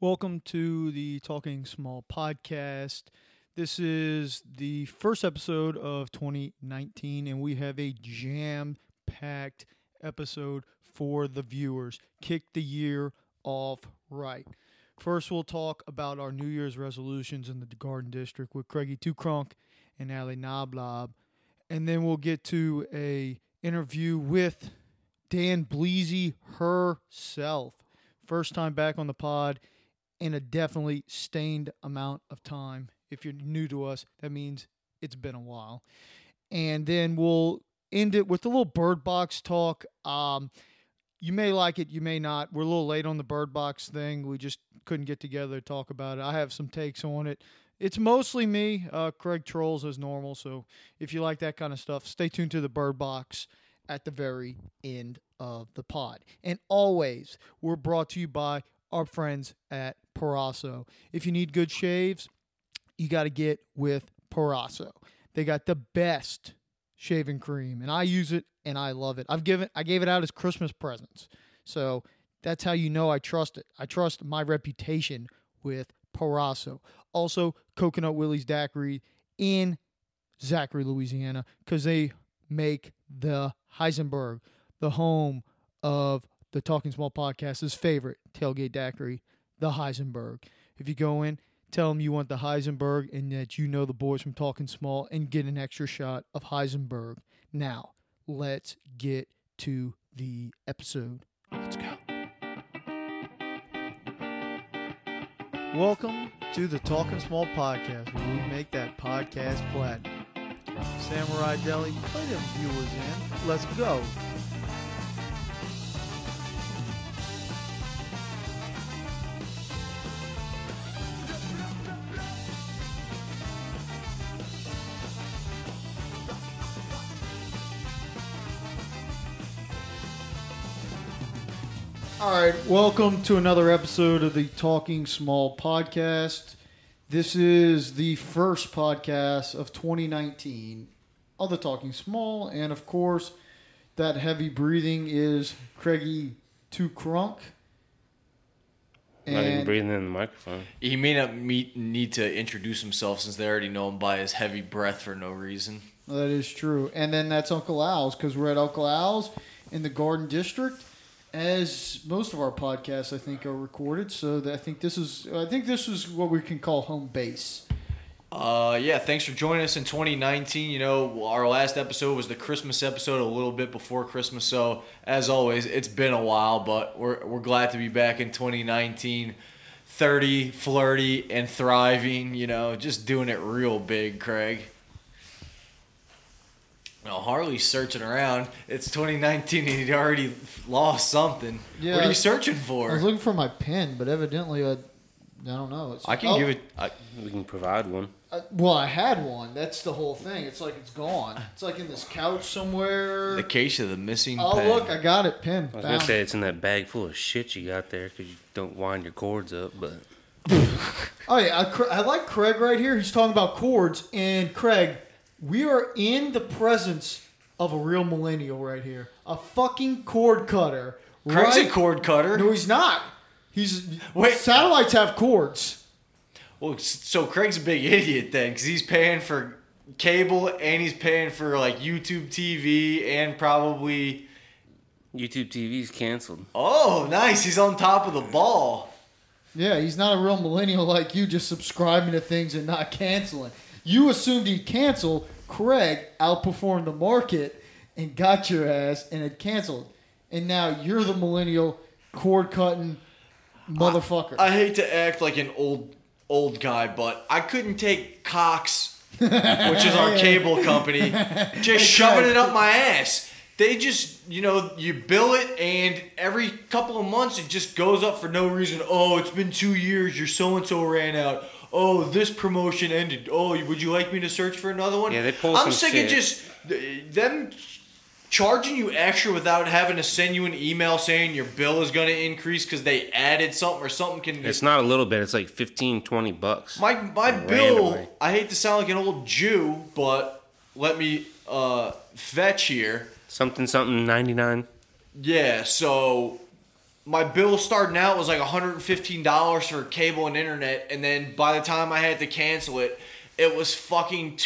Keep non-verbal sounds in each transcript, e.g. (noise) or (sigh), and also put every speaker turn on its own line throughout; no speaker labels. Welcome to the Talking Small podcast. This is the first episode of 2019, and we have a jam packed episode for the viewers. Kick the year off right. First, we'll talk about our New Year's resolutions in the Garden District with Craigie Tukronk and Ali Nablob. And then we'll get to a interview with Dan Bleasy herself. First time back on the pod in a definitely stained amount of time. If you're new to us, that means it's been a while. And then we'll end it with a little bird box talk. Um, you may like it, you may not. We're a little late on the bird box thing. We just couldn't get together to talk about it. I have some takes on it. It's mostly me. Uh, Craig trolls as normal. So if you like that kind of stuff, stay tuned to the bird box at the very end of the pod. And always, we're brought to you by our friends at Parasso. If you need good shaves, you got to get with Parasso. They got the best shaving cream, and I use it and I love it. I've given I gave it out as Christmas presents, so that's how you know I trust it. I trust my reputation with Parasso. Also, Coconut Willie's Daiquiri in Zachary, Louisiana, because they make the Heisenberg, the home of the Talking Small podcast's favorite tailgate daiquiri, the Heisenberg. If you go in, tell them you want the Heisenberg and that you know the boys from Talking Small and get an extra shot of Heisenberg. Now, let's get to the episode. Let's go. Welcome to the Talking Small podcast, where we make that podcast platinum. Samurai Deli. Play them viewers in. Let's go. All right, welcome to another episode of the Talking Small podcast. This is the first podcast of 2019 of the Talking Small, and of course, that heavy breathing is Craigie Two Crunk.
Not even
And
breathing in the microphone.
He may not meet, need to introduce himself since they already know him by his heavy breath for no reason.
that is true. And then that's Uncle Al's because we're at Uncle Al's in the Garden District, as most of our podcasts I think are recorded. So that- I think this is I think this is what we can call home base.
Uh, yeah, thanks for joining us in 2019. You know, our last episode was the Christmas episode, a little bit before Christmas. So, as always, it's been a while, but we're, we're glad to be back in 2019. 30, flirty, and thriving, you know, just doing it real big, Craig. Now, Harley's searching around. It's 2019 and he'd already lost something. what
Yeah.
are you searching for?
I was looking for my pen, but evidently I, I don't know. It's,
I can
oh,
give it. uh, I,
We can provide one.
uh, well, I had one. That's the whole thing. It's like it's gone. It's like in this couch somewhere.
the case of the missing.
oh
pen.
look, I got it. Pen.
I was
Found
gonna say it's in that bag full of shit you got there because you don't wind your cords up. But
it. Oh yeah, I, cr- I like Craig right here. He's talking about chords, and Craig, we are in the presence of a real millennial right here. A fucking cord cutter.
Craig's
right?
a cord cutter.
No, he's not. He's
Wait.
Satellites have cords.
Well, s- so Craig's a big (laughs) idiot then, because he's paying for cable and he's paying for like YouTube TV and probably.
YouTube TV's canceled.
Oh, nice! He's on top of the ball.
Yeah, he's not a real millennial like you, just subscribing to things and not canceling. You assumed he'd cancel. Craig outperformed the market and got your ass and it canceled. And now you're the millennial cord cutting motherfucker.
I hate to act like an old old guy, but I couldn't take Cox, which is our cable company, just shoving it up my ass. They just, you know, you bill it, and every couple of months it just goes up for no reason. Oh, it's been two years. Your so and so ran out. Oh, this promotion ended. Oh, would you like me to search for another one?
Yeah, they pull
I'm
some
sick
shit.
of just th- them charging you extra without having to send you an email saying your bill is going to increase because they added something or something can
It's not a little bit. It's like 15, 20 bucks.
my my
Randomly.
bill. I hate to sound like an old Jew, but let me uh, fetch here.
Something something ninety nine.
Yeah, so my bill starting out was like $115 for cable and internet and then by the time i had to cancel it it was fucking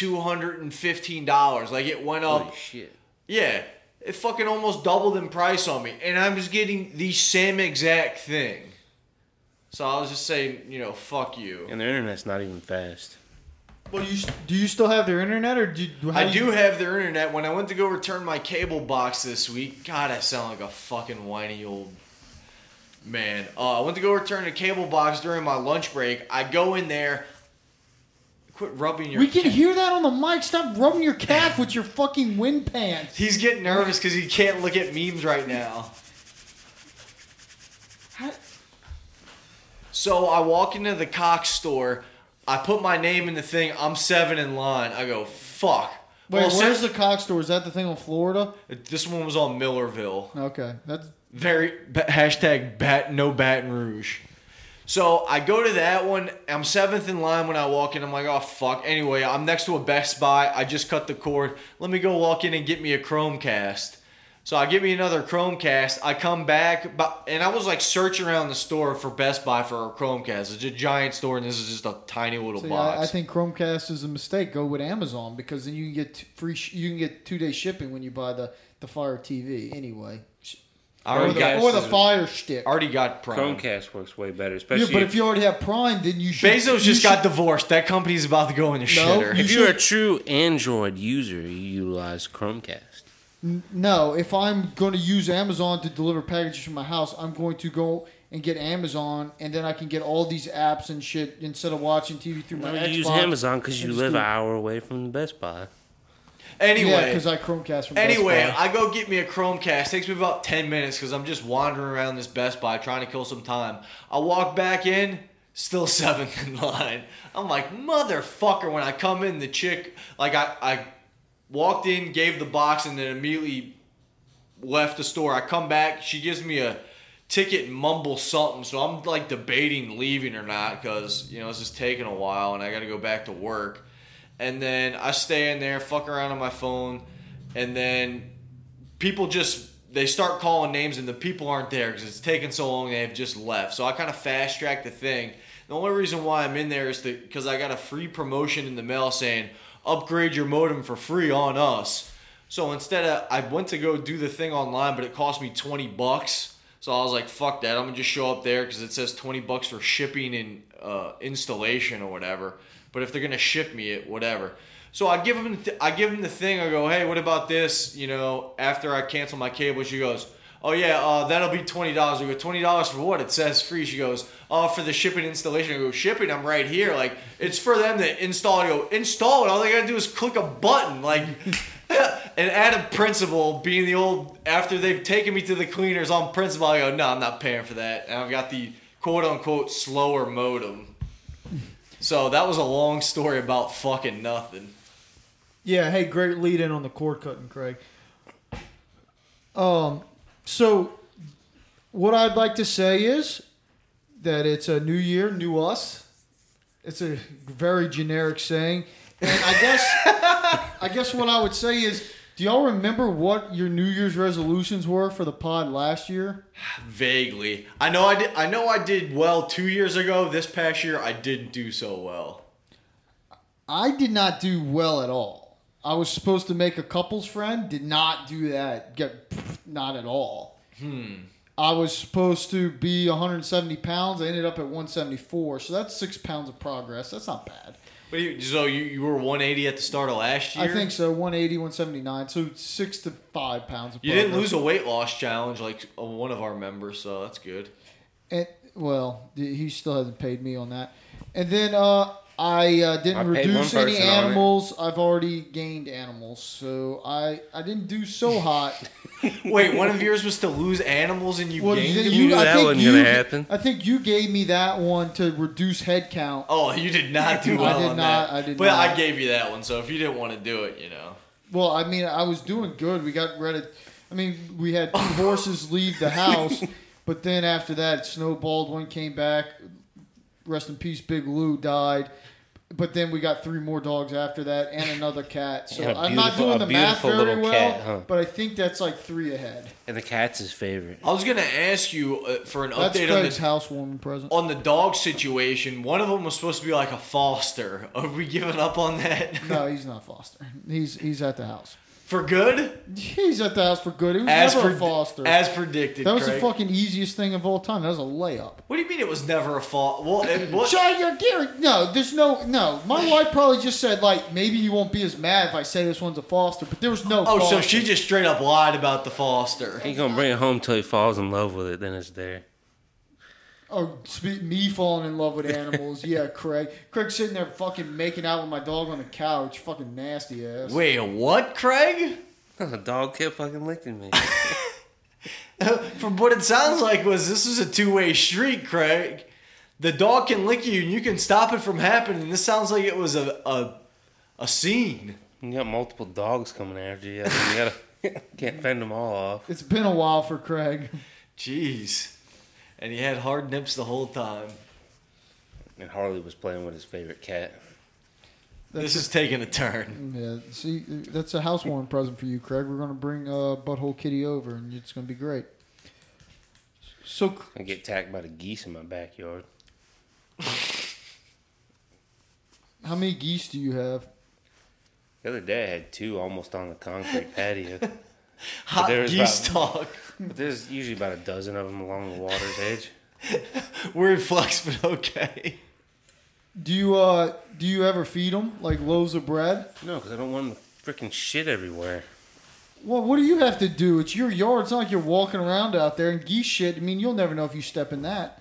$215 like it went
Oh.
up
Holy shit.
yeah it fucking almost doubled in price on me and i was getting the same exact thing so i was just saying you know fuck you
And their internet's not even fast.
Well, you s- do you still have their internet, or do you, how
I
you-
do have their internet. When I went to go return my cable box this week, God, I sound like a fucking whiny old man. Uh, I went to go return a cable box during my lunch break. I go in there. Quit rubbing your.
We can
ca-
hear that on the mic. Stop rubbing your calf with your fucking wind pants.
He's getting nervous because he can't look at memes right now.
How-
So I walk into the Cox store. I put my name in the thing. I'm seven in line. I go fuck.
Wait,
well,
where's
since-
the Cox store? Is that the thing on Florida?
this one was on Millerville.
Okay, that's
very ba- hashtag bat no Baton Rouge. So I go to that one. I'm seventh in line when I walk in. I'm like, oh fuck. Anyway, I'm next to a Best Buy. I just cut the cord. Let me go walk in and get me a Chromecast. So I give me another Chromecast. I come back, but and I was like searching around the store for Best Buy for a Chromecast. It's a giant store, and this is just a tiny little
See,
box.
I, I think Chromecast is a mistake. Go with Amazon because then you can get t- free. Sh- you can get two day shipping when you buy the the Fire TV anyway,
I
or
already
the,
Chromecast
got,
or the
is-
Fire Stick.
I already got Prime.
Chromecast works way better,
Yeah,
especially
but if you already have Prime, then you should.
Bezos
you
just
should-
got divorced. That company's about to go in the shitter.
you
if you're a
should-
true Android user, you utilize Chromecast.
N- No, if I'm going to use Amazon to deliver packages from my house, I'm going to go and get Amazon, and then I can get all these apps and shit instead of watching TV through my
No,
Xbox.
you use Amazon because
and
you
just
live
do-
an hour away from the Best Buy.
Anyway,
Yeah, because I Chromecast from
Anyway,
Best Buy.
I go get me a Chromecast. Takes me about 10 minutes because I'm just wandering around this Best Buy trying to kill some time. I walk back in, still (laughs) seventh in line. I'm like, motherfucker, when I come in, the chick, like, I, I walked in, gave the box, and then immediately left the store. I come back, she gives me a ticket and mumble something. So I'm like debating leaving or not because, you know, this is taking a while and I got to go back to work. And then I stay in there, fuck around on my phone, and then people just they start calling names and the people aren't there because it's taken so long they have just left so i kind of fast tracked the thing the only reason why i'm in there is because i got a free promotion in the mail saying upgrade your modem for free on us so instead of i went to go do the thing online but it cost me 20 bucks so i was like fuck that i'm gonna just show up there because it says 20 bucks for shipping and uh, installation or whatever but if they're gonna ship me it, whatever. So I give him, th- I give him the thing. I go, hey, what about this? You know, after I cancel my cable, she goes, oh yeah, uh, that'll be twenty dollars. I go, twenty dollars for what? It says free. She goes, oh, for the shipping installation. I go, shipping? I'm right here. Like it's for them to install. I go, install it. All they gotta do is click a button. Like. (laughs) And Adam Principle, being the old, after they've taken me to the cleaners on principle, I go, no, I'm not paying for that. And I've got the quote unquote slower modem. So that was a long story about fucking nothing.
Yeah, hey, great lead in on the cord cutting, Craig. Um, so what I'd like to say is that it's a new year, new us. It's a very generic saying, and I guess I guess (laughs) what I would say is, do y'all remember what your New Year's resolutions were for the pod last year?
Vaguely, I know I did. I know I did well two years ago. This past year, I didn't do so well.
I did not do well at all. I was supposed to make a couple's friend, did not do that. Get not at all. Hmm. I was supposed to be 170 pounds. I ended up at 174, so that's six pounds of progress. That's not bad.
But you, so you, you were 180 at the start of last year.
I think so. 180, 179, so six to five pounds. Of
you
progress.
didn't lose a weight loss challenge like uh, one of our members, so
(laughs)
that's good.
And, well, th- he still hasn't paid me on that. And then uh, I uh, didn't
I paid
reduce
one
any
person on it.
animals. I've already gained animals, so I I didn't do so hot.
Wait, one of yours was to lose animals and you
Well,
gained.
you,
them?
You knew
I
that
think
wasn't
you-
gonna happen.
I think you gave me that one to reduce head count.
oh, you did not
(laughs)
do
I
well
did
on
not-
that.
I did
but
not.
I gave you that one, so if you didn't want to do it, you know.
Well, I mean, I was doing good. We got rid of. I mean, we
(laughs)
had two horses leave the house, but then after that, it snowballed. One came back. Rest in peace, Big Lou died. But then we got three more dogs after that and another cat. So
And a
I'm not
beautiful-
doing
a
the math
beautiful
very
little
well,
cat, huh?
but I think that's like three ahead.
And the cat's his favorite.
I was gonna ask you uh, for an
That's
update on
Craig's
the
housewarming present.
on the dog situation. One of them was supposed to be like a foster. Are we giving up
(laughs)
on that (laughs)
No, he's not Foster. He's he's at the house.
for good?
He's at the house for good. He was
As
never
for
a Foster.
as predicted.
that was
Craig.
the fucking easiest thing of all time. That was a layup.
What do you mean it was never a fault? Well, it, what?
Sorry, you're Gary. No, there's no no.
(laughs)
My wife probably just said like maybe you won't be as mad if I say this one's a Foster, but there was no.
oh, so
Foster.
she just straight up lied about the foster.
He gonna bring it home till he falls in love with it. Then it's there.
Oh, spe- me falling in love with
(laughs)
animals. yeah, Craig. Craig sitting there fucking making out with my dog on the couch. Fucking nasty ass.
Wait, what, Craig?
The dog kept fucking licking me.
(laughs) From what it sounds like was this was a two way street, Craig. The dog can lick you, and you can stop it from happening. This sounds like it was a a, a scene.
you got multiple dogs coming after you. I mean, you (laughs) gotta can't fend them all off.
It's been a while for Craig. (laughs)
Jeez. And he had hard nips the whole time.
And Harley was playing with his favorite cat.
That's
this is taking a turn.
Yeah, see, that's a housewarming present for you, Craig. We're gonna bring uh, Butthole Kitty over, and it's gonna be great. So,
I get attacked by the geese in my backyard.
how many geese do you have?
The other day I had two almost on the concrete (laughs) patio.
Hot
there is
geese talk.
But there's usually about a dozen of them along the water's edge.
Weird flex, (laughs) but okay.
Do you uh, do you ever feed them like loaves of bread?
No, because I don't want them to freaking shit everywhere.
Well, what do you have to do? It's your yard. It's not like you're walking around out there and geese shit. I mean, you'll never know if you step in that.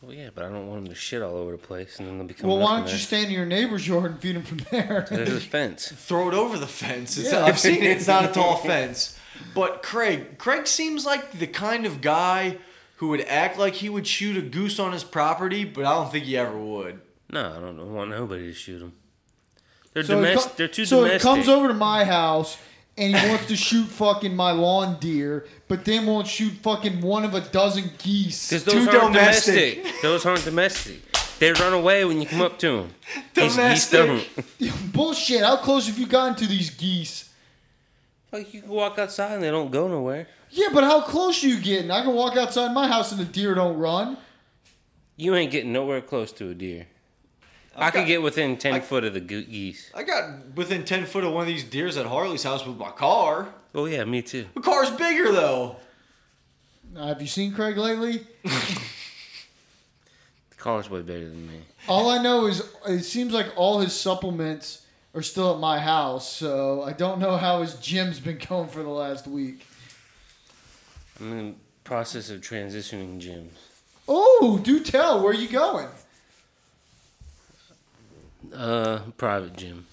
Well, yeah, but I don't want them to shit all over the place, and then they'll become.
Well, why don't you stand in your neighbor's yard and feed them from (laughs) there?
There's
(laughs)
a fence.
Throw it over the fence. It's,
Yeah.
I've seen it. It's not a
(laughs)
tall fence. But Craig, Craig seems like the kind of guy who would act like he would shoot a goose on his property, but I don't think he ever would.
No, I don't want nobody to shoot them. They're
So it
domestic.
co-
They're too
so
domestic.
it comes over to my house and he wants to shoot fucking my lawn deer, but then won't shoot fucking one of a dozen geese.
'Cause
too
those aren't
domestic.
domestic. Those aren't domestic. They run away when you come up to them.
(laughs) Domestic.
(laughs) Bullshit! How close have you gotten to these geese?
(laughs) Like you can walk outside and they don't go nowhere.
Yeah, but how close are you getting? I can walk outside my house and the deer don't run.
You ain't getting nowhere close to a deer. I
got-
could get within ten foot of the goo geese.
I got within 10 foot of one of these deers at Harley's house with my car.
Oh yeah, me too.
The car's bigger, though.
Now, Uh, have you seen Craig lately?
The collar's way bigger than me.
All I know is it seems like all his supplements are still at my house, so I don't know how his gym's been (laughs) going for the last week.
I'm in the process of transitioning gyms.
Oh, do tell. Where are you going?
Uh, private gym.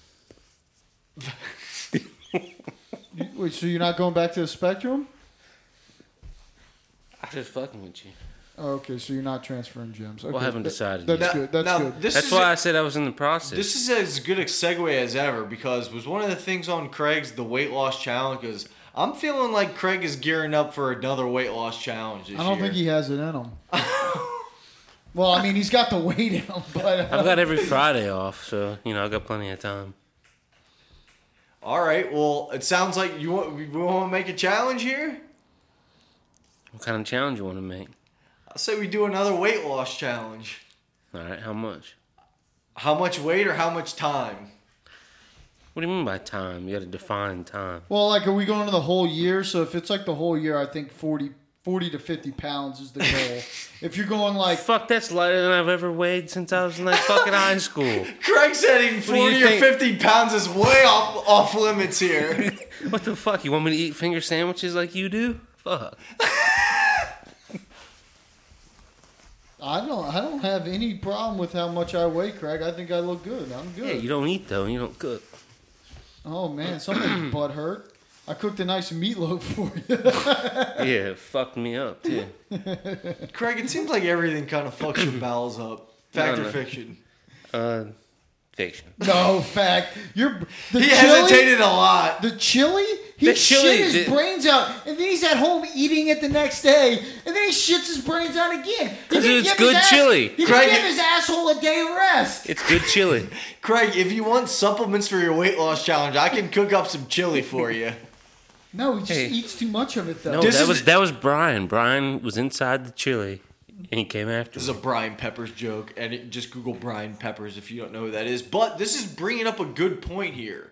You- Wait, so you're not going back to the Spectrum?
I'm just fucking with you.
Oh, okay, so you're not transferring gyms. Okay.
Well, I haven't
that-
decided
That's
yet.
good. That's good.
This
That's
is
why I said I was in the process.
This is as good a segue as ever because was one of the things on Craig's the weight loss challenge because I'm feeling like Craig is gearing up for another weight loss challenge this
I don't
year.
think he has it in
(laughs)
him. well, I mean, he's got the weight in him, (laughs) but uh,
I've got every Friday off, so you know I got plenty of time.
All right, well, it sounds like you want we want to make a challenge here.
What kind of challenge you want to make?
I say we do another weight loss challenge.
All right, how much?
How much weight or how much time?
What do you mean by time? You got to define time.
well, like, are we going to the whole year? So if it's like the whole year, I think 40, 40 to fifty pounds is the
(laughs)
goal. if you're going like,
Fuck, that's lighter than I've ever weighed since I was in like fucking high
(laughs)
school.
Craig said eating
do you
40 or
think?
50 pounds is way off off limits
(laughs)
here.
What the fuck? You want me to eat finger sandwiches like you do? Fuck.
I don't, I don't have any problem with how much I weigh, Craig. I think I look good. I'm
Yeah,
good.
you don't eat though. You don't cook.
(clears throat) oh man,
(clears throat)
somebody's butt hurt. I cooked a nice meatloaf for you.
(laughs) Yeah, it fucked me up too.
Craig, it seems like everything kind of fucks your bowels up. Fact
No,
or
no.
fiction?
Uh, Fiction.
No fact. You're the
He
chili,
hesitated a lot.
The chili, he
The chili
shit his
did-
brains out, and then he's at home eating it the next day, and then he shits his brains out again. He
'Cause
didn't
it's
give
good
his ass-
chili.
He
Greg-
didn't give his asshole a day of rest.
It's good
(laughs)
chili.
Craig, if you want supplements for your weight loss challenge, I can cook up some chili for you.
No, he just
Hey.
eats too much of it though.
No,
This
that
is-
was that was Brian. Brian was inside the chili, and he came after.
This is
me.
a Brian Peppers joke, and it, just Google Brian Peppers if you don't know who that is. But this is bringing up a good point here.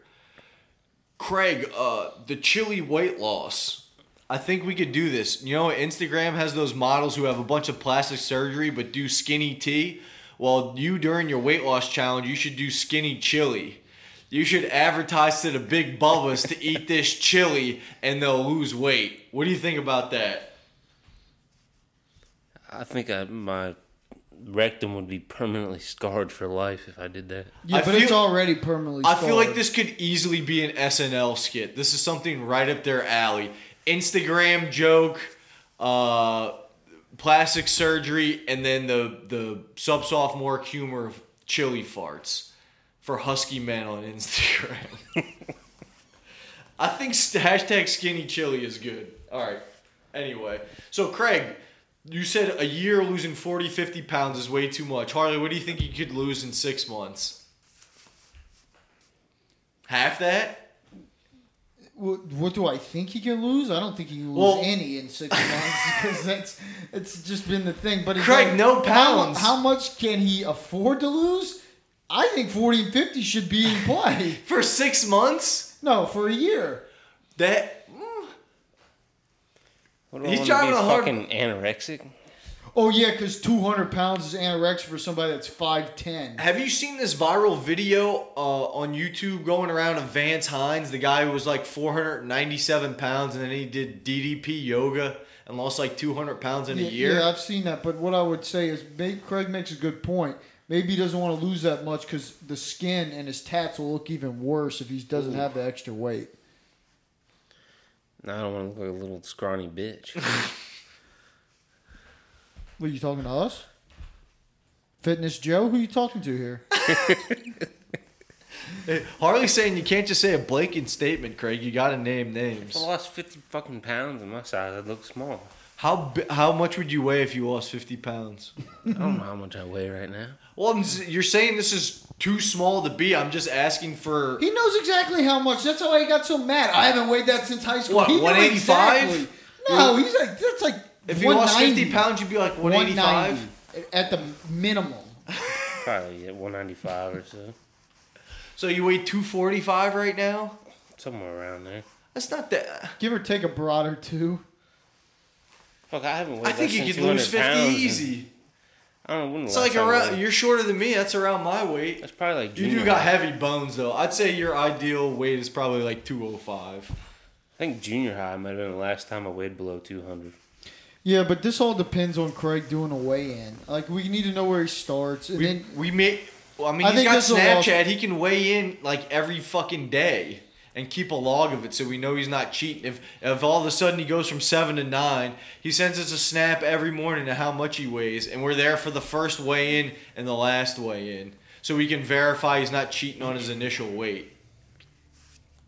Craig, uh, the chili weight loss. I think we could do this. You know, Instagram has those models who have a bunch of plastic surgery but do skinny tea. Well, you during your weight loss challenge, you should do skinny chili. You should advertise to the big bubbas to eat this chili and they'll lose weight. What do you think about that?
I think I, my rectum would be permanently scarred for life if I did that.
yeah,
I
but it's
feel-
already permanently.
I feel like
scarred.
this could easily be an SNL skit. This is something right up their alley. Instagram joke, uh, plastic surgery, and then the the sub sophomore humor of chili farts for husky men on Instagram. (laughs) I think st- hashtag skinny chili is good. All right. Anyway, so Craig, you said a year losing 40, 50 pounds is way too much. Harley, what do you think you could lose in six months? Half that?
What, what do I think he can lose? I don't think he can lose
Well-
any in
(laughs)
six months because that's it's just been the thing. But it's
Craig,
like,
no
how-
pounds.
How, much can he afford to lose? I think forty and fifty should be in
(laughs)
play.
For six months?
no, for a year.
That
What do
He's
I want
driving
to be
a hard-
fucking anorexic?
Oh yeah, because two hundred pounds is anorexia for somebody that's five ten.
have you seen this viral video uh, on YouTube going around of Vance Hines, the guy who was like 497 pounds and then he did DDP yoga and lost like 200 pounds in a year?
Yeah, I've seen that. But what I would say is, maybe Craig makes a good point. Maybe he doesn't want to lose that much because the skin and his tats will look even worse if he doesn't have the extra weight.
No, I don't want to look like a little scrawny bitch.
What are you talking to us? Fitness Joe? Who you talking to here?
Hey, Harley's saying you can't just say a blanket statement, Craig. You got to
If
name
I
names.
lost fifty fucking pounds in my size, I'd look small.
How bi- how much would you weigh if you lost fifty pounds?
I don't know how much I weigh right now.
Well, I'm s- you're saying this is too small to be. I'm just asking for.
He knows exactly how much. That's how he got so mad. I haven't weighed that since high school.
What,
He knew
185?
exactly. No, he's like that's like
If you lost fifty
190,
pounds, you'd be like one eighty five.
190 at the minimum.
Probably at one ninety five or so,
So you weigh two forty five right now.
somewhere around there.
That's not that.
Give or take a broad or two.
Fuck, I haven't weighed.
I think
less
you
than
could
200
lose fifty
pounds in-
easy.
I don't know. When the
It's
last
like
time I
around.
weighed.
You're shorter than me. That's around my weight.
That's probably like
You do
junior
got
high.
heavy bones though. I'd say your ideal weight is probably like two oh five.
I think junior high might have been the last time I weighed below 200.
Yeah, but this all depends on Craig doing a weigh-in. Like we need to know where he starts, and
We,
then
we may. Well, I mean,
I
he's
think
got
this will also-
Snapchat. He can weigh in like every fucking day and keep a log of it, so we know he's not cheating. If if all of a sudden he goes from seven to nine, he sends us a snap every morning of how much he weighs, and we're there for the first weigh in and the last weigh in, so we can verify he's not cheating on his initial weight.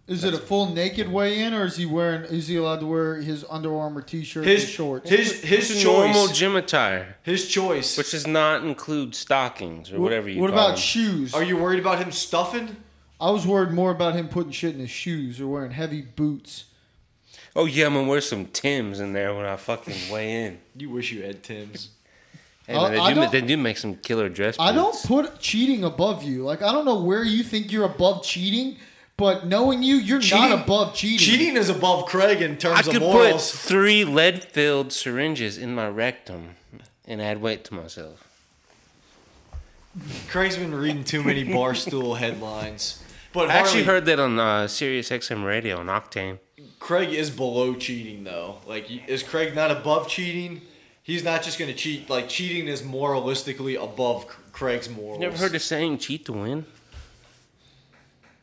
is it a full naked weigh-in or is he wearing? Is he allowed to wear his Under Armour t-shirt
His
and shorts?
his his
It's a normal
choice.
gym attire,
His choice.
which does not include stockings or whatever you
What
call
about
them.
shoes?
Are you worried about him stuffing?
I was worried more about him putting shit in his shoes or wearing heavy boots.
oh, yeah, I'm going to wear some Tim's in there when I fucking weigh in.
You wish you had Tim's.
Hey,
Oh,
man, they,
I
do, ma-
don't-
they do make some killer dress
I don't
boots.
put cheating above you. Like I don't know where you think you're above cheating, but knowing you, you're
Cheating-
not above cheating.
Cheating is above Craig in
I
terms of
could put
morals.
three lead filled syringes in my rectum and add weight to myself.
Craig's been reading too many Barstool headlines. But
I actually
actually,
heard that on uh, Sirius XM radio on Octane.
Craig is below cheating, though. Like, is Craig not above cheating? He's not just going to cheat. Like, cheating is moralistically above C- Craig's morals.
You never heard the saying cheat to win?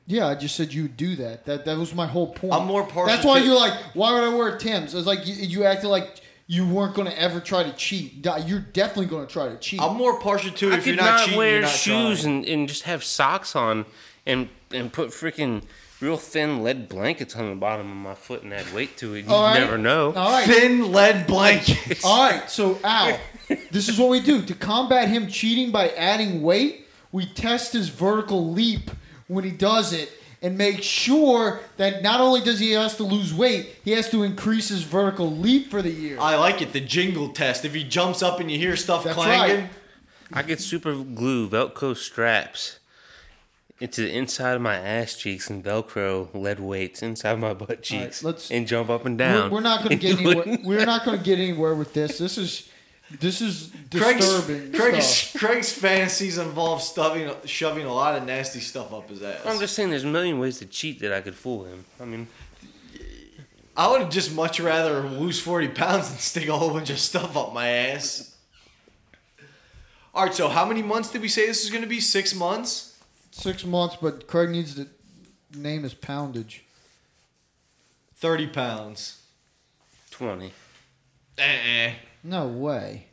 Yeah, I just said you do that. That that was my whole point.
I'm more partial
That's why
to-
you're like, why would I wear Tim's? It's like you, you acted like you weren't going to ever try to cheat. Di- You're definitely going to try to cheat.
I'm more partial to
I
if you're
could
not,
not,
cheating.
wear
you're not
shoes
trying.
and, and just have socks on and and put freaking real thin lead blankets on the bottom of my foot and add weight to it. You
All right.
never know.
All right.
thin lead blankets.
All right, so Al, this is what we do to combat him cheating by adding weight. We test his vertical leap when he does it, and make sure that not only does he has to lose weight, he has to increase his vertical leap for the year.
(laughs) I like it. The jingle test. If he jumps up and you hear stuff
That's
clanging,
right.
I could super glue Velcro straps into the inside of my ass cheeks and Velcro lead weights inside my butt cheeks
let's-
and jump up and
We're,
down.
we're not
(laughs)
going to
and
get
do it.
anywhere. We're not going to get anywhere with this. This is this is disturbing.
Craig's, Craig's,
stuff.
Craig's fantasies involve stuffing, shoving a lot of nasty stuff up his ass.
I'm just saying, there's a million ways to cheat that I could fool him. I mean,
I would just much rather lose 40 pounds than stick a whole bunch of stuff up my ass. All right, so how many months did we say this is going to be? Six months?
six months, but Craig needs to name his poundage.
30 pounds.
20.
Eh-eh.
No way.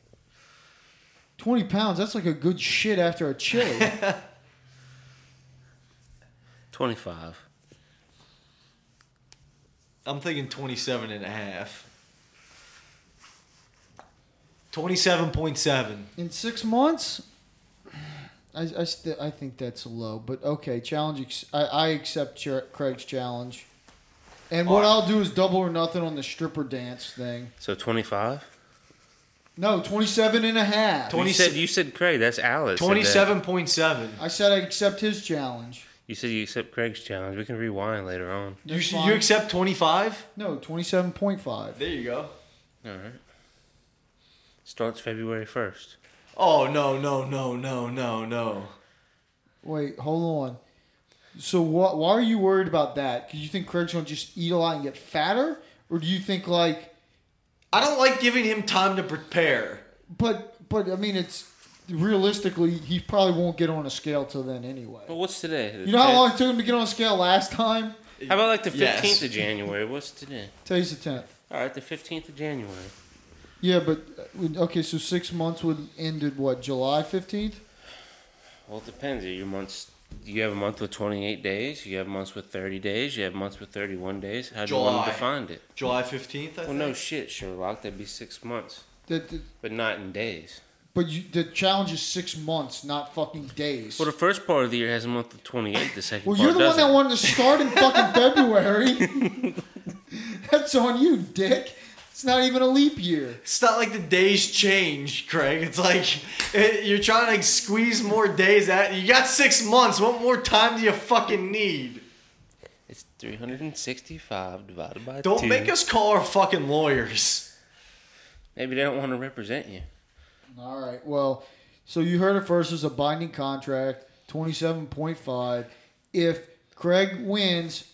20 pounds, that's like a good shit after a chili.
25.
I'm thinking 27 and a half. 27.7.
In six months? I, I, st- I think that's low, but okay, challenge. Ex- I, I accept Cher- Craig's challenge. And what I'll do is double or nothing on the stripper dance thing.
So 25?
No, 27 and a half.
Twen- 20
you, said, you said Craig. That's Alice. said that.
27.7.
I said I accept his challenge.
You said you accept Craig's challenge. We can rewind later on.
You,
That's
s- you
fine.
accept 25?
No, 27.5.
There you go.
All right. Starts February 1st.
Oh, no, no, no, no, no, no.
Wait, hold on. So what? Why are you worried about that? Do you think Craig's gonna just eat a lot and get fatter, or do you think like?
I don't like giving him time to prepare.
But but I mean, it's realistically he probably won't get on a scale till then anyway.
But what's today?
You know how long it took him to get on a scale last time?
How about like the 15th
Yes.
of January? What's today?
Today's the tenth.
All right, the 15th of January.
Yeah, but uh, okay, so six months would end at what July fifteenth.
Well, it depends. Are your months. You have a month with 28 days. You have months with 30 days. You have months with 31 days. How do you want
July.
to define it?
July 15th, I
Well,
think.
no shit, Sherlock. That'd be six months,
That, that-
but not in days.
but you, the challenge is six months, not fucking days.
Well, the first part of the year has a month of 28. The second
Well,
part
you're the one
doesn't.
that wanted to start in fucking February.
(laughs)
That's on you, dick. It's not even a leap year.
It's not like the days change, Craig. It's like it, you're trying to like, squeeze more days out. You got six months. What more time do you fucking need?
It's 365 divided by
Don't
two.
make us call our fucking lawyers.
Maybe they don't want to represent you.
All right. Well, so you heard it first. It's a binding contract, twenty-seven point five. If Craig wins,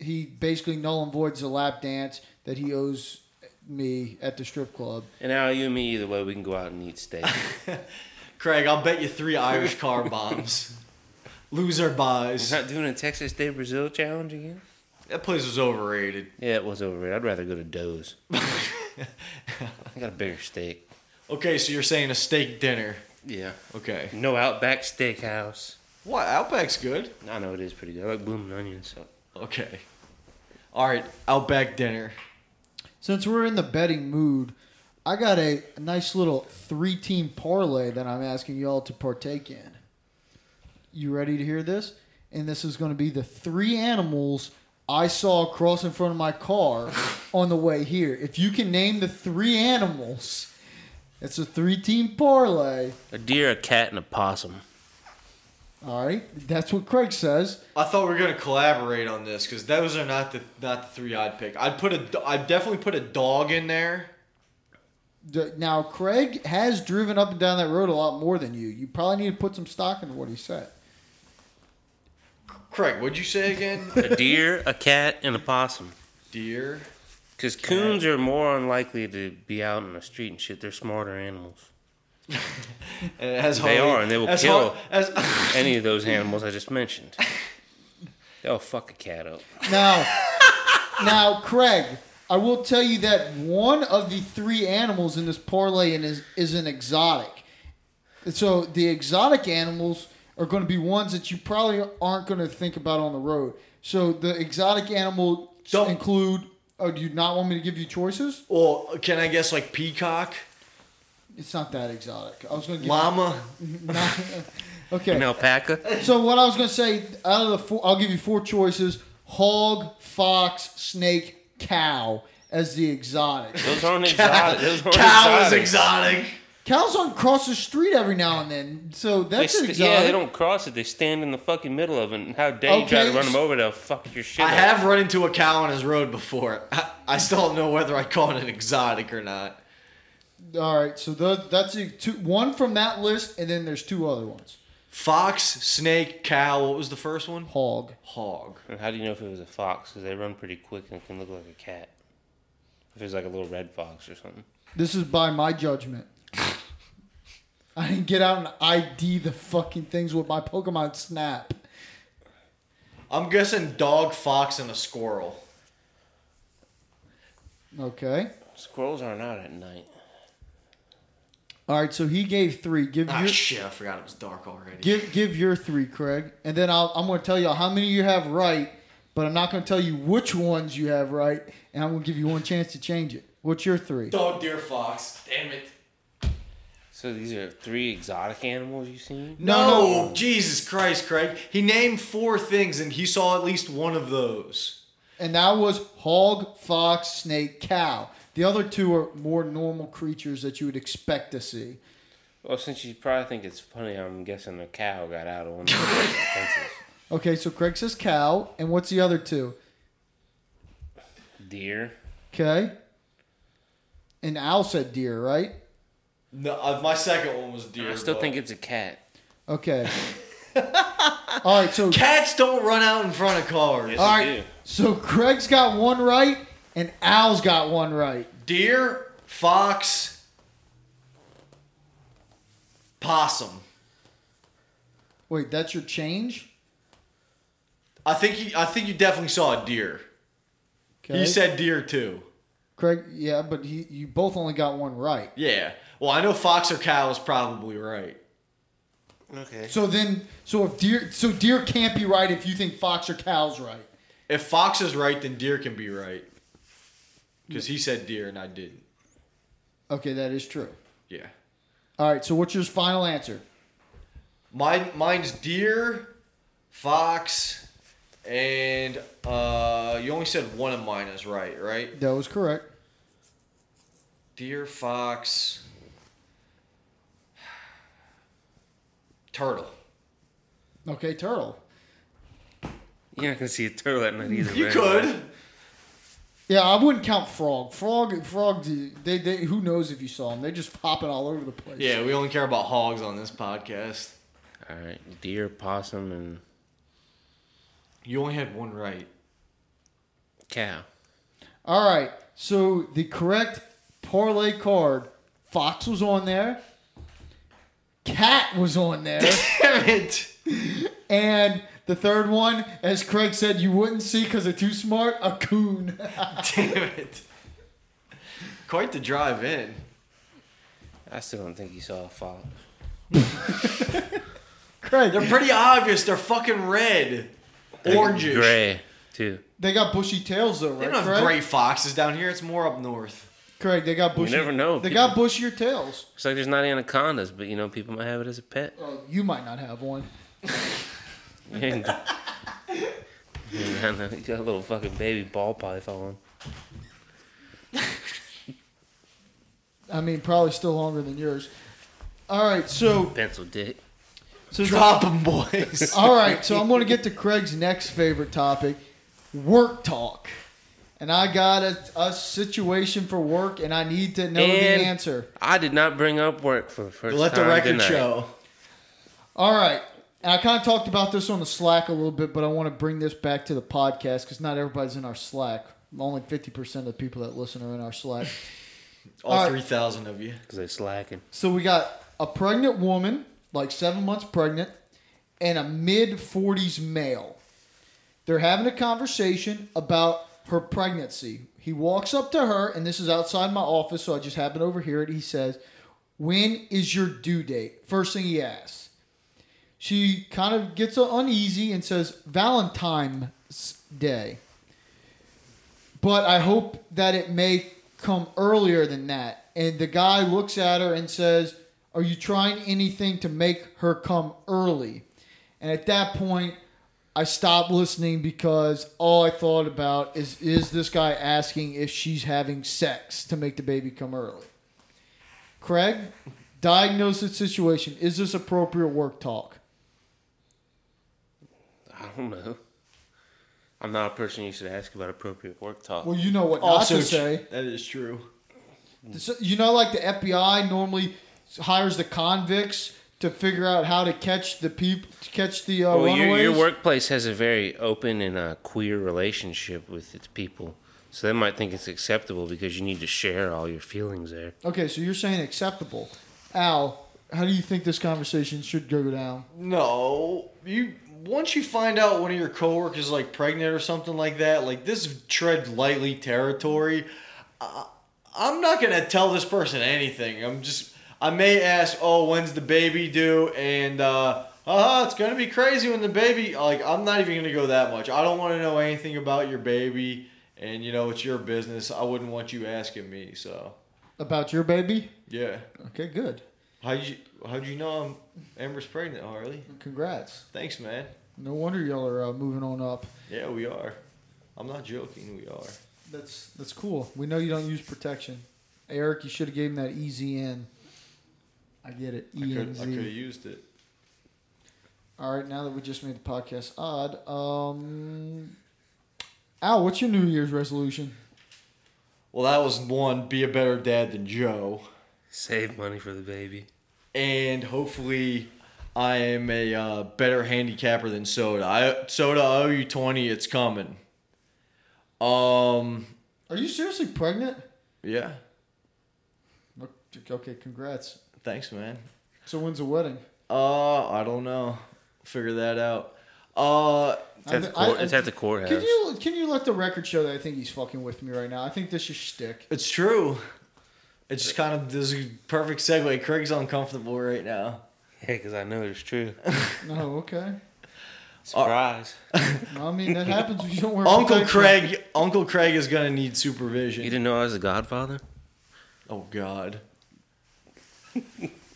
he basically null and voids the lap dance that he owes me at the strip club.
And now you and me, either way, we can go out and
(laughs)
eat steak.
Craig, I'll bet you three Irish
(laughs)
car bombs. Loser buys.
We're not doing a Texas Day Brazil challenge again.
That place was overrated.
Yeah, it was over. it. I'd rather go
(laughs)
to Doe's. I got a bigger steak.
Okay, so you're saying a steak dinner.
Yeah.
Okay.
No Outback Steakhouse.
What? Outback's good.
I know it is pretty good. I like blooming onions. So.
Okay. All right, Outback dinner.
Since we're in the betting mood, I got a nice little three team parlay that I'm asking y'all to partake in. You ready to hear this? And this is going to be the three animals I saw cross in front of my car on the way here. If you can name the three animals, it's a three team parlay.
A deer, a cat, and a possum.
All right. That's what Craig says.
I thought we were gonna collaborate on this because those are not the not the three I'd pick. I'd put a d- I'd definitely put a dog in there.
D- Now, Craig has driven up and down that road a lot more than you. You probably need to put some stock into what he said.
Craig, what'd you say again?
(laughs) A deer, a cat, and a possum.
Deer.
Because coons are more unlikely to be out in the street and shit. They're smarter animals.
And it has
They
hardly-
are, and they will
as
kill.
har- as,
Any of those animals I just mentioned. They'll fuck a cat up.
Now, now, Craig, I will tell you that one of the three animals in this parlay in is, is an exotic. And so the exotic animals are going to be ones that you probably aren't going to think about on the road. So the exotic animal
Don't-
include. Oh, do you not want me to give you choices?
(laughs) Well, can I guess like peacock,
It's not that exotic. I was going to give
llama?
Okay.
An alpaca?
So what I was going to say, out of the four, I'll give you four choices: hog, fox, snake, cow as the exotic.
Those aren't (laughs) exotic. Those aren't
Cow is
exotic.
exotic.
Cows don't cross the street every now and then, so
They
that's
st-
exotic.
yeah, they don't cross it. They stand in the fucking middle of it. And how dare you try to
Okay,
run them
so-
over? They'll fuck your shit
I
up.
have run into a cow on his road before. I, I still don't know whether I call it an exotic or not.
All right, so tho- that's the two, one from that list, and then there's two other ones:
Fox, snake, cow. What was the first one?
hog.
Hog.
And how do you know if it was a fox? Because they run pretty quick and can look like a cat. If it's like a little red fox or something.
This is by my judgment. (laughs) I didn't get out and ID the fucking things with my Pokemon Snap.
I'm guessing dog, fox, and a squirrel.
Okay.
Squirrels aren't out at night.
All right, so he gave three. Give
Ah,
your
shit, I forgot it was dark already.
give give your three, Craig, and then I'll, I'm going to tell you how many you have right, but I'm not going to tell you which ones you have right, and I'm going to give you one chance to change it. What's your three?
Dog, deer, fox. Damn it.
So these are three exotic animals you've seen?
No,
No, Jesus Christ, Craig. He named four things and he saw at least one of those.
and that was hog, fox, snake, cow. The other two are more normal creatures that you would expect to see.
Well, since you probably think it's funny, I'm guessing a cow got out of one of the (laughs) fences.
Okay, so Craig says cow, and what's the other two?
Deer.
Okay. And Al said deer, right?
No, uh, my second one was deer.
I still
but-
think it's a cat.
Okay. All right, so
cats don't run out in front of cars. Uh,
all
they
right,
do.
so Craig's got one right, and Al's got one right.
Deer, fox, possum.
Wait, that's your change?
I think you, I think you definitely saw a deer.
Okay.
He said deer too.
Craig, yeah, but he, you both only got one right.
Yeah. Well, I know fox or cow is probably right.
Okay.
So then, so if deer, so deer can't be right if you think fox or cow's right.
If fox is right, then deer can be right. Because he said deer and I didn't.
Okay, that is true.
Yeah.
All right, so what's your final answer?
Mine, mine's deer, fox, and uh, you only said one of mine is right, right?
That was correct.
Deer, fox, turtle.
Okay, turtle.
You're not going to see a turtle at night either.
You
right?
could.
Yeah, I wouldn't count frog. Frog, frog. They, they. Who knows if you saw them? They're just popping all over the place.
Yeah, we only care about hogs on this podcast.
All right. Deer, possum, and
You only had one right.
cow.
All right. So the correct parlay card. Fox was on there. Cat was on (laughs) there.
(laughs) Damn it!
and the third one, as Craig said, you wouldn't see because they're too smart. A coon.
(laughs) Damn it! Quite the drive in.
I still don't think you saw a fox.
Craig.
They're pretty obvious. They're fucking red, oranges.
Gray, too.
They got bushy tails though,
They
right?
don't have
Craig?
gray foxes down here. It's more up north.
Craig, they got bushy.
never know.
They got bushier tails.
It's like there's not anacondas, but you know, people might have it as a pet.
Well, you might not have one.
You (laughs) ain't- you got no- you got a little fucking baby ball python.
I mean, probably still longer than yours. All right, so
Pencil dick.
so
Drop 'em, boys.
all right, so I'm going to get to Craig's next favorite topic, work talk. And I got a, a situation for work, and I need to know
And-
the answer.
I did not bring up work for the first
Let
time.
the record
didn't I?
show.
All right. And I kind of talked about this on the Slack a little bit, but I want to bring this back to the podcast because not everybody's in our Slack. Only 50% of the people that listen are in our Slack.
All,
All right.
3,000 of you.
Cause they slacking.
So we got a pregnant woman, like seven months pregnant, and a mid 40s male. They're having a conversation about her pregnancy. He walks up to her, and this is outside my office, so I just happened to overhear it. He says, When is your due date? First thing he asks. She kind of gets uneasy and says, Valentine's Day. But I hope that it may come earlier than that. And the guy looks at her and says, Are you trying anything to make her come early? And at that point, I stopped listening because all I thought about is is this guy asking if she's having sex to make the baby come early? Craig, diagnose the situation. Is this appropriate work talk?
I don't know. I'm not a person you should ask about appropriate work talk.
Well, you know what not
Also,
to say.
that is true.
So, you know, like the FBI normally hires the convicts to figure out how to catch the people, catch the uh,
Well, your,
runaways.
your workplace has a very open and uh, queer relationship with its people, so they might think it's acceptable because you need to share all your feelings there.
Okay, so you're saying acceptable. Al, how do you think this conversation should go down?
No, you once you find out one of your coworkers is, like pregnant or something like that, like this tread lightly territory. I, I'm not gonna tell this person anything. I'm just I may ask, oh, when's the baby due? And uh, ah, it's gonna be crazy when the baby. Like I'm not even gonna go that much. I don't want to know anything about your baby. And you know it's your business. I wouldn't want you asking me. So
About your baby?
yeah,
Okay, good.
how you how'd you know I'm Amber's pregnant, Harley?
Congrats.
Thanks, man.
No wonder y'all are uh, moving on up.
Yeah, we are. I'm not joking. We are.
That's that's cool. We know you don't use protection. Eric, you should have gave him that easy in. I get it. E
I could, I could have
ENZ.
used it.
All right, now that we just made the podcast odd, um, Al, what's your New Year's resolution?
Well, that was one. Be a better dad than Joe,
Save money for the baby.
and hopefully, I am a uh, better handicapper than Soda. I Soda, I owe you twenty. It's coming. Um.
Are you seriously pregnant?
Yeah.
Okay, congrats.
Thanks, man.
So when's the wedding?
Uh, I don't know. Figure that out. Uh,
It's at the, court, it's at the courthouse.
Can you can you let the record show that I think he's fucking with me right now? I think this is shtick.
it's true. It's just kind of this is a perfect segue. Craig's uncomfortable right now.
Yeah, because I know it's
(laughs)
true.
No, okay.
Surprise.
No, I mean that happens if you don't wear
Uncle
protection.
Craig, Uncle Craig is gonna need supervision.
you didn't know I was a godfather?
Oh God. (laughs)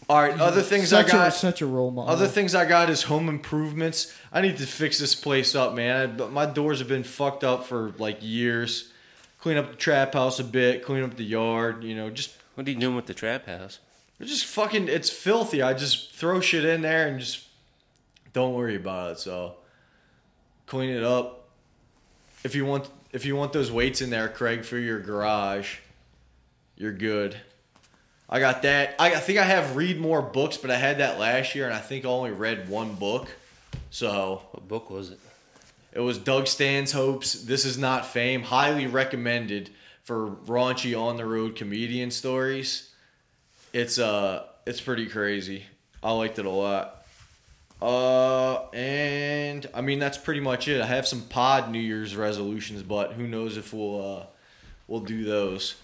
All right, other things I
such a,
got.
such a role model.
Other things I got is home improvements. I need to fix this place up, man. I, but my doors have been fucked up for like years. Clean up the trap house a bit. Clean up the yard. You know, just
What are you doing with the trap house?
it's just fucking. It's filthy. I just throw shit in there and just don't worry about it. So clean it up. If you want, if you want those weights in there, Craig, for your garage, you're good. I got that. I, I think I have read more books, but I had that last year, and I think I only read one book. So
What book was it?
it was Doug Stanhope's This Is Not Fame, highly recommended for raunchy on the road comedian stories. It's uh it's pretty crazy. I liked it a lot. Uh and I mean that's pretty much it. I have some pod New Year's resolutions, but who knows if we'll uh we'll do those.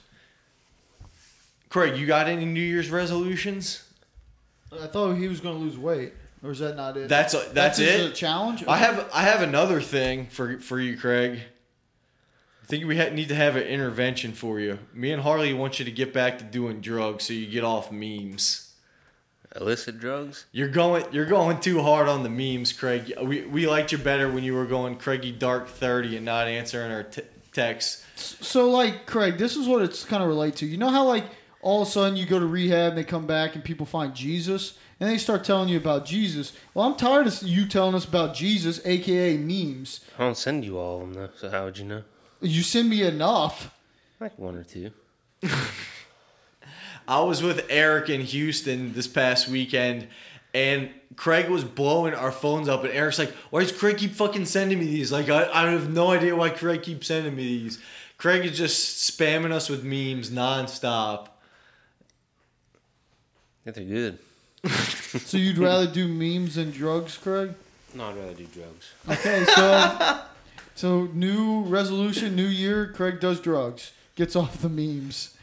Craig, you got any New Year's resolutions?
I thought he was going to lose weight, or is that not it?
That's a, that's
his,
it.
uh, challenge.
I have I have another thing for for you, Craig. I think we ha- need to have an intervention for you. Me and Harley want you to get back to doing drugs so you get off memes.
Illicit drugs?
You're going you're going too hard on the memes, Craig. We we liked you better when you were going Craigie Dark 30 and not answering our t- texts.
So like Craig, this is what it's kind of relate to. You know how like all of a sudden you go to rehab and they come back and people find Jesus and they start telling you about Jesus. Well, I'm tired of you telling us about Jesus, aka memes.
I don't send you all of them, though, so how would you know?
You send me enough.
Like one or two.
I was with Eric in Houston this past weekend, and Craig was blowing our phones up. And Eric's like, "Why does Craig keep fucking sending me these? Like, I, I have no idea why Craig keeps sending me these. Craig is just spamming us with memes nonstop.
Yeah, they're good.
So you'd rather do memes than drugs, Craig?
No, I'd rather do drugs.
Okay, so So new resolution, new year. Craig does drugs, gets off the memes.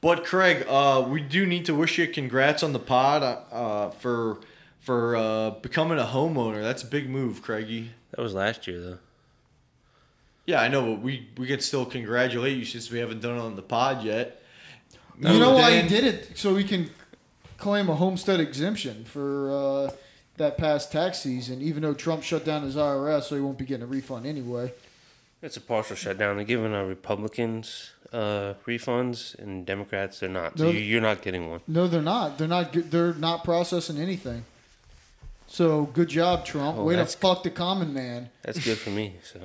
But Craig, uh, we do need to wish you congrats on the pod uh, uh, for for uh, becoming a homeowner. That's a big move, Craigie.
That was last year though.
Yeah, I know, but we we can still congratulate you since we haven't done it on the pod yet.
you know why
Dan-
he did it? So he can claim a homestead exemption for uh, that past tax season, even though Trump shut down his IRS, so he won't be getting a refund anyway.
It's a partial shutdown. They're giving uh, Republicans uh, refunds and Democrats they're not. So
No.
you, you're not getting one.
No, they're not. They're not. good- They're not processing anything. So good job, Trump.
Oh,
Way to
that's-
fuck the common man.
That's good for me. So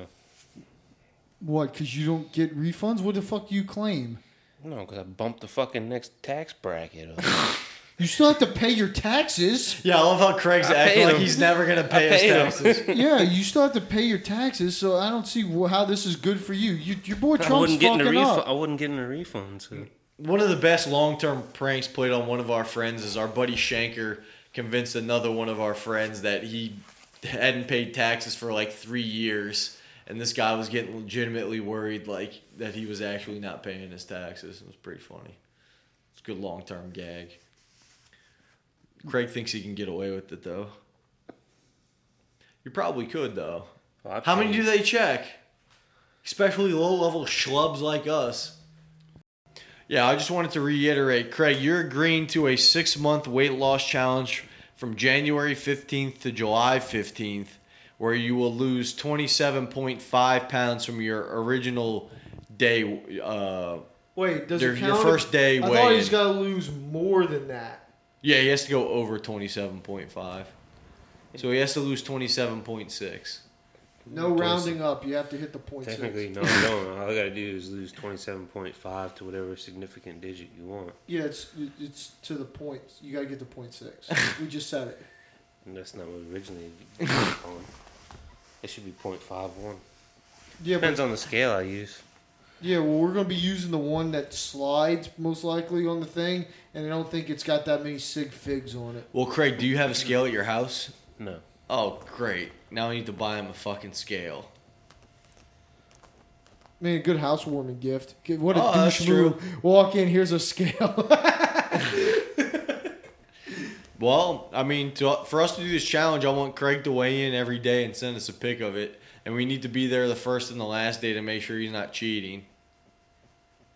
What? Because you don't get refunds? What the fuck do you claim?
no, because I bumped the fucking next tax bracket.
(laughs)
Up.
You still have to pay your taxes.
Yeah, I love how Craig's
I
acting
paid
like
him.
he's never gonna
I
pay his
paid him. (laughs)
taxes.
yeah, you still have to pay your taxes. So I don't see wh- how this is good for you. you your boy
I
Trump's
wouldn't get in
fucking
a refund.
up.
I wouldn't get in a refund. So
One of the best long term pranks played on one of our friends is our buddy Shanker convinced another one of our friends that he hadn't paid taxes for like three years, and this guy was getting legitimately worried like that he was actually not paying his taxes. It was pretty funny. It's a good long term gag. Craig thinks he can get away with it though. You probably could though.
Well, I
How many
paid-
do they check? Especially low level schlubs like us. Yeah, I just wanted to reiterate, Craig, you're agreeing to a six month weight loss challenge from January 15th to July 15th, where you will lose 27.5 pounds from your original day. Uh,
Wait, does
Your-
it
your
count?
first day
I thought
weigh-in.
he's got to lose more than that.
yeah, he has to go over 27.5. So he has to lose 27.6.
No rounding up. You have to hit the point
Technically,
six.
no, I don't. All I gotta do is lose twenty-seven point five to whatever significant digit you want,
Yeah, it's it's to the point. You gotta get to point six. we just said it.
and that's not what originally. (laughs) it was on. It should be point five one.
Yeah, but
Depends on the scale I use.
Yeah, well, we're going to be using the one that slides most likely on the thing, and I don't think it's got that many sig figs on it.
Well, Craig, do you have a scale at your house?
No,
Oh, great. Now I need to buy him a fucking scale.
Man, good housewarming gift. Get- What a
Oh, that's
douche move. Walk in, here's a scale. (laughs)
Well, I mean, to, for us to do this challenge, I want Craig to weigh in every day and send us a pic of it. And we need to be there the first and the last day to make sure he's not cheating.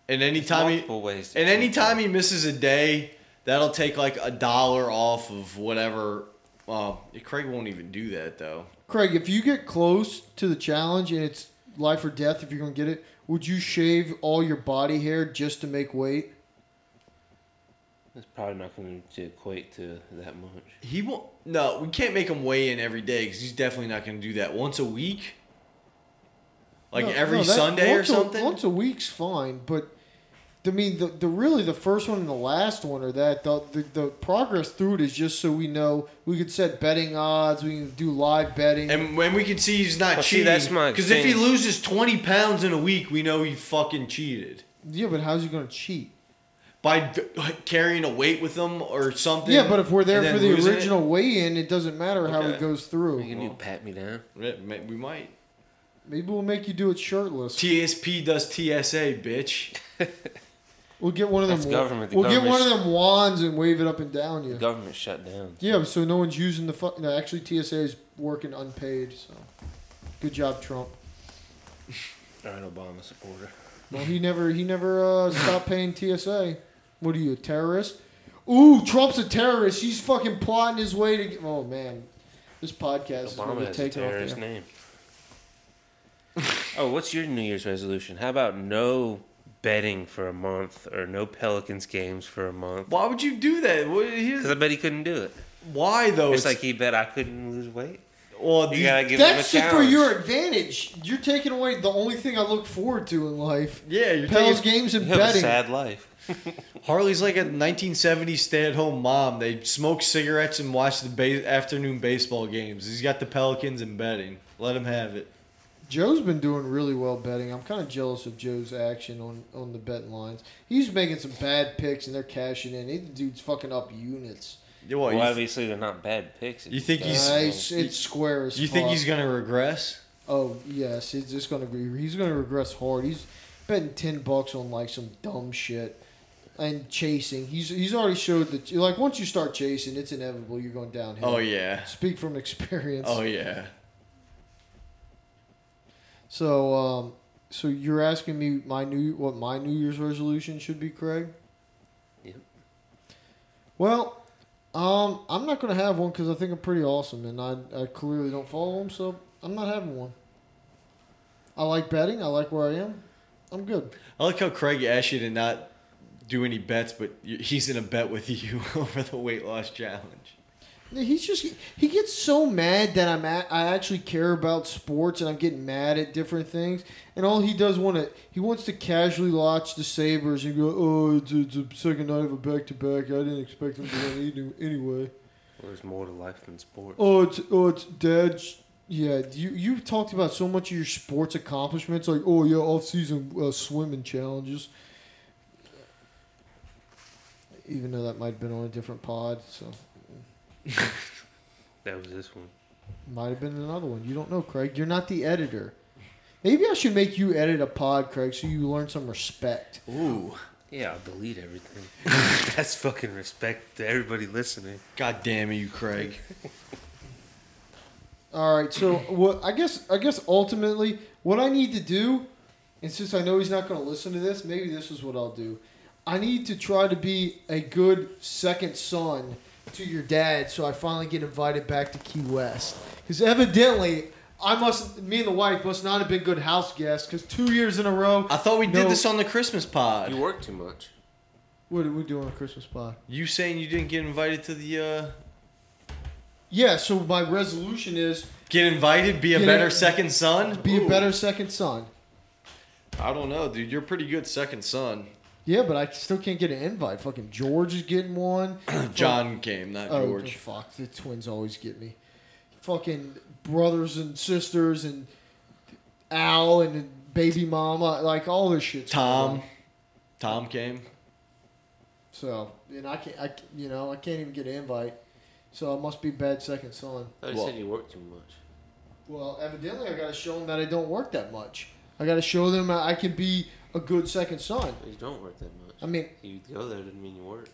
And anytime he,
multiple ways. to
and
cheat.
anytime he misses a day, that'll take like a dollar off of whatever. Well, Craig won't even do that though.
Craig, if you get close to the challenge and it's life or death, if you're going to get it, would you shave all your body hair just to make weight?
it's probably not going to equate to that much.
He won't. No, we can't make him weigh in every day because he's definitely not going to do that once a week. Like
No,
every
no, that-
Sunday or
once a-
something.
once a week's fine, but I mean, the, the really the first one and the last one are that the, the the progress through it is just so we know we could set betting odds, we can do live betting.
And when we can see he's not
Well, see,
cheating,
that's my
because if he
thing.
loses twenty pounds in a week, we know he fucking cheated
yeah, but how's he going to cheat?
by d- carrying a weight with him or something.
yeah, but if we're there
and
for
then
the
losing it,
original weigh-in, it doesn't matter how
Okay.
it goes
We can
through.
do pat me down.
yeah, ma- we might.
Maybe we'll make you do it shirtless.
TSP does TSA, bitch.
We'll get one of them.
That's
wa-
government. The
We'll get one
government's-
of them wands and wave it up and down
The
you.
government shut down.
Yeah, so no one's using the fu- no, actually TSA is working unpaid. So, good job, Trump.
All right, Obama supporter.
Well, he never he never uh, stopped paying TSA. What are you, a terrorist? Ooh, Trump's a terrorist. He's fucking plotting his way to. Get, oh man, this podcast is going
Obama
to
has a
take off.
terrorist
there.
name. oh, what's your New Year's resolution? How about no betting for a month or no Pelicans games for a month?
Why would you do that? What- here's-
Because I bet he couldn't do it.
Why
Oh,
though?
It's like he bet I couldn't lose weight.
well,
You
these-
gotta give
That's
him a
just for
challenge.
your advantage. You're taking away the only thing I look forward to in life:
yeah, you're
Pels
taking,
games and
You have a
betting.
sad life.
Harley's like a 1970s stay-at-home mom. They smoke cigarettes and watch the ba- afternoon baseball games. He's got the Pelicans and betting. Let him have it.
Joe's been doing really well betting. I'm kind of jealous of Joe's action on on the betting lines. He's making some bad picks and they're cashing in. The dude's fucking up units.
Yeah, what,
Well,
you-
obviously they're not bad picks.
You think he's-
Nice. It's square as
You think
fuck.
he's gonna regress?
Oh yes, it's just gonna be. He's gonna regress hard. He's betting ten bucks on like some dumb shit and chasing. He's he's already showed that. Like once you start chasing, it's inevitable. You're going downhill.
Oh yeah.
Speak from experience.
Oh yeah.
So um, so you're asking me my new what my New Year's resolution should be, Craig?
Yep.
Well, um, I'm not gonna have one because I think I'm pretty awesome, and I I clearly don't follow him, so I'm not having one. I like betting. I like where I am. I'm good.
I like how Craig asked you to not do any bets, but you- he's in a bet with (laughs) you over the weight loss challenge.
He's just he gets so mad that I'm at, I actually care about sports and I'm getting mad at different things and all he does want to he wants to casually watch the Sabers and go oh it's, it's a second night of a back to back I didn't expect them to win any- anyway
Well, there's more to life than sports.
oh it's oh it's dad's yeah you you talked about so much of your sports accomplishments like oh yeah off season uh, swimming challenges even though that might have been on a different pod so
That was this one.
Might have been another one. You don't know, Craig. You're not the editor. Maybe I should make you edit a pod, Craig, so you learn some respect.
Ooh.
Yeah, I'll delete (laughs) everything. That's fucking respect to everybody listening.
God damn you, Craig.
All right. So, what I guess I guess ultimately what I need to do, and since I know he's not going to listen to this, maybe this is what I'll do. I need to try to be a good second son to your dad, so I finally get invited back to Key West. Because evidently, I must, me and the wife must not have been good house guests. Because two years in a row,
I thought we did
No.
this on the Christmas pod.
You work too much.
what did we do on a Christmas pod?
You saying you didn't get invited to the uh
Yeah, so my resolution is
get invited, be a
Get
better
in-
second son?
be
Ooh.
a better second son.
I don't know, dude. You're a pretty good second son.
Yeah, but I still can't get an invite. Fucking George is getting one.
(clears throat) John came, not
Oh,
George.
fuck. The twins always get me. Fucking brothers and sisters and Al and baby mama. Like, all this shit.
Tom. Tom came.
So, and I can't, I, can't- you know, I can't even get an invite. So I must be bad second son.
I
you Well- said
said you work too much.
Well, evidently I got to show them that I don't work that much. I got to show them I I can be a good second son.
You don't work that much.
I mean,
you go there doesn't mean you work.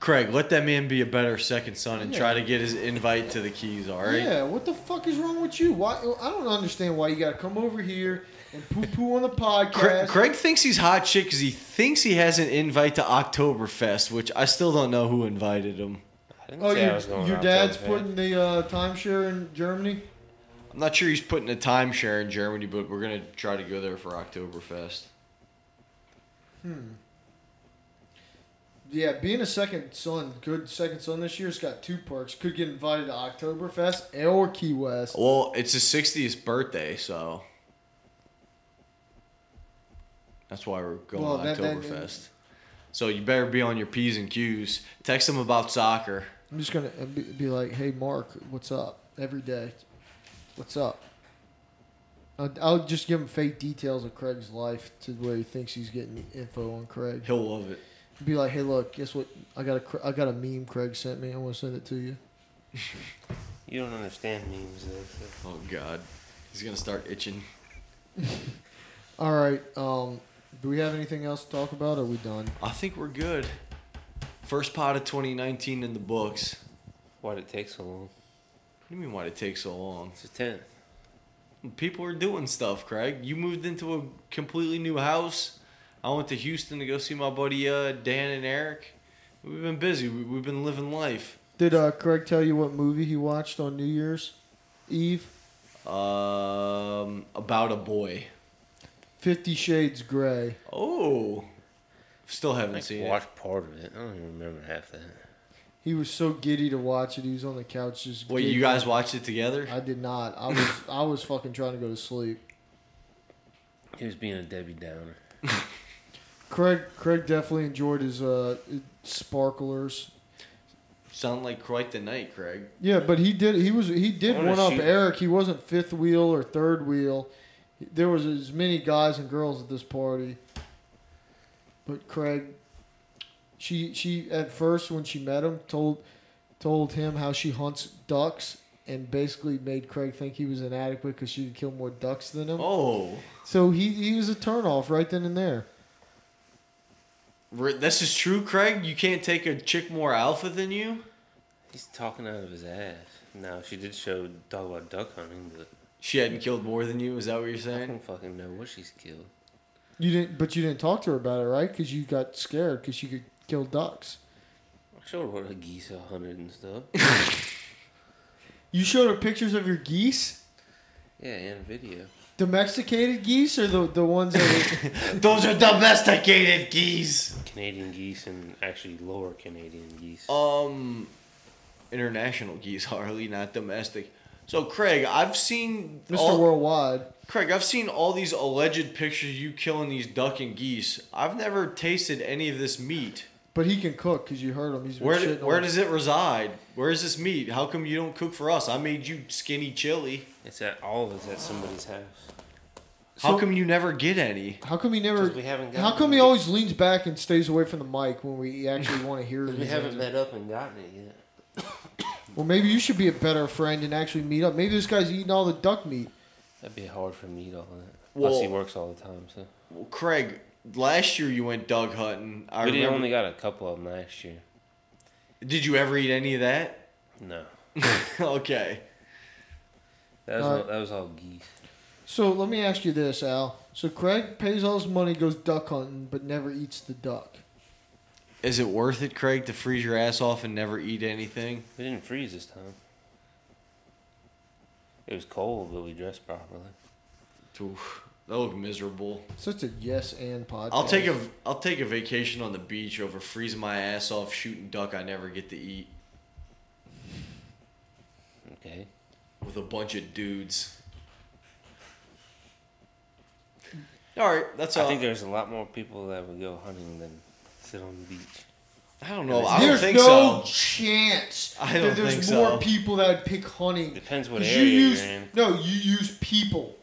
Craig, let that man be a better second son and
Yeah.
try to get his invite to the keys, all right?
Yeah, what the fuck is wrong with you? Why I don't understand why you got to come over here and poo poo
(laughs)
on the
Cra-
podcast.
Craig thinks he's hot shit because he thinks he has an invite to Oktoberfest, which I still don't know who invited him.
I didn't
oh,
say I was
your,
going
your
out
dad's
that bad.
putting the uh, timeshare in Germany.
I'm not sure he's putting a timeshare in Germany, but we're gonna try to go there for Oktoberfest.
Yeah, being a second son, good second son this year's got two perks. Could get invited to Oktoberfest or Key West.
Well, it's his 60th birthday, so that's why we're going
Well,
to
that- that-
Oktoberfest. So you better be on your p's and q's. Text him about soccer.
I'm just gonna be, be like, "Hey, Mark, what's up?" Every day, what's up? I'll, I'll just give him fake details of Craig's life to where he thinks he's getting info on Craig.
He'll love it.
be like, hey, look, guess what? I got a cr- I got a meme Craig sent me. I want to send it to you.
You don't understand memes, though. so-
Oh God, he's gonna start itching.
All right. Um, do we have anything else to talk about? Or are we done?
I think we're good. First pot of 2019 in the books.
Why'd it take so long?
What do you mean why did it take so long?
It's the 10th.
People are doing stuff, Craig. You moved into a completely new house. I went to Houston to go see my buddy uh, Dan and Eric. We've been busy. We, we've been living life.
Did uh, Craig tell you what movie he watched on New Year's Eve?
Um, about a boy.
Fifty Shades Gray.
Oh, still haven't
I
seen
watched part of it. I don't even remember half that.
He was so giddy to watch it. He was on the couch just.
it. Wait, you
giggling.
guys watched it together?
I did not. I was I was fucking trying to go to sleep.
He was being a Debbie Downer.
Craig Craig definitely enjoyed his uh sparklers.
Sound like quite the night, Craig.
Yeah, but he did. He was. He did
I wanna
one up
shoot-
Eric. He wasn't fifth wheel or third wheel. There was as many guys and girls at this party. But Craig, she she at first when she met him told told him how she hunts ducks and basically made Craig think he was inadequate because she could kill more ducks than him.
Oh,
So he, he was a turnoff right then and there.
Re- this is true, Craig. You can't take a chick more alpha than you.
He's talking out of his ass. No, she did show talk about duck hunting, but
She hadn't killed more than you. Is that what you're
I (laughs)
saying?
don't fucking know what she's killed.
You didn't, but you didn't talk to her about it, right? Because you got scared because she could kill ducks.
I showed her what a geese I hunted and stuff. (laughs)
You showed her pictures of your geese,
yeah, and video.
domesticated geese, or the the ones that. Were,
Those are domesticated geese.
Canadian geese and actually lower Canadian geese.
Um, international geese, (laughs) Harley, not domestic. So, Craig, I've seen
Mr.
all-
Worldwide.
Craig, I've seen all these alleged pictures you killing these duck and geese. I've never tasted any of this meat.
But he can cook because you heard him. He's been
Where
shitting
do, where
on-
does it reside? Where is this meat? How come you don't cook for us? I made you skinny chili.
It's at all of it's at somebody's house.
How
So-
come you never get any?
How come he never?
'Cause we haven't
how
gotten
come he
to-
always leans back and stays away from the mic when we actually want to hear?
We
his
haven't
answer?
met up and gotten it yet.
Well, maybe you should be a better friend and actually meet up. Maybe this guy's eating all the duck meat.
That'd be hard for me to all that. Plus,
Well-
he works all the time, so.
Well, Craig, last year you went dog hunting. I
But he
remember.
only got a couple of them last year.
Did you ever eat any of that? (laughs)
No.
okay.
That was,
Uh,
all, that was all geese.
So let me ask you this, Al. So Craig pays all his money, goes duck hunting, but never eats the duck.
Is it worth it, Craig, to freeze your ass off and never eat anything?
We didn't freeze this time. It was cold, but we dressed properly.
Oof, that looked miserable.
Such a yes and podcast.
I'll take a I'll take a vacation on the beach over freezing my ass off shooting duck I never get to eat
Okay.
with a bunch of dudes. All right, that's all.
I think there's a lot more people that would go hunting than sit on the beach.
I don't know. Oh, I don't
There's
think
no
so.
chance
I don't
that there's
think
more
so.
people that would pick hunting.
Depends what
'Cause
area
you
you're
use,
in.
No, you use people.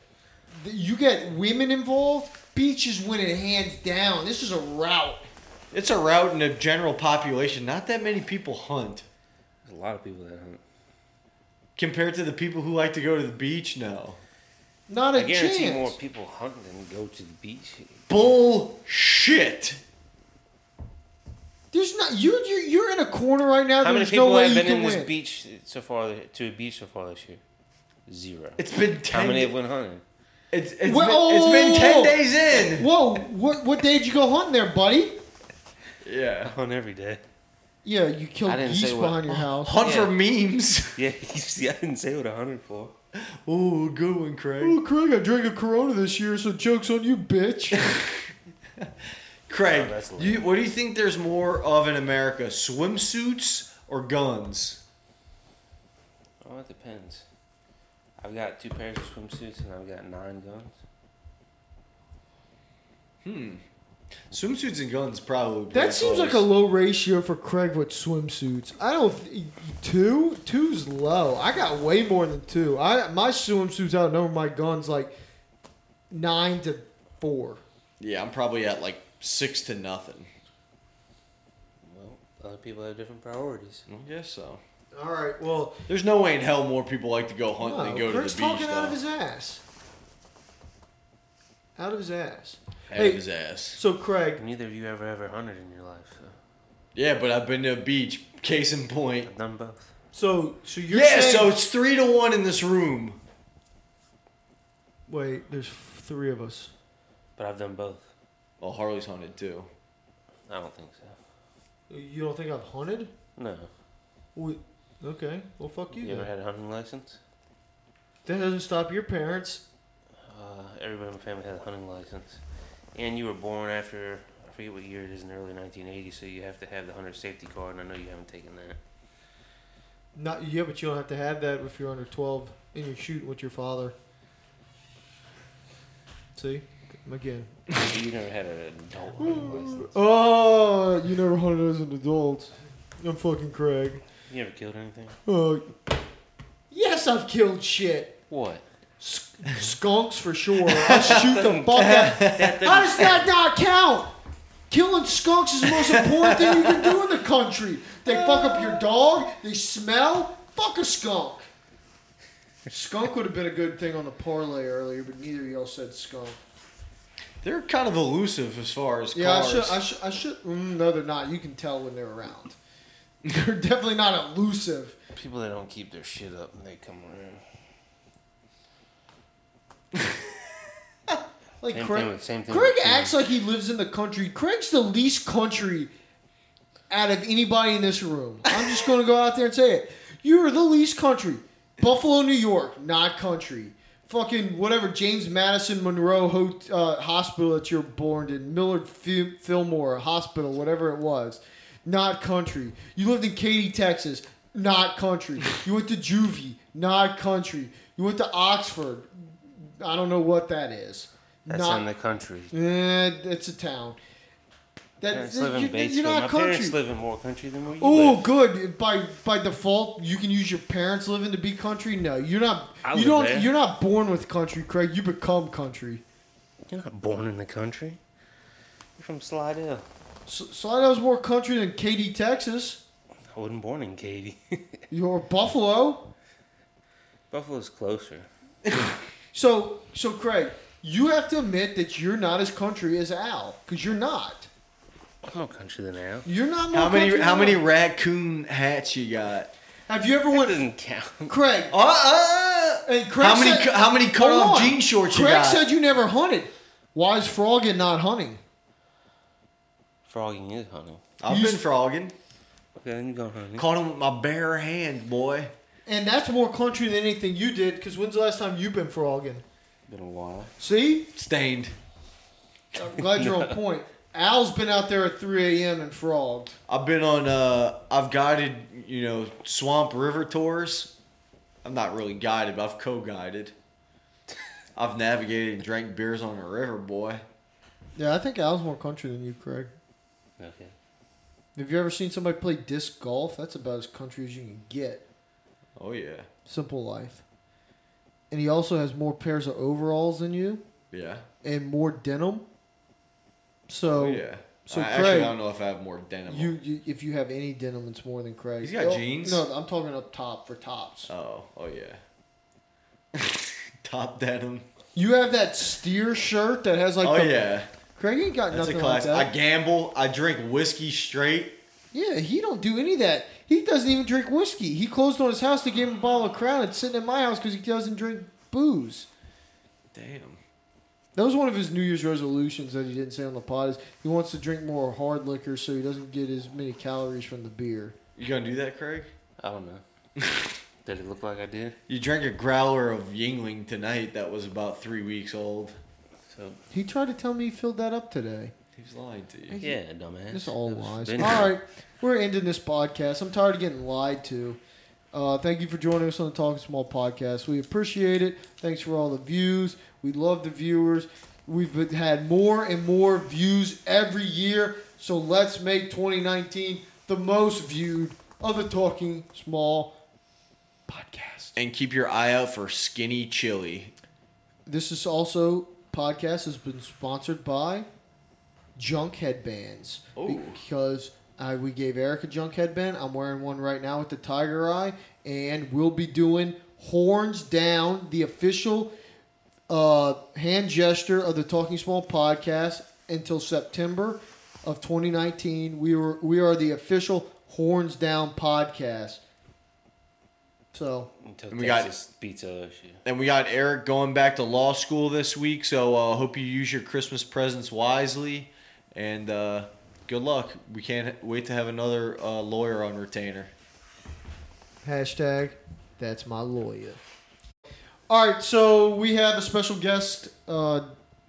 Th- You get women involved. Beach is winning hands down. This is a route.
It's a route in the general population. Not that many people hunt
There's a lot of people that hunt.
compared to the people who like to go to the beach. No
Not
I
a
guarantee
chance.
more people hunt than go to the beach.
bullshit.
There's not. You you you're in a corner right now.
How many
there's
people
no way
have
you
been
can
in this
win.
beach so far? To a beach so far this year? Zero.
It's been ten.
How many have went hunting?
It's, it's,
Well-
been, it's been ten
oh.
days in.
Whoa! What what day did you go hunting there, buddy?
Yeah.
Hunt every day.
Yeah, you killed
I didn't
geese
say what-
behind your house.
Hunt
Yeah.
for memes.
Yeah, (laughs) you see, I didn't say what I hunted for.
Ooh, good one, Craig.
Oh, Craig, I drank a Corona this year, so joke's on you,
(laughs)
bitch.
Craig,
Oh, that's lame.
you, what do you think there's more of in America, swimsuits or guns?
Oh, it depends. I've got two pairs of swimsuits and I've got nine guns.
Hmm. Swimsuits and guns probably.
That seems like a low ratio for Craig with swimsuits. I don't th- two two's low. I got way more than two. I my swimsuits outnumber my guns like nine to four.
Yeah, I'm probably at like six to nothing.
Well, other people have different priorities.
I guess so.
All right, well,
There's no way in hell more people like to go hunt
no,
than Oh, go
Craig's
to the beach.
talking
though.
out of his ass. Out of his ass.
Out
Hey.
of his ass.
So Craig,
Neither of you ever ever hunted in your life, so
Yeah, but I've been to a beach. Case in point.
I've done both.
so so you're
yeah,
saying,
so it's three to one in this room.
wait, there's three of us.
But I've done both.
Well, Oh, Harley's hunted too.
I don't think so.
You don't think I've hunted?
No.
We, okay, well fuck you.
You
then.
ever had a hunting license?
That doesn't stop your parents.
Uh, everybody in my family had a hunting license. And you were born after, I forget what year it is, in the early 1980s, so you have to have the hunter safety card, and I know you haven't taken that.
Not yeah, but you don't have to have that if you're under twelve and you're shooting with your father. See, again.
So (laughs) you never had an adult hunting license.
Oh, you never hunted as an adult. I'm fucking Craig.
You ever killed anything?
Oh, yes, I've killed shit.
What?
Sk- skunks for sure. I shoot
(laughs)
the fuck out.
That
How does
doesn't,
that not count? Killing skunks is the most important thing you can do in the country. They fuck up your dog. They smell. Fuck a skunk. skunk would have been a good thing on the parlay earlier, but neither of y'all said skunk.
They're kind of elusive as far as
Yeah, I
cars.
should. I should. I should. Mm, no, they're not. You can tell when they're around. (laughs) They're definitely not elusive.
People that don't keep their shit up and they come around.
Like
Same
Craig,
thing with- same thing
Craig
with Cam.
acts like he lives in the country. Craig's the least country out of anybody in this room. I'm just going to go out there and say it. You are the least country. Buffalo, New York, not country. Fucking whatever James Madison Monroe ho- uh, Hospital that you're born in, Millard Fi- Fillmore Hospital, whatever it was, not country. You lived in Katy, Texas, not country. You went to Juvie, not country. You went to Oxford, I don't know what that is.
That's
not
in the country.
Eh, it's a town. That,
Parents live in
you,
Batesville.
you're not
My
country.
parents live in more country than where you
Oh,
live.
good. By by default, you can use your parents living to be country. No, you're not.
I
you
live
don't.
there.
You're not born with country, Craig. You become country.
You're not born in the country. You're from Slidell.
So, Slido's more country than Katy, Texas.
I wasn't born in Katy. (laughs)
You're Buffalo.
Buffalo's closer.
So so Craig, you have to admit that you're not as country as Al because you're not.
I'm more country than Al.
You're not. More
how many
country
how
than
many
Al.
raccoon hats you got?
Have you ever
That
went?
doesn't count.
Craig,
Uh, uh,
And Craig
how many
said-
cu- how many cut
Hold
off
on.
jean shorts
Craig
you got?
said you never hunted. Why is Froggen not hunting?
Frogging is hunting.
I've
you
been
s-
frogging.
Okay, then you go hunting.
Caught him with my bare hand, boy.
And that's more country than anything you did. Because when's the last time you've been frogging?
Been a while.
See,
Stained.
I'm glad you're
(laughs)
on point. Al's been out there at 3 a.m. and frogged.
I've been on. Uh, I've guided you know swamp river tours. I'm not really guided, but I've co-guided. I've navigated and drank beers on the river, boy.
Yeah, I think Al's more country than you, Craig.
Okay.
Have you ever seen somebody play disc golf? That's about as country as you can get.
Oh yeah,
Simple life. And he also has more pairs of overalls than you
yeah.
and more denim. So
Oh yeah.
so
So I, actually,
Craig,
I don't know if I have more denim. on.
You, you if you have any denim, it's more than Craig.
He's got
Oh,
jeans?
No, I'm talking up top for tops.
Oh, oh yeah. (laughs) Top denim.
You have that steer shirt that has like.
oh
the,
yeah,
Craig ain't got
that's a
nothing
class.
like
I
that.
gamble. I drink whiskey straight.
yeah, he don't do any of that. He doesn't even drink whiskey. He closed on his house. They gave him a bottle of Crown. It's sitting in my house because he doesn't drink booze.
Damn.
That was one of his New Year's resolutions that he didn't say on the pod. Is he wants to drink more hard liquor so he doesn't get as many calories from the beer.
You gonna do that, Craig?
I don't know. (laughs) Did it look like I did?
You drank a growler of Yingling tonight that was about three weeks old.
So
He tried to tell me he filled that up today.
He was lying to you.
yeah, dumbass.
It's all
That was
lies.
been-
All right, we're ending this podcast. I'm tired of getting lied to. Uh, thank you for joining us on the Talking Small podcast. We appreciate it. Thanks for all the views. We love the viewers. We've been- had more and more views every year. So let's make 2019 the most viewed of the Talking Small podcast.
And keep your eye out for skinny chili.
This is also podcast has been sponsored by Junk Headbands
Ooh.
because I, we gave Eric a junk headband. I'm wearing one right now with the tiger eye, and we'll be doing horns down the official uh, hand gesture of the Talking Small podcast until September of 2019. We were we are the official horns down podcast. So
(laughs) Until
And we got-
Texas beats OSU.
And we got Eric going back to law school this week, so uh, hope you use your Christmas presents wisely. And uh, good luck. We can't wait to have another uh, lawyer on retainer.
Hashtag that's my lawyer. All right, so we have a special guest, uh,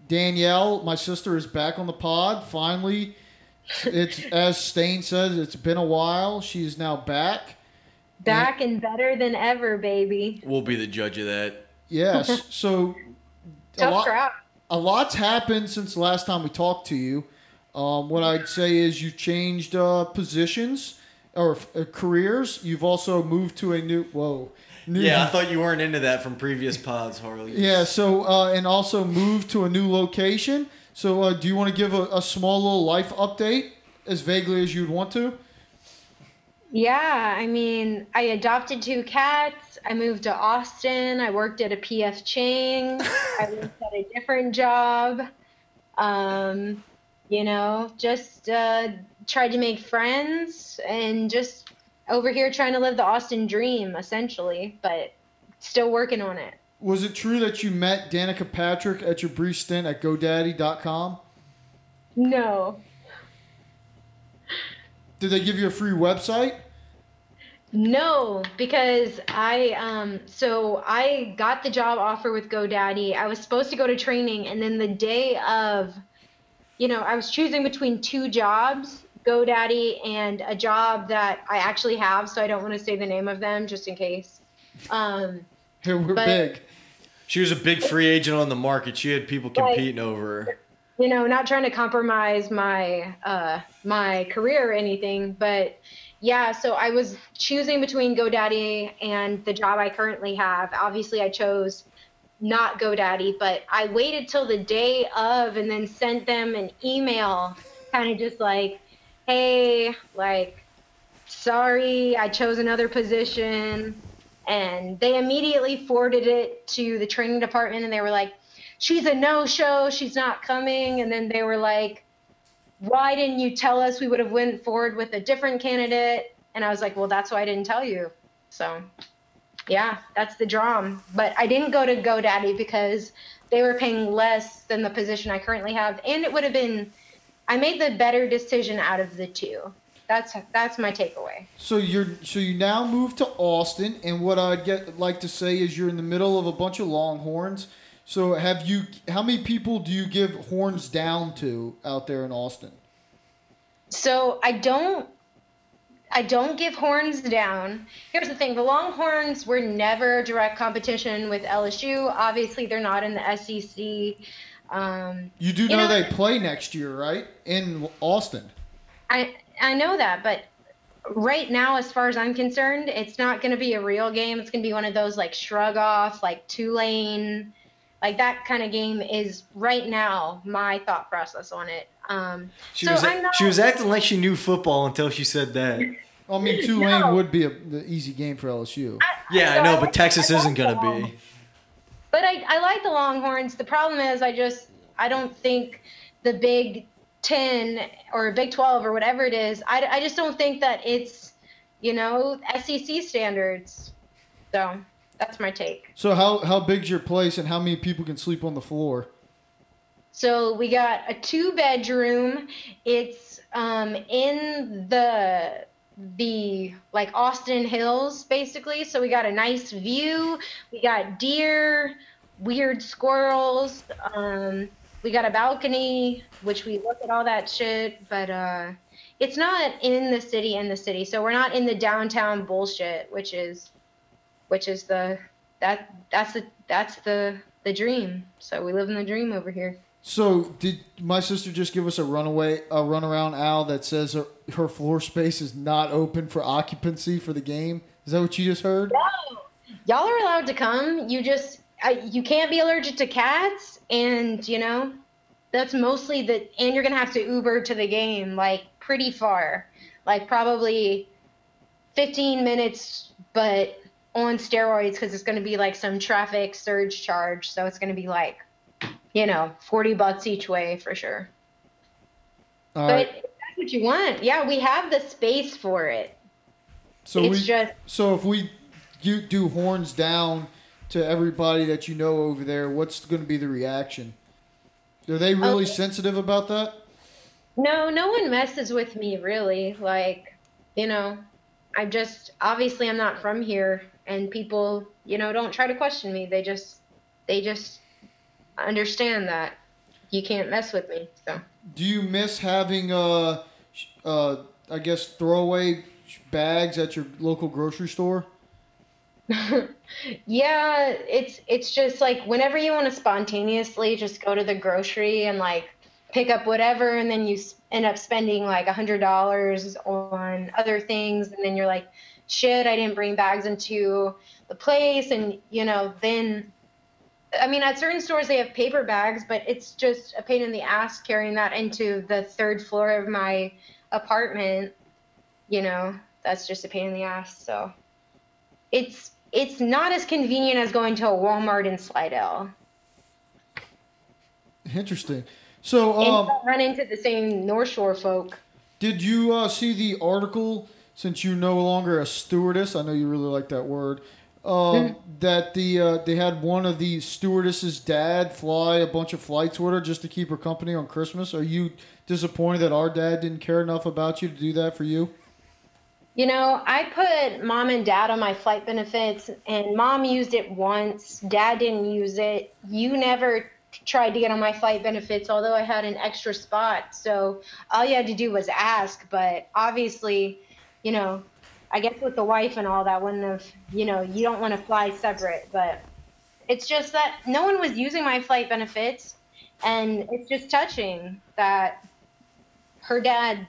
Danielle. My sister is back on the pod finally. It's (laughs) as Stain says, it's been a while. She is now back.
Back and better than ever, baby.
We'll be the judge of that.
Yes. So a,
Tough
lot,
crowd.
a lot's happened since the last time we talked to you. Um, what I'd say is you've changed uh, positions or uh, careers. You've also moved to a new whoa. New
Yeah, I thought you weren't into that from previous pods, Harley.
Yeah. So uh, and also moved to a new location. So uh, do you want to give a, a small little life update as vaguely as you'd want to?
Yeah, I mean, I adopted two cats. I moved to Austin. I worked at a
(laughs)
PF Chang. I worked at a different job. Um, you know, just uh, tried to make friends and just over here trying to live the Austin dream, essentially, but still working on it.
Was it true that you met Danica Patrick at your brief stint at GoDaddy.com?
No,
Did they give you a free website? (laughs)
No, because I um so I got the job offer with GoDaddy. I was supposed to go to training and then the day of you know, I was choosing between two jobs, GoDaddy and a job that I actually have, so I don't want to say the name of them just in case. Um
Here we're
But-
big.
She was a big free agent on the market. She had people
Right.
competing over her.
you know, not trying to compromise my uh, my career or anything, but yeah, so I was choosing between GoDaddy and the job I currently have. Obviously, I chose not GoDaddy, but I waited till the day of and then sent them an email, kind of just like, hey, like, sorry, I chose another position. And they immediately forwarded it to the training department and they were like, she's a no show she's not coming and then they were like why didn't you tell us we would have went forward with a different candidate and i was like well that's why i didn't tell you so yeah that's the drum but i didn't go to godaddy because they were paying less than the position i currently have and it would have been i made the better decision out of the two that's that's my takeaway
So you're so you now move to Austin, and what I'd get like to say is you're in the middle of a bunch of Longhorns. So have you? How many people do you give horns down to out there in Austin?
So I don't I don't give horns down. Here's the thing, the Longhorns were never direct competition with LSU. Obviously, they're not in the SEC. Um,
You do
You
know,
know-
they play next year, right? In Austin.
I I know that, but right now, as far as I'm concerned, it's not going to be a real game. It's going to be one of those like shrug off, like Tulane, like that kind of game is right now my thought process on it. Um,
She,
so
was,
I'm not.
she was acting like she knew football until she said that.
I mean, Tulane
No.
would be a, the easy game for LSU.
Yeah, I
so
know,
like-
but Texas
I um, like
isn't going
that.
to be.
But I, I like the Longhorns. The problem is I just I don't think the Big Ten or Big Twelve or whatever it is. I, I just don't think that it's you know SEC standards. So that's my take.
So how how big's your place, and how many people can sleep on the floor?
So we got a two bedroom. It's um, in the the like Austin Hills basically. So we got a nice view. We got deer, weird squirrels. Um, we got a balcony, which we look at all that shit. But uh, it's not in the city. In the city, so we're not in the downtown bullshit, which is which is the that that's the that's the the dream. So we live in the dream over here.
So did my sister just give us a runaway a runaround owl that says her, her floor space is not open for occupancy for the game? Is that what you just heard?
Y'all are allowed to come. You just I, you can't be allergic to cats, and you know that's mostly the. And you're gonna have to Uber to the game like pretty far, like probably 15 minutes, but on steroids because it's gonna be like some traffic surge charge. So it's gonna be like you know 40 bucks each way for sure.
All
but
right.
if that's what you want. Yeah, we have the space for it.
So
it's
we
just
so if we you do horns down to everybody that you know over there, what's going to be the reaction? Are they really
Okay.
sensitive about that?
No, no one messes with me really. Like, you know, I just obviously I'm not from here and people, you know, don't try to question me. They just they just understand that you can't mess with me. So,
Do you miss having uh, sh- uh, I guess throwaway sh- bags at your local grocery store?
yeah, it's it's just like whenever you want to spontaneously just go to the grocery and like pick up whatever and then you s- end up spending like a hundred dollars on other things and then you're like shit i didn't bring bags into the place and you know then i mean at certain stores they have paper bags but it's just a pain in the ass carrying that into the third floor of my apartment you know that's just a pain in the ass so it's it's not as convenient as going to a Walmart in Slidell.
Interesting. So,
and you
um,
don't run into the same North Shore folk.
did you uh, see the article? Since you're no longer a stewardess, I know you really like that word. Um, that the uh, they had one of the stewardess's dad fly a bunch of flights with her just to keep her company on Christmas. Are you disappointed that our dad didn't care enough about you to do that for you?
You know, I put mom and dad on my flight benefits, and mom used it once. Dad didn't use it. You never tried to get on my flight benefits, although I had an extra spot. So all you had to do was ask. But obviously, you know, I guess with the wife and all that wouldn't have, you know, you don't want to fly separate. But it's just that no one was using my flight benefits, and it's just touching that her dad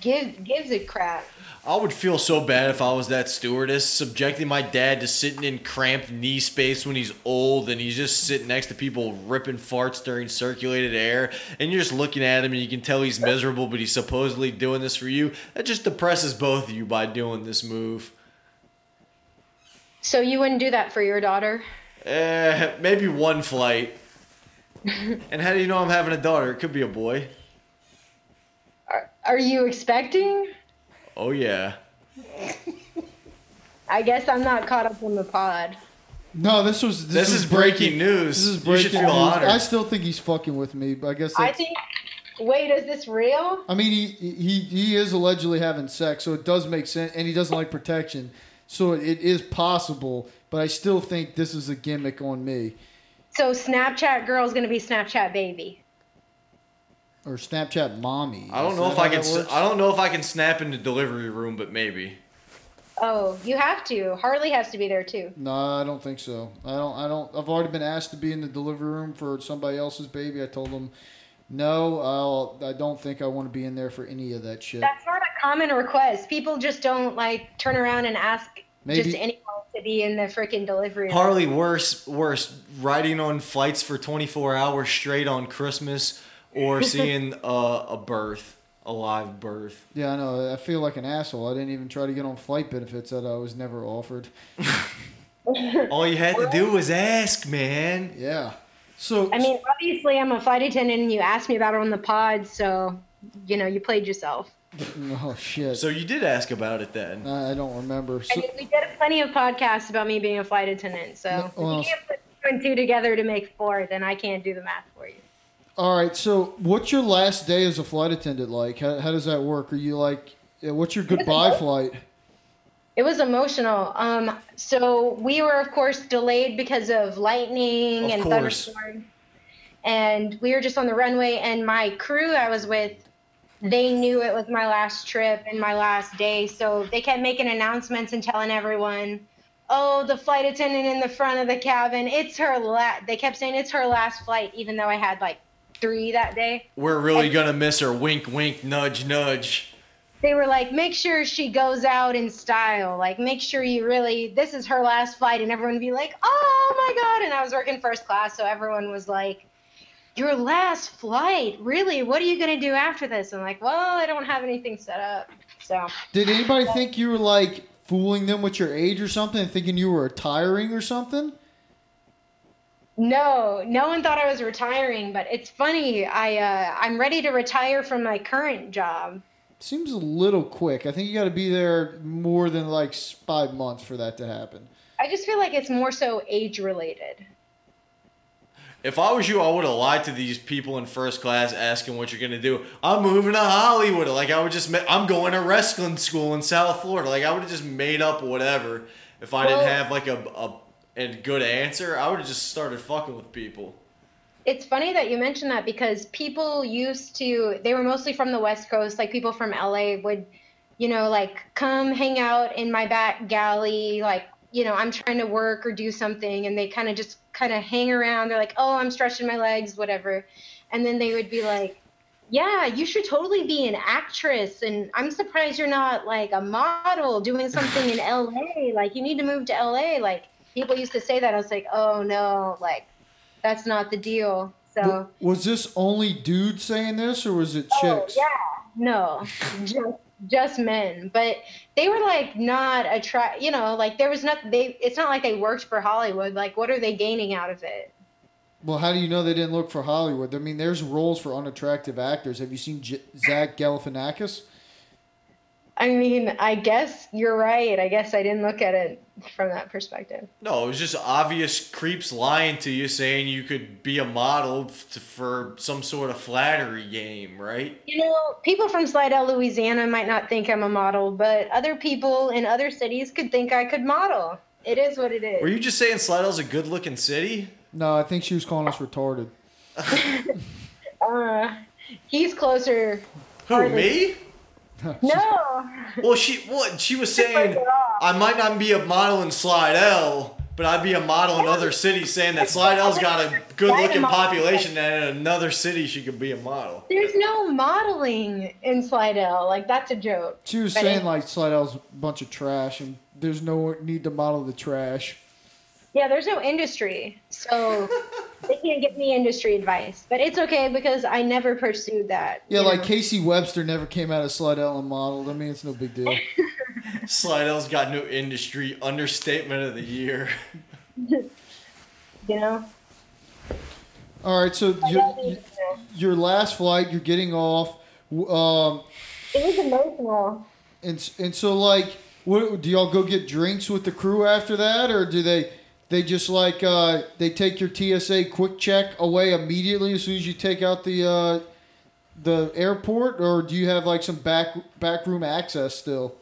give, gives a crap.
I would feel so bad if I was that stewardess, subjecting my dad to sitting in cramped knee space when he's old and he's just sitting next to people ripping farts during circulated air. And you're just looking at him and you can tell he's miserable, but he's supposedly doing this for you. That just depresses both of you by doing this move.
So you wouldn't do that for your daughter?
Eh, maybe one flight. and how do you know I'm having a daughter? It could be a boy.
Are, are you expecting?
Oh, yeah.
I guess I'm not caught up on the pod.
No, this was
This,
was
is breaking news.
This is breaking.
you should feel
news.
honored.
I still think he's fucking with me, but I guess
I
that's-
think. Wait, is this real?
I mean, he, he he is allegedly having sex, so it does make sense, and he doesn't like protection, so it is possible. But I still think this is a gimmick on me,
So Snapchat girl's gonna be Snapchat baby.
or Snapchat mommy.
I don't
Is
know
that
if
how
I can.
that
s-
works?
I don't know if I can snap in the delivery room, but maybe.
Oh, you have to. Harley has to be there too.
No, I don't think so. I don't. I don't. I've already been asked to be in the delivery room for somebody else's baby. I told them, no, I'll, I don't think I want to be in there for any of that shit.
That's not a common request. People just don't like turn around and ask
Maybe-
just anyone to be in the freaking delivery. room.
Harley, worse, worse, riding on flights for 24 hours straight on Christmas
(laughs)
or seeing uh, a birth, a live birth.
Yeah, I know. I feel like an asshole. I didn't even try to get on flight benefits that I was never offered.
All you had to do was ask, man.
Yeah. So
I mean, obviously, I'm a flight attendant, and you asked me about it on the pod, so you know you played yourself.
oh shit.
So you did ask about it then.
I I don't remember.
I
So,
mean, we did plenty of podcasts about me being a flight attendant, so
No, well-
if you can't put two and two together to make four, then I can't do the math for you.
all right. So, what's your last day as a flight attendant like? How, how does that work? Are you like, yeah, what's your goodbye flight?
It was emotional. Um, so we were, of course, delayed because of lightning
Of
and
course.
thunderstorm, and we were just on the runway. And my crew I was with, they knew it was my last trip and my last day, so they kept making announcements and telling everyone, "Oh, the flight attendant in the front of the cabin, it's her last." They kept saying it's her last flight, even though I had like three that day.
We're really gonna miss her. Wink, wink, nudge, nudge.
they were like, make sure she goes out in style. Like, make sure you really, this is her last flight. And everyone would be like, oh my God. And I was working first class. So everyone was like, your last flight? Really? What are you going to do after this? I'm like, well, I don't have anything set up. So
Did anybody think you were like fooling them with your age or something, thinking you were retiring or something?
no, no one thought I was retiring, but it's funny. I, uh, I'm ready to retire from my current job.
Seems a little quick. I think you got to be there more than like s- five months for that to happen.
I just feel like it's more so age related.
If I was you, I would have lied to these people in first class asking what you're gonna do. I'm moving to Hollywood. Like I would just, ma- I'm going to wrestling school in South Florida. Like I would have just made up whatever if I didn't
Well-
have like a a, a good answer. I would have just started fucking with people.
It's funny that you mentioned that because people used to, they were mostly from the West Coast, like people from LA would, you know, like come hang out in my back galley, like, you know, I'm trying to work or do something. And they kind of just kind of hang around. They're like, oh, I'm stretching my legs, whatever. And then they would be like, yeah, you should totally be an actress. And I'm surprised you're not like a model doing something in LA. Like, you need to move to LA. Like, people used to say that. I was like, oh no, like, that's not the deal.
W-
So,
Was this only dudes saying this, or was it
oh,
chicks?
yeah, no, (laughs) just just men, but they were like not attract. You know, like there was nothing. They it's not like they worked for Hollywood. Like, what are they gaining out of it?
Well, how do you know they didn't look for Hollywood? I mean, there's roles for unattractive actors. Have you seen J- Zach Galifianakis?
I mean, I guess you're right. I guess I didn't look at it from that perspective.
No, it was just obvious creeps lying to you, saying you could be a model f- for some sort of flattery game, right?
You know, people from Slidell, Louisiana might not think I'm a model, but other people in other cities could think I could model. It is what it is.
Were you just saying Slidell's a good-looking city?
No, I think she was calling us retarded.
uh, he's closer.
Who me?
No.
Well, she what she was
break
saying.
it off.
I might not be a model in Slidell, but I'd be a model in other cities, saying that Slidell's got a good-looking population, and in another city she could be a model.
There's no modeling in Slidell. Like, that's a joke.
She was
But
saying
it-
like Slidell's a bunch of trash, and there's no need to model the trash.
Yeah, there's no industry.
(laughs)
So they can't give me industry advice. But it's okay because I never pursued that.
Yeah,
you
like
know?
Casey Webster never came out of Slidell and modeled. I mean, it's no big deal.
Slidell's got no industry. Understatement of the year. (laughs)
you know?
All right, so
Slidell
your,
needs to know.
your last flight, you're getting off, w- um,
It was emotional.
and s- and so like, what do y'all go get drinks with the crew after that, or do they they just like uh, they take your TSA quick check away immediately as soon as you take out the uh, the airport, or do you have like some back back room access still?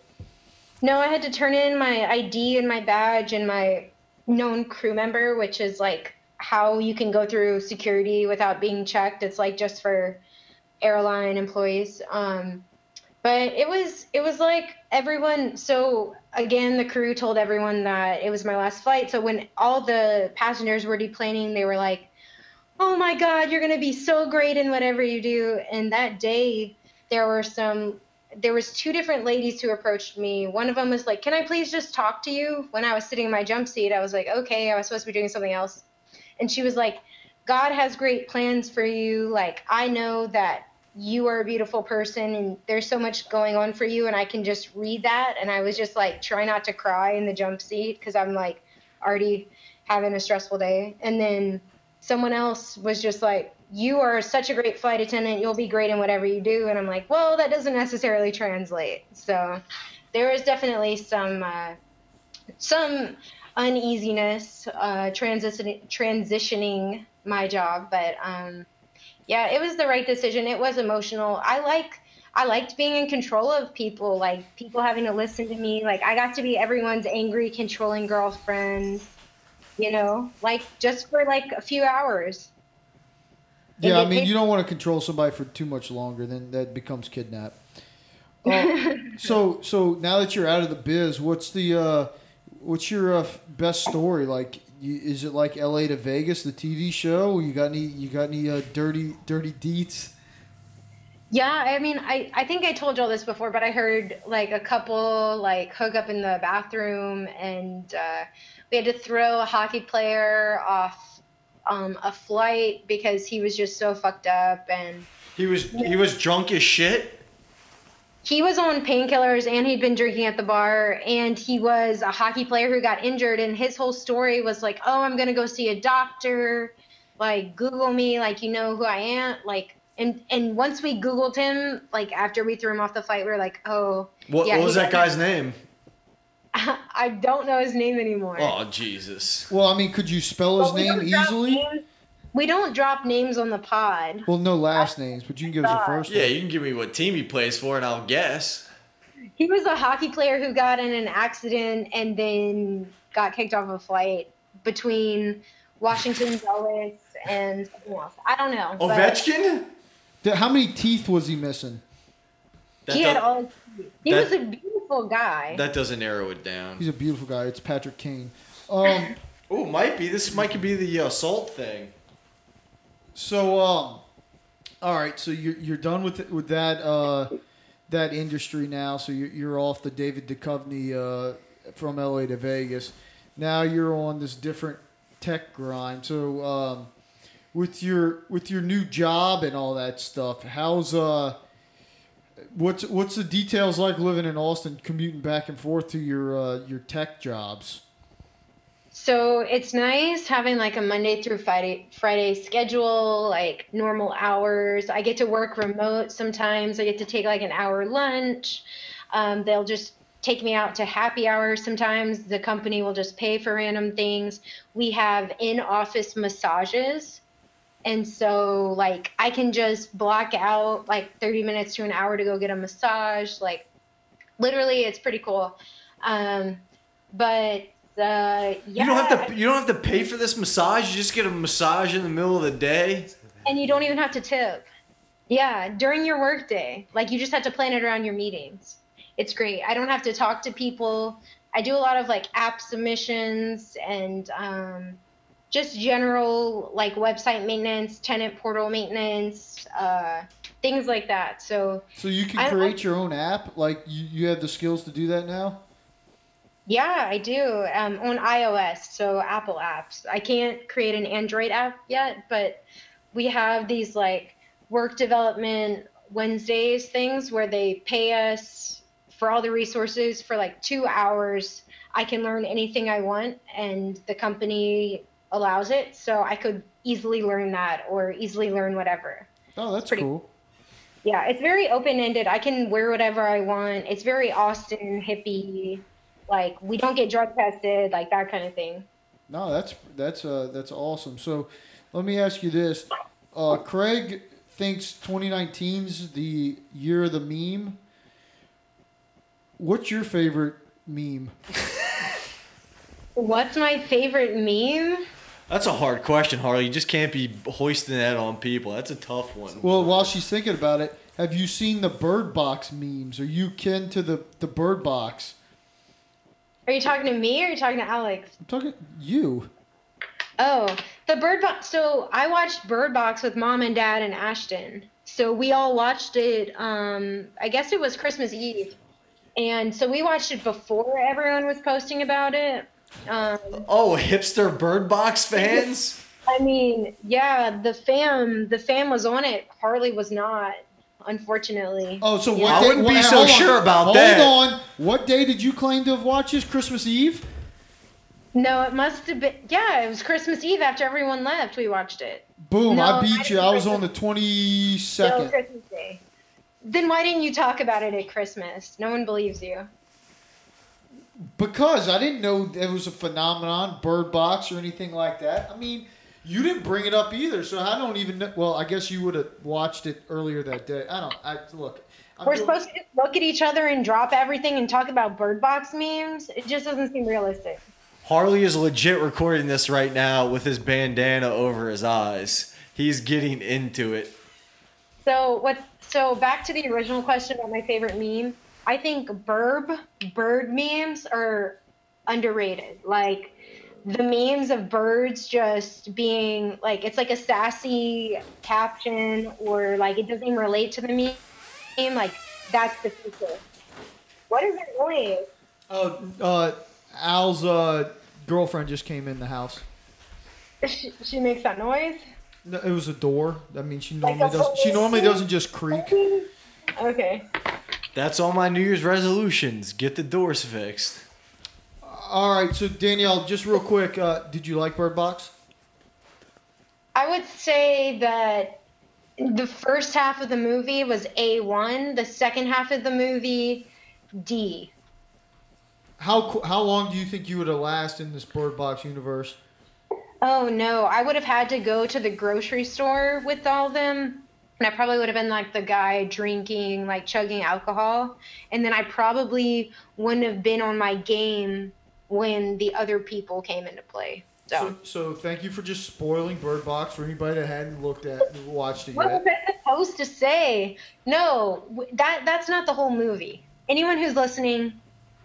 No, I had to turn in my ID and my badge and my known crew member, which is like how you can go through security without being checked. It's like just for airline employees. Um, but it was it was like everyone. So again, the crew told everyone that it was my last flight. So when all the passengers were deplaning, they were like, "Oh my God, you're gonna be so great in whatever you do." And that day, there were some there was two different ladies who approached me. One of them was like, "Can I please just talk to you?" When I was sitting in my jump seat, I was like, "Okay, I was supposed to be doing something else." And she was like, "God has great plans for you. Like, I know that you are a beautiful person and there's so much going on for you and I can just read that." And I was just like, try not to cry in the jump seat cuz I'm like already having a stressful day. And then someone else was just like, "You are such a great flight attendant. You'll be great in whatever you do." And I'm like, "Well, that doesn't necessarily translate." So there was definitely some uh, some uneasiness uh, transitioning transitioning my job, but um, yeah, it was the right decision. It was emotional. I like. I liked being in control of people, like people having to listen to me. Like I got to be everyone's angry, controlling girlfriend you know, like just for like a few hours. And
Yeah, I
they
mean,
take-
you don't want to control somebody for too much longer, then that becomes
(laughs)
kidnap. Uh, so, so now that you're out of the biz, what's the uh, what's your uh, f- best story? Like, you, is it like L.A. to Vegas, the TV show? You got any? You got any uh, dirty, dirty deeds?
Yeah, I mean, I, I think I told y'all this before, but I heard like a couple like hook up in the bathroom, and uh, we had to throw a hockey player off um, a flight because he was just so fucked up, and
He was he was drunk as shit.
he was on painkillers and he'd been drinking at the bar, and he was a hockey player who got injured, and his whole story was like, oh, I'm gonna go see a doctor, like google me like you know who i am like and and once we googled him like after we threw him off the flight we were like oh
What,
Yeah,
what was
he-
that guy's name?
(laughs) i don't know his name anymore
Oh Jesus!
Well, I mean, could you spell his
But we
name
don't drop
easily?
names- we don't drop names on the pod
Well, no last names, but you can give us a first.
Yeah,
name.
you can give me what team he plays for, and I'll guess.
he was a hockey player who got in an accident and then got kicked off a flight between washington
(sighs)
dulles and something else i don't know
Oh,
but
Ovechkin.
Th- How many teeth was he missing?
That,
he had
does,
all he
that-
was a beautiful guy
that doesn't narrow it down.
He's a beautiful guy. It's Patrick Kane. Um,
Oh, might be. This might could be the assault thing.
So, um, all right. So you're you're done with with that uh, that industry now. So you're, you're off the David Duchovny uh, from LA to Vegas. Now you're on this different tech grind. So um, with your with your new job and all that stuff, how's uh What's what's the details like living in Austin, commuting back and forth to your uh, your tech jobs?
So it's nice having like a Monday through Friday Friday schedule, like normal hours. I get to work remote sometimes. I get to take like an hour lunch. Um, they'll just take me out to happy hours sometimes. The company will just pay for random things. We have in office massages. And so like I can just block out like 30 minutes to an hour to go get a massage. Like literally it's pretty cool. Um, but uh, yeah,
You don't have to. You don't have to pay for this massage. You just get a massage in the middle of the day.
and you don't even have to tip. Yeah, during your workday, like you just have to plan it around your meetings. It's great. I don't have to talk to people. I do a lot of like app submissions and um, just general like website maintenance, tenant portal maintenance, uh, things like that. So
So you can
I- I-
create your own app. Like you, you have the skills to do that now.
yeah, I do um, on iOS, so Apple apps. I can't create an Android app yet, but we have these like work development Wednesdays things where they pay us for all the resources for like two hours. I can learn anything I want, and the company allows it, so I could easily learn that or easily learn whatever.
Oh, that's
Pretty-
cool.
Yeah, it's very open ended. I can wear whatever I want. It's very Austin hippie. Like we don't get drug tested, like that kind of thing.
No, that's that's uh, that's awesome. So, let me ask you this: uh, Craig thinks 2019's the year of the meme. What's your favorite meme?
What's my favorite meme?
That's a hard question, Harley. You just can't be hoisting that on people. That's a tough one.
Well, while she's thinking about it, have you seen the Bird Box memes? Are you kin to the the Bird Box?
Are you talking to me or are you talking to Alex?
I'm talking you.
Oh, the Bird Box. So I watched Bird Box with mom and dad and Ashton. So we all watched it. Um, I guess it was Christmas Eve, and so we watched it before everyone was posting about it. Um,
oh, hipster Bird Box (laughs) fans.
I mean, yeah, the fam, the fam was on it. Harley was not, unfortunately.
Oh, so what
I
day-
wouldn't
what-
be so
hold on.
sure about
hold
that.
on. What day did you claim to have watched this? Christmas Eve?
No, it must have been. Yeah, it was Christmas Eve after everyone left. We watched it.
Boom!
No,
I
I
beat
didn't
you. I was
Christmas-
on the twenty
Still
second.
Christmas Day. Then why didn't you talk about it at Christmas? No one believes you.
Because I didn't know it was a phenomenon, Bird Box or anything like that. I mean, you didn't bring it up either, so I don't even know. Well, I guess you would have watched it earlier that day. I don't. I look. I'm
We're
doing-
supposed to just look at each other and drop everything and talk about Bird Box memes. It just doesn't seem realistic.
Harley is legit recording this right now with his bandana over his eyes. He's getting into it.
So what? So back to the original question about my favorite meme. I think burb bird memes are underrated. Like the memes of birds just being like it's like a sassy caption or like it doesn't even relate to the meme. Like that's the future. What is that noise? (laughs)
Oh, uh, Al's uh, girlfriend just came in the house.
She, she makes that noise.
No, It was a door. I mean, she
Like a
normally doesn't. She
whole
normally
scene?
doesn't just creak.
Okay.
That's all my New Year's resolutions. Get the doors fixed.
All right, so Danielle, just real quick, uh, did you like Bird Box?
I would say that the first half of the movie was A1, the second half of the movie, D.
How qu- how long do you think you would have last in this Bird Box universe?
Oh no, I would have had to go to the grocery store with all them. And I probably would have been like the guy drinking, like chugging alcohol. And then I probably wouldn't have been on my game when the other people came into play. So,
So, so thank you for just spoiling Bird Box for anybody that hadn't looked at watched it
what was
yet.
I supposed to say? No, w- that that's not the whole movie. Anyone who's listening,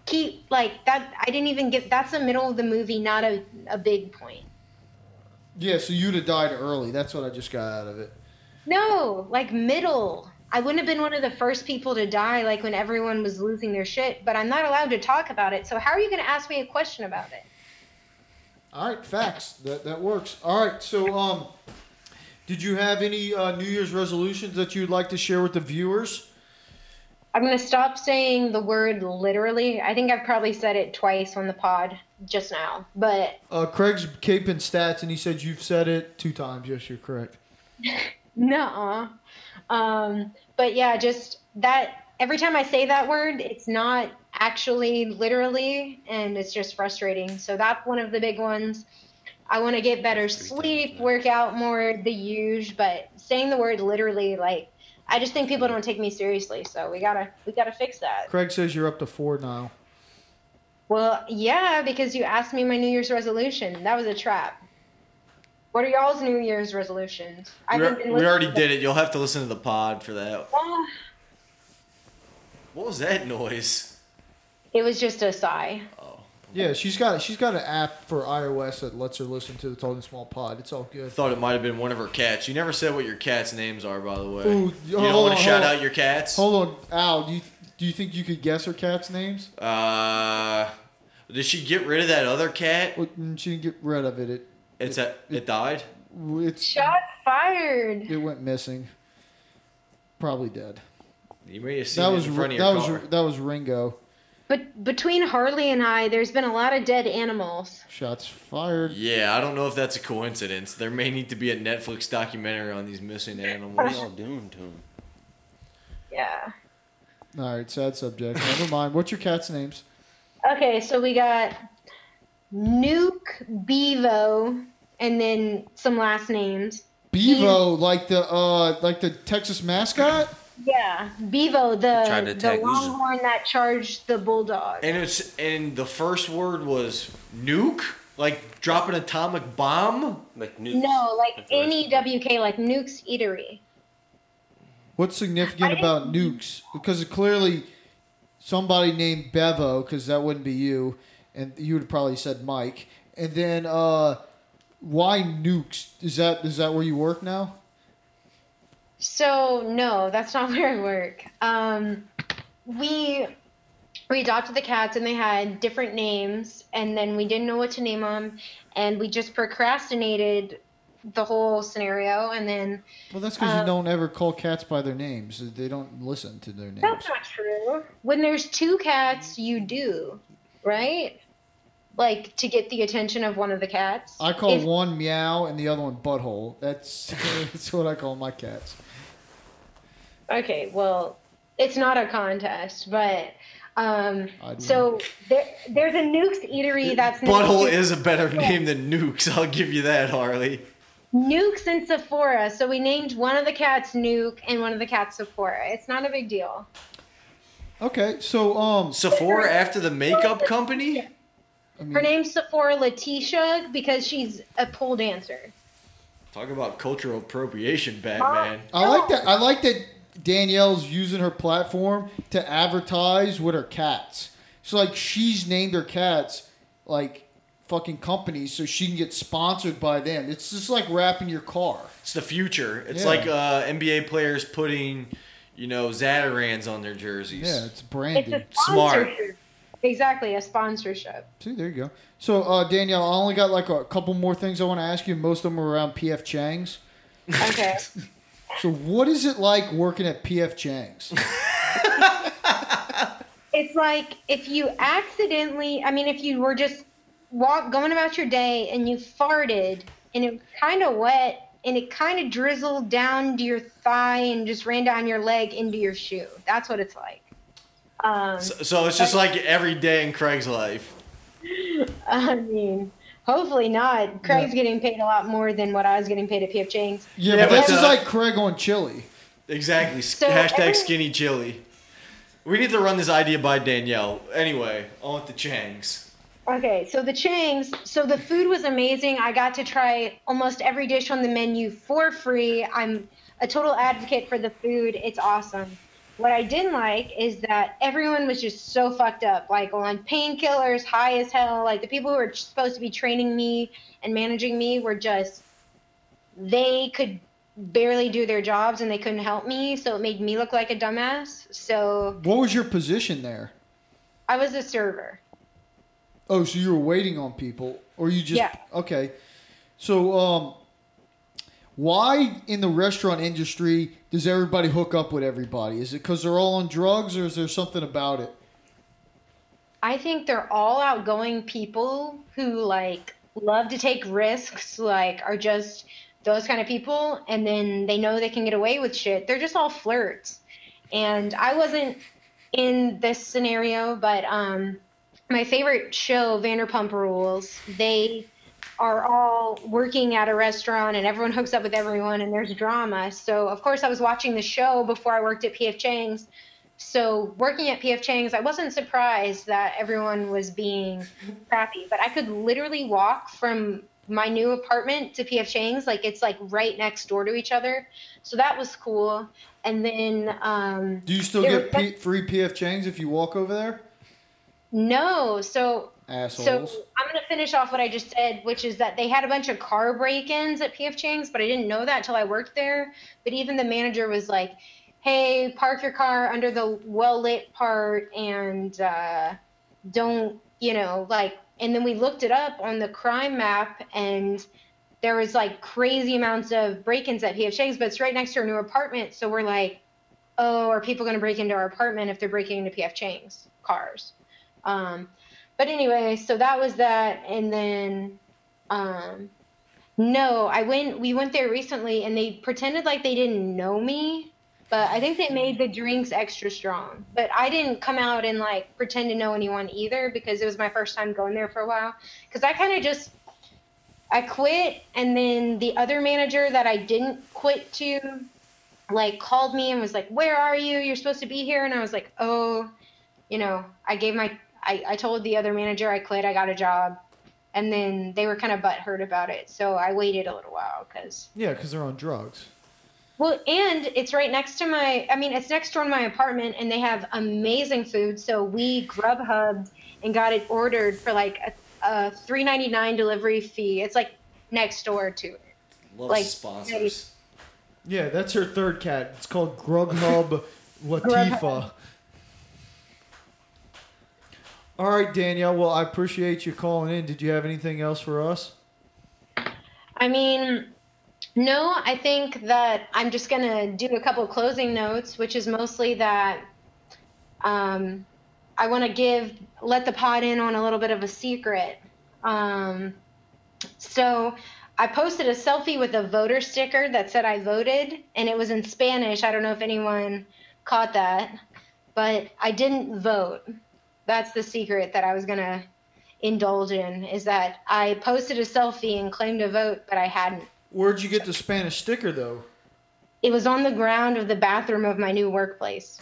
keep like that. I didn't even get. That's the middle of the movie, not a a big point.
Yeah, so you'd have died early. That's what I just got out of it.
No, like middle. I wouldn't have been one of the first people to die, like when everyone was losing their shit. But I'm not allowed to talk about it. So how are you going to ask me a question about it?
All right, facts. That that works. All right, so um, did you have any uh, New Year's resolutions that you'd like to share with the viewers?
I'm going to stop saying the word literally. I think I've probably said it twice on the pod just now, but
Uh, Craig's caping stats, and he said you've said it two times. Yes, you're correct.
no. Um, but yeah, just that every time I say that word, it's not actually literally, and it's just frustrating. So that's one of the big ones. I want to get better
That's pretty
sleep,
tough.
work out more, the huge, but saying the word literally, like, I just think people don't take me seriously. So we gotta, we gotta fix that.
Craig says you're up to four now.
Well, yeah, because you asked me my New Year's resolution. That was a trap. What are y'all's New Year's resolutions?
We,
haven't been
we
listening
already
to-
did it. You'll have to listen to the pod for that.
Ah,
What was that noise?
It was just a sigh.
Oh,
Yeah, she's got she's got an app for iOS that lets her listen to the Talking Small Pod. It's all
I
good.
thought it might have been one of her cats. You never said what your cats' names are, by the way.
Ooh,
you
hold
don't
on,
want to shout
hold on.
out your cats?
Hold on, Al. Do you do you think you could guess her cat's names?
Uh, did she get rid of that other cat?
Well, mm, she didn't get rid of it. It
It's a, it died.
it's
Shot fired.
it went missing. Probably dead.
You may have seen
That
it
was
in front
Ri-
of
that
your
was
car.
Ri- that was Ringo.
But between Harley and I, there's been a lot of dead animals.
Shots fired.
yeah, I don't know if that's a coincidence. There may need to be a Netflix documentary on these missing
What are
animals.
y'all doing to him?
Yeah.
All right, sad
(laughs)
subject. Never mind. What's your cat's names?
Okay, so we got Nuke Bevo and then some last names.
Bevo, like the uh, like the Texas mascot.
Yeah, Bevo,
Tried to
the the
attack Uzi.
longhorn that charged the bulldog.
and it's and the first word was nuke, like drop an atomic bomb.
Like nukes?
No, like
That's the
N E
rest of
W K, like Nuke's Eatery.
What's significant
I
about nukes? Because clearly, somebody named Bevo, because that wouldn't be you, and you would have probably said Mike. And then, uh, why nukes? Is that is that where you work now?
So no, that's (laughs) not where I work. Um, we we adopted the cats and they had different names, and then we didn't know what to name them, and we just procrastinated the whole scenario, and then
Well, that's because
Um,
you don't ever call cats by their names. They don't listen to their names.
that's not true. When there's two cats, you do, right? Like to get the attention of one of the cats.
I call
If-
one meow and the other one butthole. That's (laughs) that's what I call my cats.
Okay, well, it's not a contest, but um,
I'd
so there, there's a Nuke's Eatery that's next
Butthole
to-
is a better name than nukes. I'll give you that, Harley.
Nukes and Sephora. So we named one of the cats Nuke and one of the cats Sephora. It's not a big deal.
Okay, so um,
Sephora after the makeup company.
I mean,
Her name's Sephora Letitia because she's a pole dancer.
Talk about cultural appropriation, Batman.
I like that. I like that Danielle's using her platform to advertise with her cats. So like she's named her cats like fucking companies, so she can get sponsored by them. It's just like wrapping your car.
It's the future. It's
Yeah.
like uh, NBA players putting, you know, Zatarans on their jerseys.
Yeah, it's
It's
branding.
a
Smart.
sponsorship. Exactly, a sponsorship.
See, there you go. So uh, Danielle, I only got like a couple more things I want to ask you. Most of them are around PF Chang's.
Okay.
So what is it like working at PF Chang's?
it's like if you accidentally, I mean, if you were just walk going about your day and you farted and it was kind of wet and it kind of drizzled down to your thigh and just ran down your leg into your shoe. That's what it's like. Um,
So, so it's just like every day in Craig's life.
I mean, hopefully not. Craig's getting paid a lot more than what I was getting paid at PF Chang's.
(laughs) Yeah,
Yeah,
but this
but,
is
uh,
like Craig on chili.
Exactly. S-
So
Hashtag
every-
skinny chili. We need to run this idea by Danielle. Anyway, on with the Changs.
Okay, so the Chang's, so the food was amazing. I got to try almost every dish on the menu for free. I'm a total advocate for the food. It's awesome. What I didn't like is that everyone was just so fucked up, like on painkillers, high as hell. Like the people who were supposed to be training me and managing me were just, they could barely do their jobs and they couldn't help me. So it made me look like a dumbass. So
What was your position there?
I was a server.
Oh, so you were waiting on people, or you just
Yeah.
okay? So, um, Why in the restaurant industry does everybody hook up with everybody? Is it because they're all on drugs, or is there something about it?
I think they're all outgoing people who like love to take risks, like are just those kind of people, and then they know they can get away with shit. They're just all flirts. And I wasn't in this scenario, but um, my favorite show, Vanderpump Rules, they are all working at a restaurant and everyone hooks up with everyone and there's drama. So, of course, I was watching the show before I worked at PF Chang's. So, working at PF Chang's, I wasn't surprised that everyone was being crappy, but I could literally walk from my new apartment to PF Chang's. Like, it's like right next door to each other. So, that was cool. And then, um,
Do you still
There
get
was-
P- free PF Chang's if you walk over there?
no, so
Assholes.
So I'm going to finish off what I just said, which is that they had a bunch of car break-ins at PF Chang's, but I didn't know that till I worked there. But even the manager was like, "Hey, park your car under the well-lit part and uh, don't, you know, like." And then we looked it up on the crime map, and there was like crazy amounts of break-ins at PF Chang's, but it's right next to our new apartment, so we're like, "Oh, are people going to break into our apartment if they're breaking into PF Chang's cars?" Um, but anyway, so that was that, and then, um, no, I went. We went there recently, and they pretended like they didn't know me, but I think they made the drinks extra strong. But I didn't come out and like pretend to know anyone either because it was my first time going there for a while. Because I kind of just. I quit, and then the other manager that I didn't quit to, like, called me and was like, "Where are you? You're supposed to be here." And I was like, "Oh, you know, I gave my, I, I told the other manager I quit, I got a job. And then they were kind of butthurt about it. So I waited a little while because,
Yeah, because they're on drugs.
well, and it's right next to my, I mean, it's next door to my apartment and they have amazing food. So we grub hubbed and got it ordered for like a, a three ninety nine delivery fee. It's like next door to it.
Love
Like,
sponsors.
Yeah, that's her third cat. It's called
(laughs)
Grubhub Latifa. All right, Danielle. Well, I appreciate you calling in. Did you have anything else for us?
I mean, no, I think that I'm just going to do a couple closing notes, which is mostly that um, I want to give, let the pod in on a little bit of a secret. Um, so I posted a selfie with a voter sticker that said I voted, and it was in Spanish. I don't know if anyone caught that, but I didn't vote. That's the secret that I was going to indulge in is that I posted a selfie and claimed to vote, but I hadn't.
Where'd you get the Spanish sticker, though?
It was on the ground of the bathroom of my new workplace.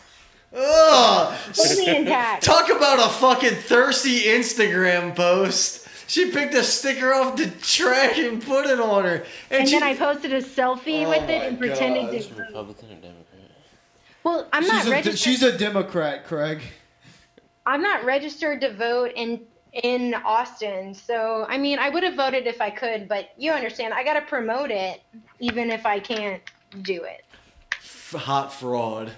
Ugh!
Fully
(laughs)
intact.
Talk about a fucking thirsty Instagram post. She picked a sticker off the trash and put it on her. And,
And
she,
then I posted a selfie
Oh
with it
my
and pretended
God.
to
Is it
vote.
Republican or Democrat?
Well, I'm
she's,
not
a,
registered.
she's a Democrat, Craig.
I'm not registered to vote in in Austin. So, I mean, I would have voted if I could, but you understand, I got to promote it even if I can't do it.
F- hot fraud.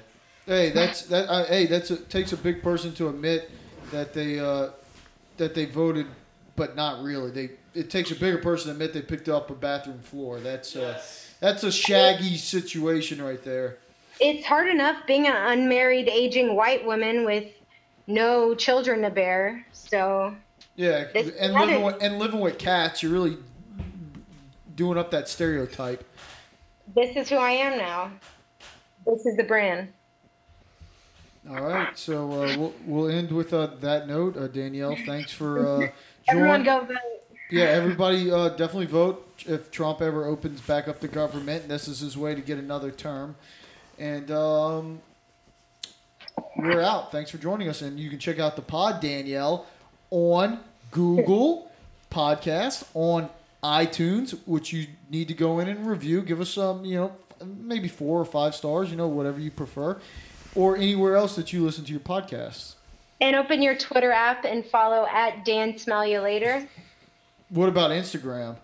Hey, that's that. Uh, hey, that's a, takes a big person to admit that they uh, that they voted, but not really. They it takes a bigger person to admit they picked up a bathroom floor. That's uh, that's a shaggy situation right there.
it's hard enough being an unmarried aging white woman with no children to bear so
Yeah,
This-
and living with, and living with cats, you're really doing up that stereotype.
this is who i am now this is the brand
All right, so uh, we'll, we'll end with uh, that note. Uh, Danielle, thanks for uh,
everyone
joining.
go vote
Yeah, everybody uh, definitely vote if Trump ever opens back up the government. This is his way to get another term. And um, we're out. Thanks for joining us. And you can check out the pod, Danielle, on Google Podcast, on iTunes, which you need to go in and review. Give us some, you know, maybe four or five stars, you know, whatever you prefer, or anywhere else that you listen to your podcasts.
and open your twitter app and follow at dan smell you later
What about Instagram?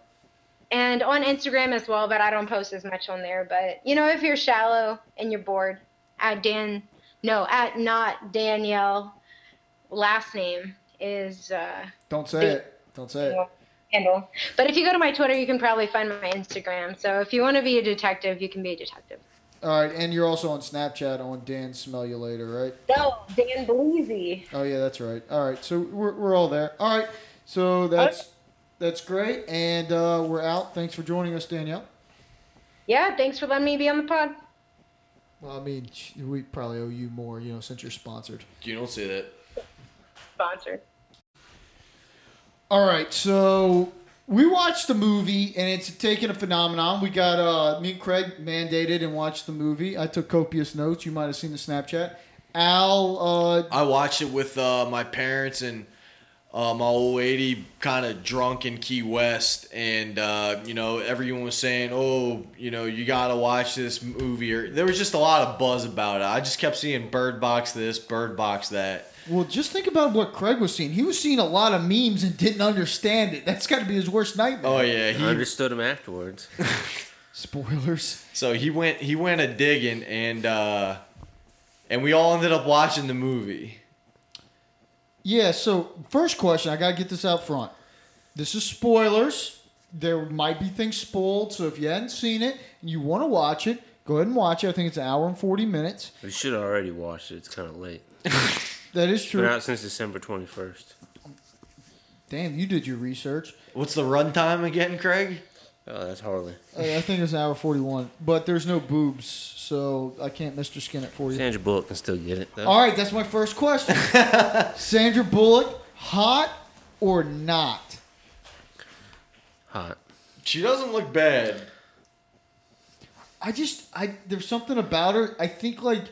and on instagram as well but i don't post as much on there but you know if you're shallow and you're bored at dan no at not danielle last name is uh
Uh, Don't say it. Don't say it.
handle. But if you go to my Twitter, you can probably find my Instagram. So if you want to be a detective, you can be a detective.
All right, and you're also on Snapchat on Dan Smell You Later, right?
No, Dan Bleezy.
Oh yeah, that's right. All right, so we're, we're all there. All right, so that's that's great, and uh, we're out. Thanks for joining us, Danielle.
Yeah, thanks for letting me be on the pod.
Well, I mean, sh- we probably owe you more, you know, since you're sponsored.
You don't say that.
Sponsor.
All right, so we watched the movie, and it's taken a phenomenon. We got uh, me and Craig mandated and watched the movie. I took copious notes. You might have seen the Snapchat. Al, uh,
I watched it with uh, my parents and uh, my old lady, kind of drunk in Key West, and uh, you know everyone was saying, "Oh, you know, you gotta watch this movie." Or there was just a lot of buzz about it. I just kept seeing Bird Box this, Bird Box that.
well, just think about what Craig was seeing. He was seeing a lot of memes and didn't understand it. That's got to be his worst nightmare.
Oh yeah,
I
he,
understood him afterwards.
Spoilers.
so he went he went a digging, and uh, and we all ended up watching the movie.
Yeah, so first question, I got to get this out front. This is spoilers. There might be things spoiled, so if you hadn't seen it and you want to watch it, go ahead and watch it. I think it's an hour and 40 minutes.
we should have already watched it. It's kind of late.
That is
Been
true.
out since December 21st.
Damn, you did your research.
What's the runtime again, Craig?
Oh, that's Harley.
Uh, I think it's an hour 41, but there's no boobs, so I can't Mr. Skin it for you.
Sandra Bullock can still get it, though.
All right, that's my first
(laughs)
question. Sandra Bullock, hot or not?
Hot.
She doesn't look bad.
I just I there's something about her. I think like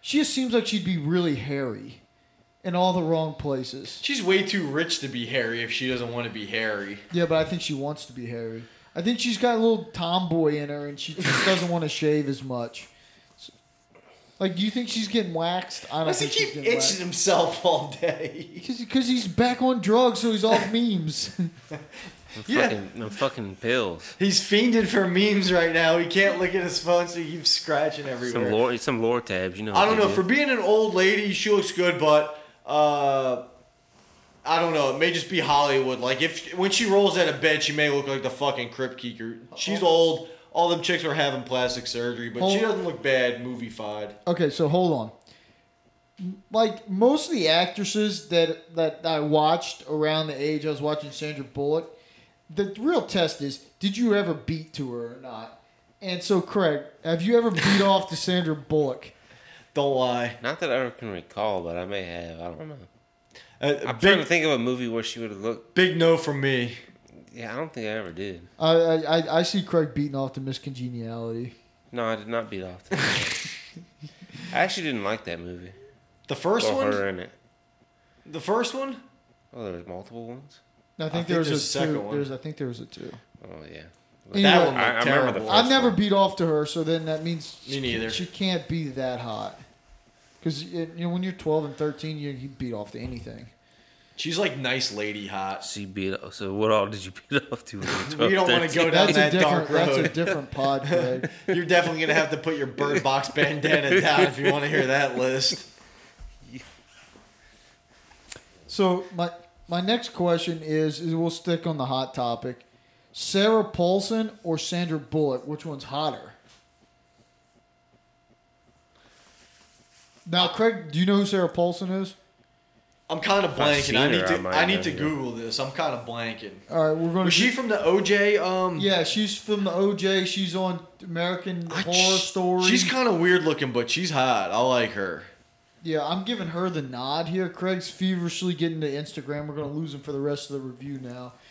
she just seems like she'd be really hairy in all the wrong places.
She's way too rich to be hairy if she doesn't want to be hairy.
Yeah, but I think she wants to be hairy. I think she's got a little tomboy in her, and she
(laughs)
just doesn't want to shave as much. Like, do you think she's getting waxed? I don't
Why does he
think she's
keep
getting
itching
waxed.
himself (laughs) all day?
Because he's back on drugs, so he's off memes. (laughs)
I'm
Yeah.
fucking, I'm fucking pills.
He's fiending for memes right now. He can't look at his phone, so he keeps scratching
Some
everywhere.
lore, some lore tabs, you know.
I
what
don't
they
know.
do.
For being an old lady, she looks good, but uh, I don't know. It may just be Hollywood. Like if when she rolls out of bed, she may look like the fucking Crypt Keeper. She's old. All them chicks are having plastic surgery, but she
Hold-
doesn't look bad. Movie-fied.
Okay, so hold on. Like most of the actresses that that I watched around the age I was watching Sandra Bullock, the real test is did you ever beat to her or not? And so Craig, have you ever
(laughs)
beat off to Sandra Bullock?
Don't lie.
Not that I can recall, but I may have. I don't know.
Uh,
I'm trying to
big,
think of a movie where she would have looked.
big no from me.
Yeah, I don't think I ever did.
I I, I- I see Craig beating off to Miss Congeniality.
No, I did not beat off. to
(laughs)
that. I actually didn't like that movie.
The first
or
one.
her in it.
The first one.
Oh, there was multiple ones.
I think,
think
there was a
there's a second
two.
one.
There's I think there was a two.
Oh yeah.
Anyway,
that one looked
I- I remember
terrible.
the
I've
That's
never
fine.
beat off to her, so then that means
Me
she-
neither.
She can't be that hot. Because you know when you're 12 and 13, you, you beat off to anything.
She's like nice lady hot.
She beat off. So what all did you (laughs) beat off to?
We don't want to go down
That's a
that
different.
dark
That's a
road.
different pod,
(laughs)
Craig.
You're definitely gonna have to put your bird box bandana down if you want to hear that list.
so my my next question is: is we'll stick on the hot topic. Sarah Paulson or Sandra Bullock? Which one's hotter? Now, Craig, do you know who Sarah Paulson is?
I'm kind of
I've
blanking.
seen
I
her,
need
I
to.
might
I, need
know,
to
yeah.
Google this. I'm kind of blanking.
All right, we're going to.
Was she from the OJ? Um,
yeah, she's from the OJ. She's on American
I-
Horror Story.
She's kind of weird looking, but she's hot. I like her.
Yeah, I'm giving her the nod here. Craig's feverishly getting to Instagram. We're going to lose him for the rest of the review now. (laughs)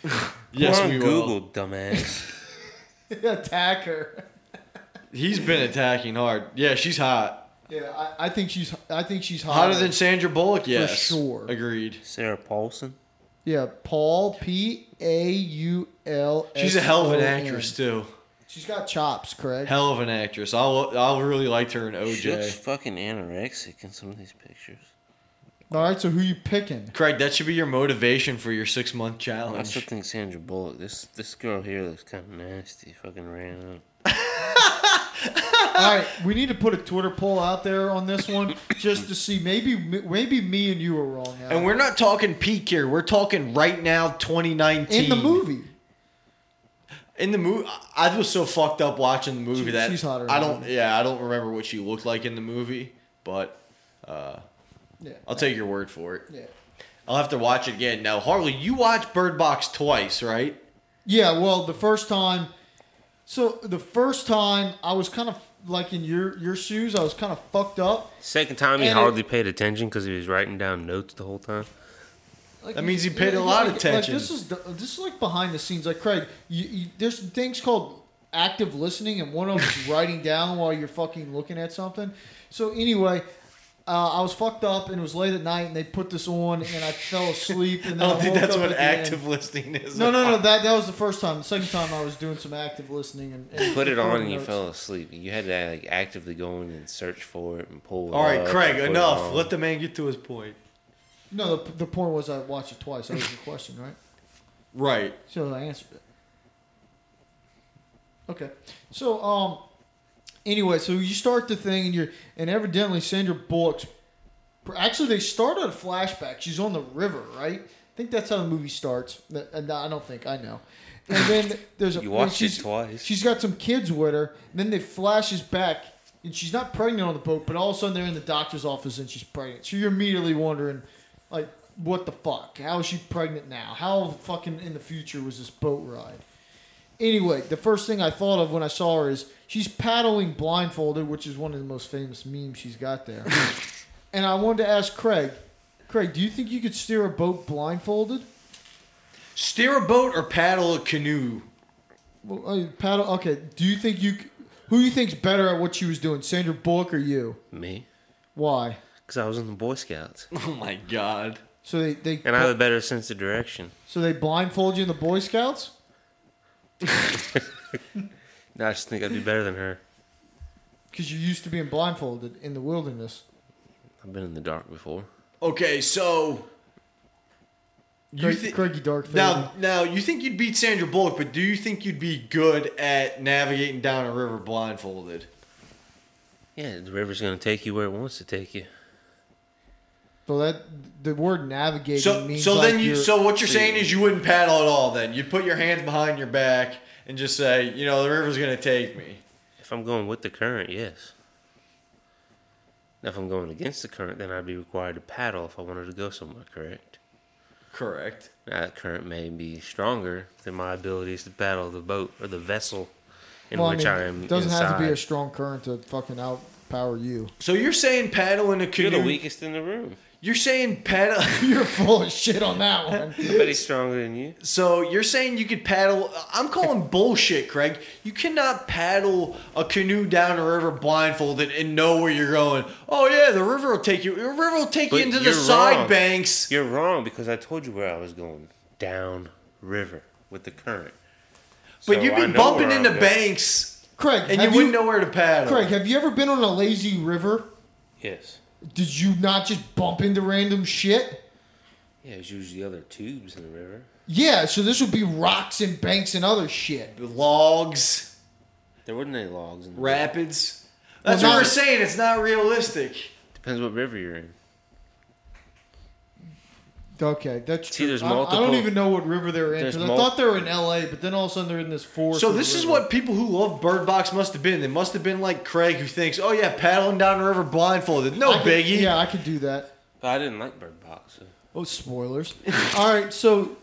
Yes, we
Google,
will. (laughs)
dumbass.
Attack her.
He's been attacking hard. Yeah, she's hot.
Yeah, I, I think she's I think she's hotter,
Hotter than Sandra Bullock. Yes,
sure.
Agreed.
Sarah Paulson.
yeah Paul P A U L.
She's a hell of an actress too.
She's got chops, Craig.
Hell of an actress. I I really liked her in
She looks
OJ.
fucking anorexic in some of these pictures.
All right, so who you
(laughs)
picking?
Craig, that should be your motivation for your six month
I still
challenge.
think Sandra Bullock. This this girl here looks kind of nasty. Fucking ran up.
All right, we need to put a Twitter poll out there on this one just to see. Maybe maybe me and you are wrong. Alan.
And we're not talking peak here. We're talking right now, 2019.
in the movie.
In the movie, I was so fucked up watching the movie
She-
that
she's hotter
I
than
don't.
me.
Yeah, I don't remember what she looked like in the movie, but uh,
Yeah.
I'll take your word for it.
Yeah.
I'll have to watch it again. Now, Harley, you watched Bird Box twice, right?
Yeah, well, the first time, so the first time I was kind of like in your your shoes. I was kind of fucked up.
Second time, he
And it-
hardly paid attention because he was writing down notes the whole time.
Like,
That means he paid a lot of
like-
attention.
Like, this is the- this is like behind the scenes. Like Craig, you, you, there's things called active listening, and one of them
(laughs)
is writing down while you're fucking looking at something. So anyway. Uh, I was fucked up and it was late at night, and they put this on, and I fell asleep. And
I (laughs)
then I
don't think
woke
Oh, that's
up
what
at the end.
active listening is.
No, no, no. That that was the first time. The second time I was doing some active listening and, and
Put it on and you
notes.
fell asleep. You had to like actively go in and search for it and pull. It
All right,
up
Craig,
and put it
enough.
on.
Let the man get to his point.
No, the, the point was I watched it twice. That was the question, right?
Right.
So I answered it. Okay. So um, anyway, so you start the thing and you're and evidently Sandra Bullock's. Actually, they start on a flashback. She's on the river, right? I think that's how the movie starts. That- and I don't think I know. And then there's a
You watched it
she's-
twice.
She's got some kids with her. And then they flashes back, and she's not pregnant on the boat, but all of a sudden they're in the doctor's office and she's pregnant. So you're immediately wondering, like, what the fuck? How is she pregnant now? How fucking in the future was this boat ride? Anyway, the first thing I thought of when I saw her is she's paddling blindfolded, which is one of the most famous memes she's got there. and I wanted to ask Craig, Craig, do you think you could steer a boat blindfolded?
Steer a boat or paddle a canoe. (laughs)
Well, uh, paddle. Okay. Do you think you? c- Who you think's better at what she was doing, Sandra Bullock or you?
me
Why?
because I was in the
(laughs)
Boy Scouts
Oh my god.
So they they
and I have a better sense of direction.
so they blindfold you in the Boy Scouts.
No, I just think I'd be better than her.
Because you're used to being blindfolded in the wilderness.
I've been in the dark before.
Okay, so you
Craig,
thi-
Craigie Dark
now now you think you'd beat Sandra Bullock, but do you think you'd be good at navigating down a river blindfolded?
Yeah, the river's gonna take you where it wants to take you.
So that the word navigating
So
means
so
like
then you
you're-
so what you're saying is you wouldn't paddle at all then. You'd put your hands behind your back and just say, you know, the river's gonna take me.
If I'm going with the current, yes. Now, If I'm going against the current, then I'd be required to paddle if I wanted to go somewhere. Correct.
Correct.
Now, that current may be stronger than my abilities to paddle the boat or the vessel in
well, I
which
mean,
I, am
It doesn't
inside.
have to be a strong current to fucking outpower you. (laughs)
So you're saying paddle in a
You're the
canoe.
weakest in the room.
(clears throat)
You're saying paddle (laughs)
You're full of shit on that one.
I bet he's stronger than you.
So you're saying you could paddle? I'm calling bullshit, Craig. You cannot paddle a canoe down a river blindfolded and know where you're going. Oh yeah, the river will take you. The river will take you
But
into the
you're
side
wrong.
banks.
You're wrong because I told you where I was going. Down river with the current.
But
So
you'd
I
be
know
bumping
where I'm
into
going.
banks,
Craig,
and you
have
wouldn't know where to paddle.
Craig, have you ever been on a lazy river?
Yes.
Did you not just bump into random shit?
Yeah, it's usually other tubes in the river.
Yeah, so this would be rocks and banks and other shit.
logs,
There wasn't any logs in the river.
rapids. That's
Well,
what
not-
we're saying. It's not realistic.
Depends what river you're in.
Okay, that's
See,
true.
there's
I- I, don't
multiple-
even know what river they're in
There's
because I
mul-
thought they were in L.A., but then all of a sudden they're in this forest.
So
of
this is
river.
what people who love Bird Box must have been. They must have been like Craig, who thinks, "Oh yeah, paddling down a river blindfolded." No
I could-
biggie.
Yeah, I could do that.
But I didn't like Bird Box. So.
Oh, spoilers! (laughs) all right, so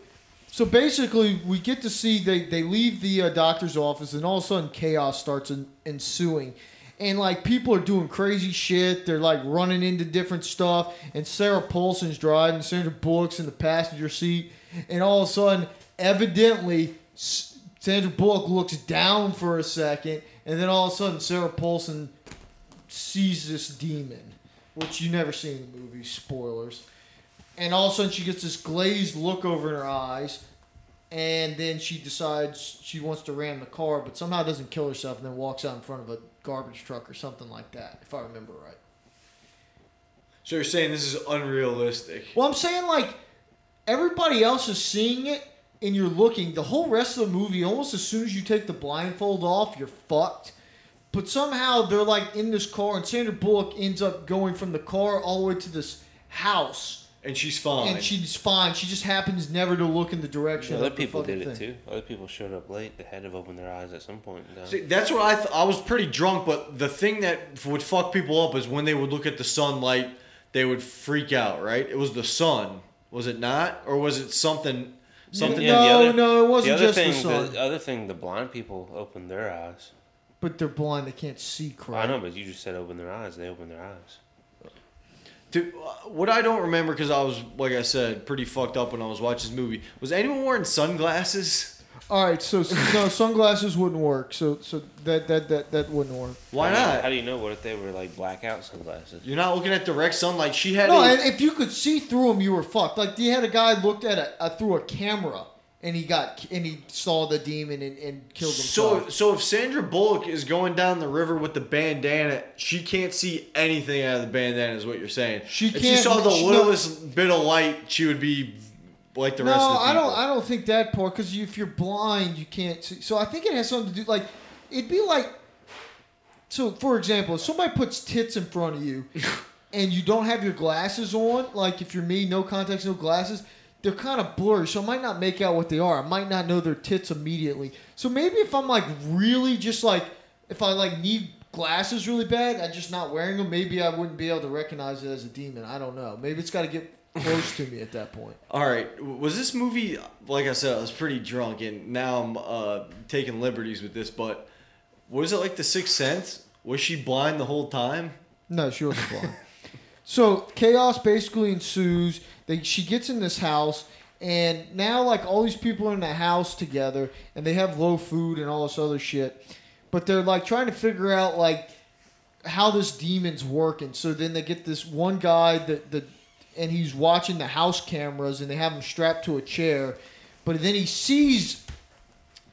so basically we get to see they they leave the uh, doctor's office, and all of a sudden chaos starts en- ensuing. And like people are doing crazy shit, they're like running into different stuff. And Sarah Paulson's driving, Sandra Bullock's in the passenger seat, and all of a sudden, evidently, S- Sandra Bullock looks down for a second, and then all of a sudden, Sarah Paulson sees this demon, which you never see in the movie. Spoilers. And all of a sudden, she gets this glazed look over in her eyes, and then she decides she wants to ram the car, but somehow doesn't kill herself, and then walks out in front of a garbage truck or something like that, if I remember right.
So you're saying this is unrealistic?
Well, I'm saying like everybody else is seeing it, and you're looking. The whole rest of the movie, almost as soon as you take the blindfold off, you're fucked. But somehow they're like in this car, and Sandra Bullock ends up going from the car all the way to this house,
and she's fine.
and she's fine. She just happens never to look in the direction.
Other
of the
people
fucking
did it
thing.
too. Other people showed up late. They had to have opened their eyes at some point. and done it.
See, that's what I th- I was pretty drunk, but the thing that f- would fuck people up is when they would look at the sunlight, they would freak out. Right? It was the sun, was it not, or was it something? Something.
Yeah, the
No,
other-
no, it wasn't
the other
just the
thing,
sun.
other thing, the blind people opened their eyes.
But they're blind; they can't see crap.
I know, but you just said open their eyes. They opened their eyes.
Dude, uh, what I don't remember because I was, like I said, pretty fucked up when I was watching this movie. Was anyone wearing sunglasses?
All right, so
(laughs)
no sunglasses wouldn't work. So so that that that that wouldn't work.
Why
How do you- How
not?
do you know? What if they were like blackout sunglasses?
You're not looking at direct sunlight. She had.
No,
a-
and if you could see through them, you were fucked. Like you had a guy looked at a, a through a camera, and he got and he saw the demon and, and killed himself.
So, so if Sandra Bullock is going down the river with the bandana, she can't see anything out of the bandana, is what you're saying.
She
if
can't-
she saw the
she- no.
littlest bit of light, she would be like the
no,
rest of the people.
I don't. I don't think that part because you, if you're blind, you can't see. So I think it has something to do. Like it'd be like, so for example, if somebody puts tits in front of
(laughs)
you, and you don't have your glasses on, like if you're me, no contacts, no glasses, they're kind of blurry. So I might not make out what they are. I might not know their tits immediately. So maybe if I'm like really just like if I like need glasses really bad, I'm just not wearing them. Maybe I wouldn't be able to recognize it as a demon. I don't know. Maybe it's got to get close to me at that point.
All right, w- was this movie? Like I said, I was pretty drunk, and now I'm uh, taking liberties with this. But was it like the Sixth Sense? Was she blind the whole time?
No, she wasn't blind. so chaos basically ensues. They she gets in this house, and now like all these people are in the house together, and they have low food and all this other shit. But they're like trying to figure out like how this demon's working. So then they get this one guy that the and he's watching the house cameras, and they have him strapped to a chair. But then he sees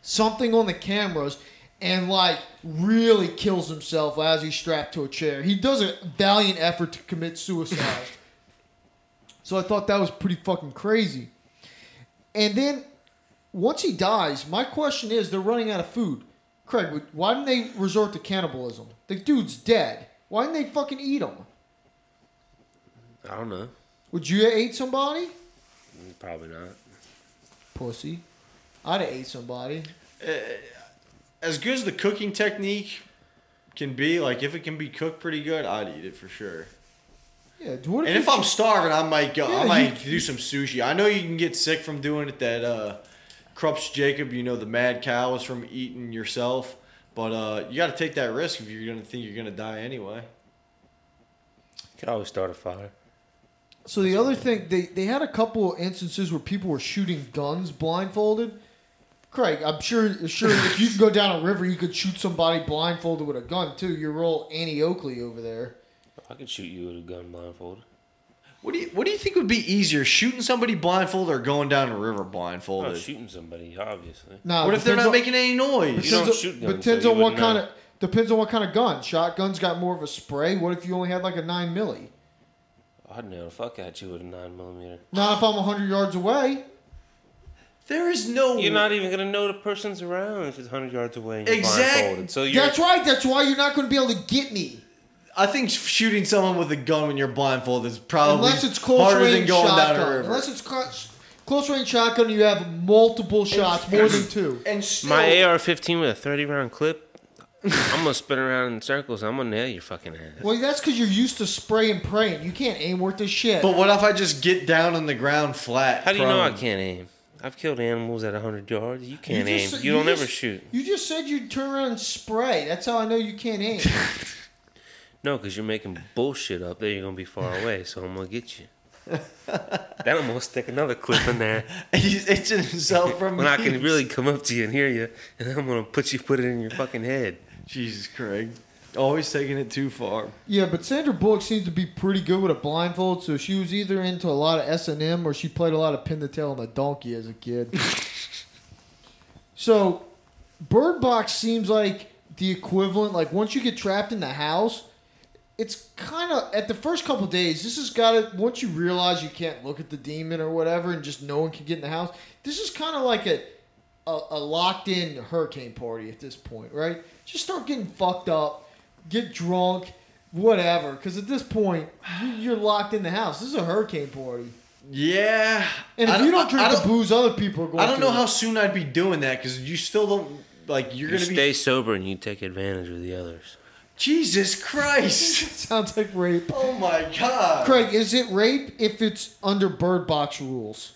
something on the cameras and like really kills himself as he's strapped to a chair. He does a valiant effort to commit
(laughs)
suicide. so I thought that was pretty fucking crazy. And then once he dies, my question is they're running out of food. Craig, would- why didn't they resort to cannibalism? The dude's dead. Why didn't they fucking eat him?
I don't know.
Would you have ate somebody?
Mm, Probably not.
Pussy. I'd have ate somebody.
As good as the cooking technique can be, like if it can be cooked pretty good, I'd eat it for sure.
Yeah, what
And
you
if I'm starving, I might go.
Yeah,
I might
you-
do some sushi. I know you can get sick from doing it. That uh, Krups Jacob, you know, the mad cow is from eating yourself. But uh, you got to take that risk if you're gonna think you're gonna die anyway.
You could always start a fire.
So the other thing, they, they had a couple instances where people were shooting guns blindfolded. Craig, I'm sure sure if you could go down a river, you could shoot somebody blindfolded with a gun too. You're all Annie Oakley over there.
I could shoot you with a gun blindfolded.
What do you What do you think would be easier, shooting somebody blindfolded or going down a river
I'm
blindfolded?
not shooting somebody, obviously.
Nah,
what if they're
depends
not
on-
making any noise?
You don't
depends
shoot
on-
guns,
Depends
so you
on what
wouldn't
kind
know.
of depends on what kind of gun. Shotguns got more of a spray. What if you only had like a nine milli?
I'd nail the fuck at you with a nine millimeter.
Not if I'm hundred yards away.
There is no.
You're not even gonna know the person's around if it's hundred yards away. And you're
Exact-
blindfolded. So you're
That's right. That's why you're not going to be able to get me.
I think shooting someone with a gun when you're blindfolded is probably
Unless it's close
harder
range
than going
shotgun.
down a river.
Unless it's close, close range shotgun, you have multiple shots, more
(clears throat)
than two.
and still,
my AR-15 with a 30
(laughs)
round clip. I'm gonna spin around in circles. I'm gonna nail your fucking ass.
Well, that's because you're used to spray and praying. You can't aim worth a shit.
But what if I just get down on the ground flat?
How do you know I
prone?
can't aim? I've killed animals at 100 yards. You can't
just-
aim. You, don't
just-
ever shoot.
You just said you'd turn around and spray. That's how I know you can't aim.
No, because you're making bullshit up there. You're gonna be far away, so I'm gonna
(laughs)
get you. then I'm gonna stick another clip in there
(laughs) He's itching himself from
when I
me.
can really come up to you and hear you, and I'm gonna put you put it in your fucking head.
Jesus Craig, always taking it too far.
yeah, but Sandra Bullock seems to be pretty good with a blindfold, so she was either into a lot of S and M or she played a lot of pin the tail on the donkey as a kid. so, Bird Box seems like the equivalent. Like once you get trapped in the house, it's kind of at the first couple days. This has got to once you realize you can't look at the demon or whatever, and just no one can get in the house. This is kind of like a a, a locked in hurricane party at this point, right? Just start getting fucked up, get drunk, whatever. Because at this point, you- you're locked in the house. This is a hurricane party,
Yeah.
and
I
if you don't
I-
drink
I
the booze, other people are going.
I don't
to. (laughs)
know how soon I'd be doing that because you still don't like you're
You
gonna
stay
be
sober and you take advantage of the others.
Jesus
(laughs)
Christ.
sounds like rape.
oh my God.
Craig, is it rape if it's under Bird Box rules?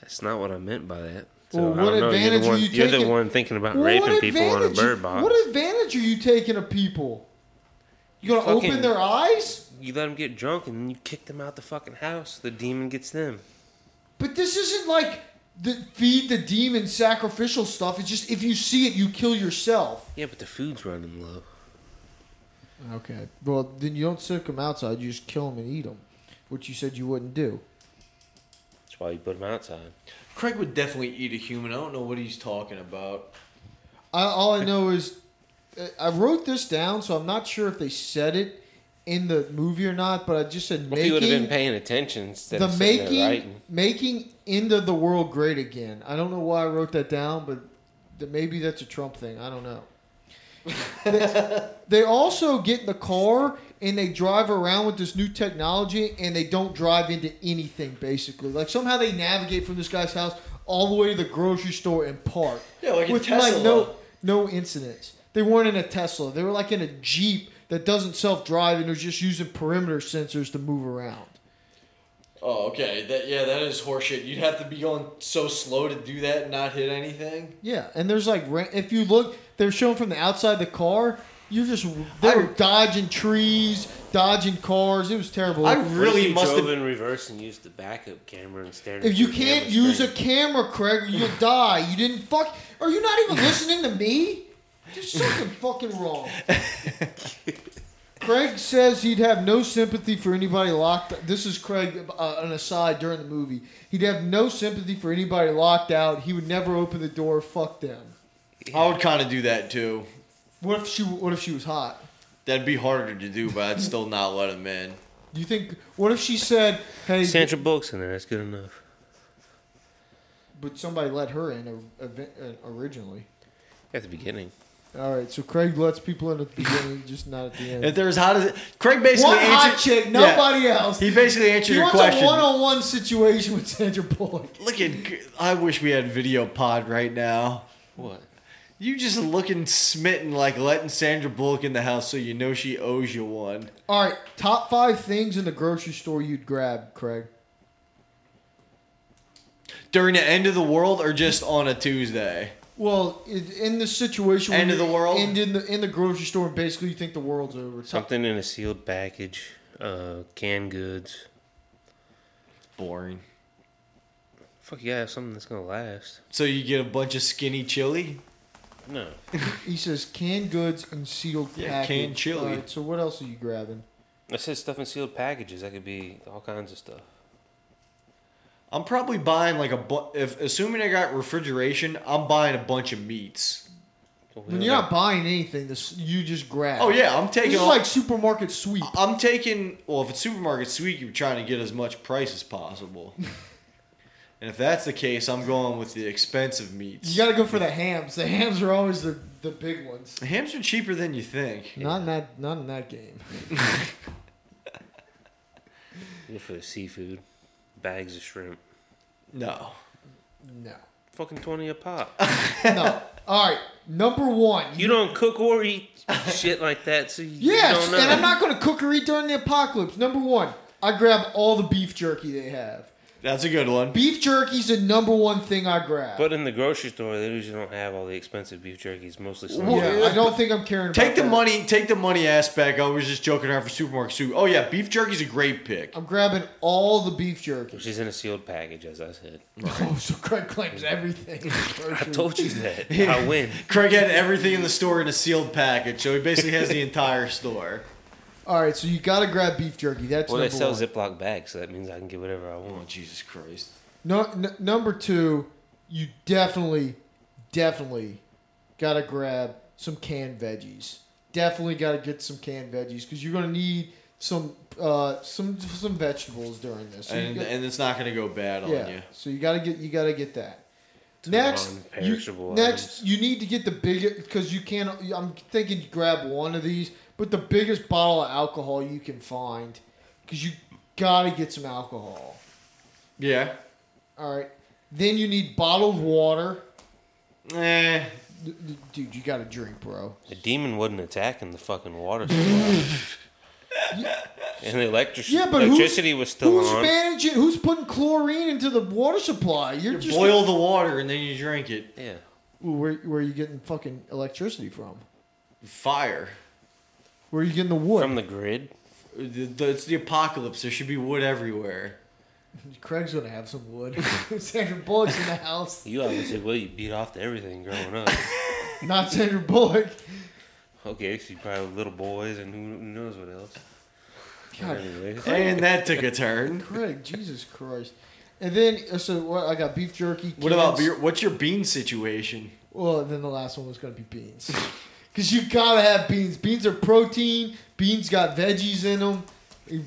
That's not what I meant by that.
Well,
I
what
don't know.
advantage are
you're the one,
you
You're the
taking?
one thinking about raping people on a
advantage-
bird box.
What advantage are you taking of people? You gonna
Fucking-
open their eyes?
you let them get drunk and you kick them out the fucking house. The demon gets them.
But this isn't like the feed the demon sacrificial stuff. It's just if you see it, you kill yourself.
Yeah, but the food's running low.
Okay. Well, then you don't sick them outside. You just kill them and eat them, which you said you wouldn't do.
That's why you put them outside.
Craig would definitely eat a human. I don't know what he's talking about.
I, all I know is uh, I wrote this down, so I'm not sure if they said it in the movie or not. But I just said
Well, if you would have been
making
paying attention instead
the
of sitting
making
there writing.
making end of the world great again. I don't know why I wrote that down, but th- maybe that's a Trump thing. I don't know.
(laughs)
they, they also get in the car and they drive around with this new technology and they don't drive into anything basically. Like somehow they navigate from this guy's house all the way to the grocery store and park.
Yeah, like a
with
Tesla.
like no no incidents. They weren't in a Tesla. They were like in a Jeep that doesn't self-drive and they're just using perimeter sensors to move around.
Oh, okay. That yeah, that is horseshit. You'd have to be going so slow to do that and not hit anything.
Yeah, and there's like ra- if you look, they're showing from the outside the car. You're just they were dodging trees, dodging cars. It was terrible.
I
What
really
if you
must
drove
have.
in reverse and used the backup camera and stared.
if
into
you
the
can't
camera
use a
screen.
camera, Craig, or you'll die. You didn't fuck. Are you not even listening to me? There's something fucking wrong. Craig says he'd have no sympathy for anybody locked. This is Craig, uh, an aside during the movie. He'd have no sympathy for anybody locked out. He would never open the door. Fuck them.
I would kind of do that too.
What if she? What if she was hot?
That'd be harder to do, but I'd still not let him in.
Do you think? What if she said, "Hey,"
Sandra Bullock's in there. That's good enough.
but somebody let her in or- or- originally?
At the beginning,
All right, so Craig lets people in at the beginning, just not at the end.
If there's how does Craig basically
One hot
answered-
chick,
Yeah.
nobody else.
He basically answered
He
your
wants
question.
a one-on-one situation with Sandra Bullock.
Looking, I wish we had video pod right now.
what?
You just looking smitten, like letting Sandra Bullock in the house, so you know she owes you one.
All right, top five things in the grocery store you'd grab, Craig.
During the end of the world, or just on a Tuesday?
Well, in in this situation, when
End of
you're
the world?
in, in the in the grocery store, basically you think the world's over. Top-
Something in a sealed package, uh, canned goods.
Boring.
Fuck yeah, something that's gonna last.
So you get a bunch of skinny chili.
No,
He says canned goods and sealed
Yeah,
package.
canned chili.
All right, so what else are you grabbing?
I said stuff in sealed packages. That could be all kinds of stuff.
I'm probably buying like a bu- if assuming I got refrigeration, I'm buying a bunch of meats.
But we
When
don't
you're
got-
not buying anything, this you just grab.
Oh yeah, I'm
this
taking.
is
all-
like supermarket sweep.
I'm taking. Well, if it's supermarket sweet, you're trying to get as much price
(laughs)
as possible. and if that's the case, I'm going with the expensive meats.
You got to go for the hams. The hams are always the, the big ones.
Hams are cheaper than you think.
Not in that not in that game.
Good for the seafood. Bags of shrimp.
No.
No,
Fucking 20 a pop.
(laughs) no. All right, number one.
You don't cook or eat shit like that, so you, you
yes,
don't know.
and I'm not going to cook or eat during the apocalypse. Number one, I grab all the beef jerky they have.
That's a good one.
Beef jerky's the number one thing I grab.
But in the grocery store, they usually don't have all the expensive beef jerkies. Mostly some
yeah, I don't think I'm caring.
Take
about
the
that.
money. Take the money aspect. I was just joking around for supermarket soup. Oh yeah, beef jerky's a great pick.
I'm grabbing all the beef jerky.
Which is in a sealed package, as I
(laughs)
said.
Oh, so Craig claims everything.
I told you that. I win.
Craig had everything in the store in a sealed package, so he basically
(laughs)
has the entire store.
All right, so you got to grab beef jerky. That's
Well, they
number
sell
one.
Ziploc bags, so that means I can get whatever I
Oh
want.
Jesus Christ!
No, n- number two, you definitely, definitely gotta grab some canned veggies. Definitely gotta get some canned veggies because you're gonna need some uh, some some vegetables during this. So you
And
got-
and it's not gonna go bad on
yeah,
you.
so you gotta get you gotta get that. Next, you,
non-perishable
next
items.
you need to get the biggest because you can't. I'm thinking you grab one of these, but the biggest bottle of alcohol you can find, because you gotta get some alcohol.
Yeah.
All right, then you need bottled water.
Eh.
D- d- Dude, you gotta drink, bro.
The demon wasn't attacking the fucking
(laughs)
water supply. and the electric-
Yeah, but who's-
electricity was still
Who's
on.
managing? Who's putting chlorine into the water supply? You're
You
just
boil the water and then you drink it.
yeah.
Ooh, Where, where are you getting fucking electricity from?
Fire.
Where are you getting the wood?
From the grid.
The- the- It's the apocalypse. There should be wood everywhere.
Craig's gonna have some wood. (laughs) Sandra Bullock's in the house.
You obviously, well, you beat off to everything growing up. (laughs)
Not Sandra Bullock.
okay, so you probably little boys and who knows what else.
God,
Anyways.
And that took
(laughs)
a turn.
Craig, Jesus Christ. And then uh, so what? I got beef jerky.
What about
cans.
beer? What's your bean situation?
Well, and then the last one was gonna be beans, (laughs) because you gotta have beans. Beans are protein. Beans got veggies in them.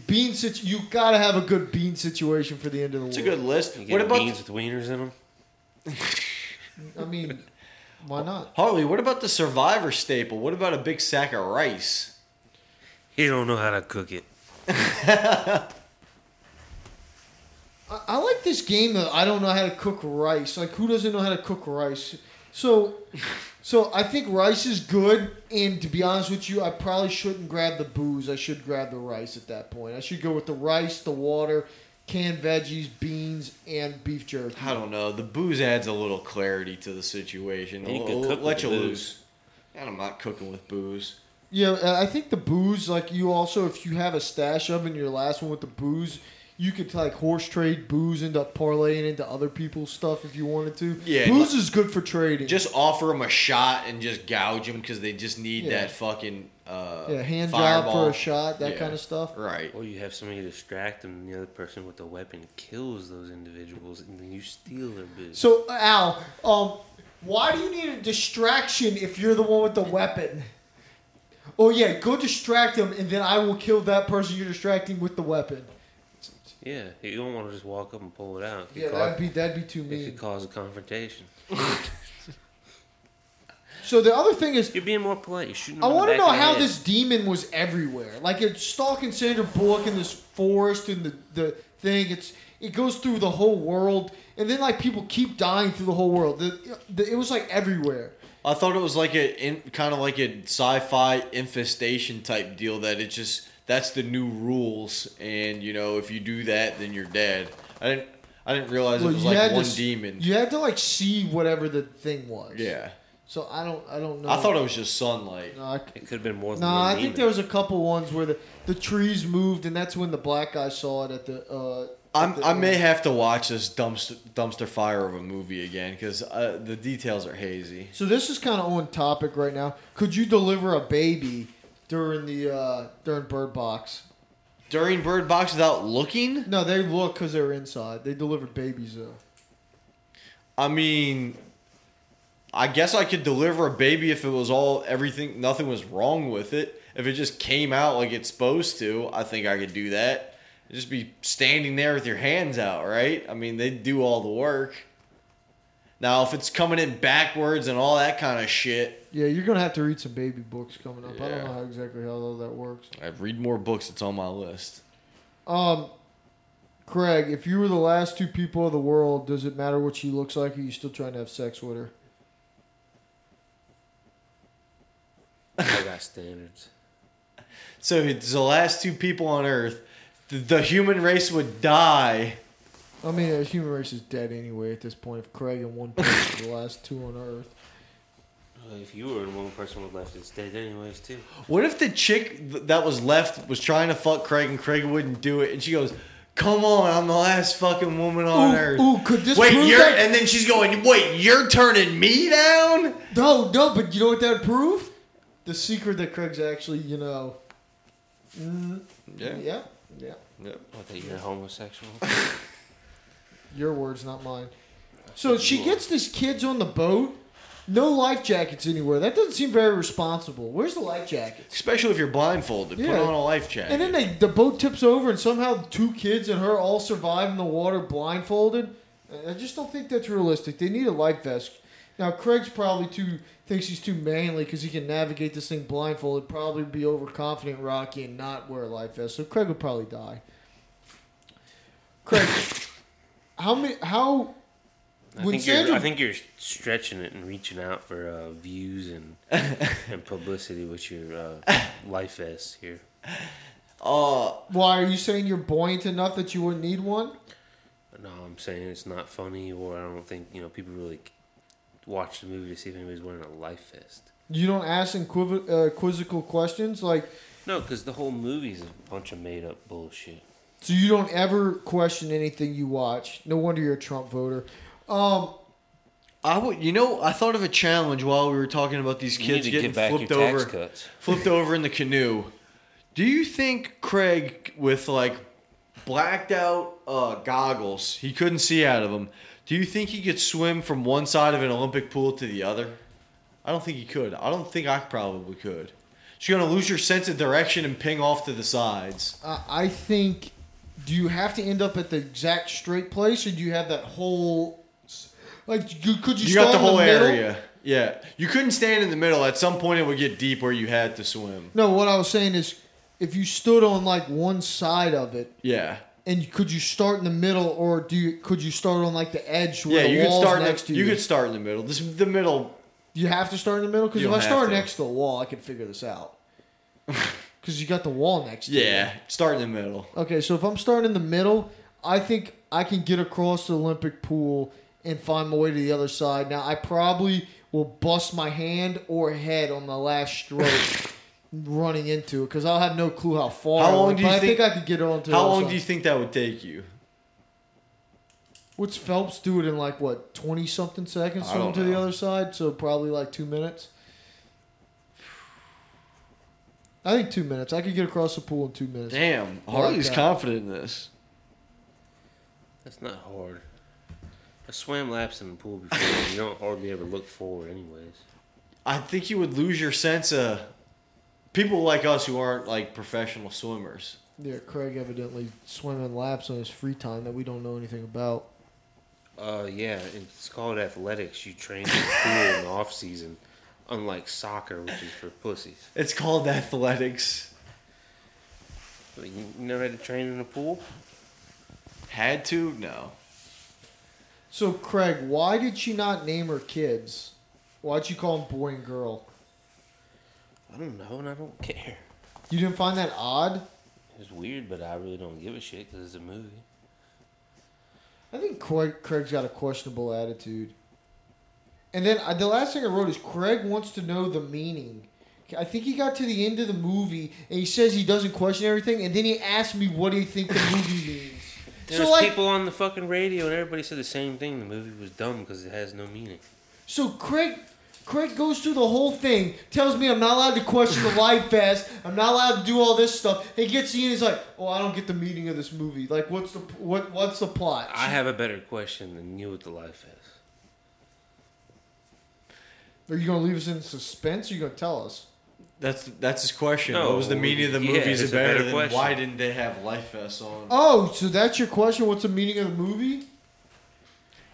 Bean situ- you gotta have a good bean situation for the end of the
It's a
world.
good list.
You
What
get
about
beans with wieners in them?
I mean, why not?
Harley? What about the survivor staple? What about a big sack
(laughs)
of rice?
You don't know how to cook it.
I, I like this game though. I don't know how to cook rice. Like who doesn't know how to cook rice? So, so I think rice is good. And to be honest with you, I probably shouldn't grab the booze. I should grab the rice at that point. I should go with the rice, the water, canned veggies, beans, and beef jerky.
I don't know. The booze adds a little clarity to the situation.
And you
L-
could
l-
cook
let
with
you
the
loose. And I'm not cooking with booze.
Yeah, uh, I think the booze, like you also, if you have a stash of in your last one with the booze, you could like horse trade booze into parlaying into other people's stuff if you wanted to.
Yeah,
booze is good for trading.
Just offer them a shot and just gouge them because they just need
Yeah.
that fucking uh,
yeah, hand job
fireball.
for a shot, that
Yeah.
kind of stuff.
Right.
Or you have somebody distract them, and the other person with the weapon kills those individuals, and then you steal their booze.
So Al, um, why do you need a distraction if you're the one with the weapon? Oh yeah, go distract him, and then I will kill that person you're distracting with the weapon.
yeah, you don't want to just walk up and pull it out. It could
Yeah,
cause-
that'd be that'd be too
It could
mean.
cause a confrontation.
So the other thing is,
You're being more polite. You're shooting.
I
want to
know how this demon was everywhere. Like it's stalking Sandra Bullock in this forest and the, the thing. It's it goes through the whole world, and then like people keep dying through the whole world. The, the, it was like everywhere.
I thought it was like a in, kind of like a sci-fi infestation type deal that it just that's the new rules and you know if you do that then you're dead. I didn't I didn't realize it was like one
s-
demon.
You had to like see whatever the thing was.
yeah.
So I don't I don't know.
I thought it was just sunlight.
No, I,
It could have been more than
no,
one
I
demon.
think there was a couple ones where the, the trees moved, and that's when the black guy saw it at the. Uh, at
I'm,
the
I may have to watch this dumpster dumpster fire of a movie again because uh, the details are hazy.
So this is kind of on topic right now. Could you deliver a baby during the uh, during Bird Box?
During Bird Box without looking,
No, they look because they're inside. They delivered babies though.
I mean, I guess I could deliver a baby if it was all everything, nothing was wrong with it. If it just came out like it's supposed to, I think I could do that. Just be standing there with your hands out, right? I mean, they do all the work. Now, if it's coming in backwards and all that kind of shit,
Yeah, you're gonna have to read some baby books coming up. I don't
Yeah.
know how exactly how all that works.
I read more books. It's on my list.
Um, Craig, if you were the last two people of the world, does it matter what she looks like? Or are you still trying to have sex with her?
I got standards.
So it's the last two people on Earth. The, the human race would die.
I mean, the human race is dead anyway at this point. If Craig and one person are the last two on Earth.
Well, If you were the one person who left, it's dead anyways too.
What if the chick th- that was left was trying to fuck Craig and Craig wouldn't do it, and she goes, "Come on, I'm the last fucking woman (laughs) on earth."
Ooh, ooh, could this
wait,
prove
you're,
that-
and then she's going, "Wait, you're turning me down?"
No, no, but you know what that would prove? The secret that Craig's actually, you know. Mm, yeah. yeah,
What that you're homosexual?
Your words, not mine. So she gets these kids on the boat. No life jackets anywhere. That doesn't seem very responsible. Where's the life jackets?
Especially if you're blindfolded, put
Yeah.
on a life jacket.
And then they, the boat tips over, and somehow the two kids and her all survive in the water blindfolded. I just don't think that's realistic. They need a life vest. Now Craig's probably too thinks he's too manly because he can navigate this thing blindfolded. Probably be overconfident, Rocky, and not wear a life vest. So Craig would probably die. Craig, how many? How
I
When
think, you're,
Sandra-
I think you're stretching it and reaching out for uh, views
(laughs)
and and publicity with your uh, life vest here.
Uh,
Why are you saying you're buoyant enough that you wouldn't need one?
No, I'm saying it's not funny, or I don't think you know people really watch the movie to see if anybody's wearing a life vest.
You don't ask inquiv- uh, quizzical questions like
No, because the whole movie's a bunch of made up bullshit.
so. You don't ever question anything you watch. No wonder you're a Trump voter. Um,
I would, you know, I thought of a challenge while we were talking about these
You
kids
need to
getting
get back your
flipped
tax
over,
cuts.
flipped over in the canoe. Do you think Craig, with like blacked out uh, goggles, he couldn't see out of them? Do you think he could swim from one side of an Olympic pool to the other? I don't think he could. I don't think I probably could. So you're gonna lose your sense of direction and ping off to the sides.
I I think. Do you have to end up at the exact straight place, or do you have that whole? s- Like, you- could you?
You got
start
the
in
whole
middle?
area. Yeah, you couldn't stand in the middle. At some point, it would get deep where you had to swim.
No, what I was saying is, if you stood on like one side of it,
Yeah.
and could you start in the middle, or do you could you start on like the edge where
Yeah,
the
you could
wall's
start
next
next
to
you.
you?
could start in the middle. This the middle.
You have to start in the middle because
You
if I
don't have
start
to.
next to the wall, I can figure this
(laughs)
out. Because you got the wall next. to
Yeah, start in the middle.
You. Okay, so if I'm starting in the middle, I think I can get across the Olympic pool and find my way to the other side. Now I probably will bust my hand or head on my last stroke. (laughs) running into it because I'll have no clue how far.
How
I
long
went,
do you
but I think
think-
I could get onto?
How
the other
long
side.
do you think that would take you?
What's Phelps do it in like what twenty something seconds
I
to
don't
him to the
know.
other side? So probably like two minutes. I think two minutes. I could get across the pool in two minutes.
Damn,
Harley's
Harley's confident in this.
That's not hard. I swam laps in the pool before. you don't hardly ever look forward, anyways.
I think you would lose your sense of people like us who aren't like professional swimmers.
Yeah, Craig evidently swimming laps on his free time that we don't know anything about.
Uh, yeah, it's called athletics. You train in the pool in the off season, unlike soccer, which is for pussies.
It's called (laughs) athletics.
Like, You you never had to train in a pool?
Had to? No.
So Craig, why did she not name her kids? Why'd you call them boy and girl?
I don't know, and I don't care.
You didn't find that odd?
It's weird, but I really don't give a shit because it's a movie.
I think Craig, Craig's got a questionable attitude. And then uh, the last thing I wrote is Craig wants to know the meaning. I think he got to the end of the movie and he says he doesn't question everything, and then he asked me what do you think the movie means.
There's
so like,
people on the fucking radio, and everybody said the same thing. The movie was dumb because it has no meaning.
so Craig. Craig goes through the whole thing, tells me I'm not allowed to question the life vest, I'm not allowed to do all this stuff. He gets in, he's like, "Oh, I don't get the meaning of this movie. Like, what's the what? What's the plot?"
I have a better question than you with the life is.
Are you gonna leave us in suspense? Or are you gonna tell us?
That's that's his question.
No,
what was the meaning of the
yeah,
movie? movies?
it's
Is
a
it better,
better
than
question.
why didn't they have life vests on?
Oh, so that's your question? What's the meaning of the movie?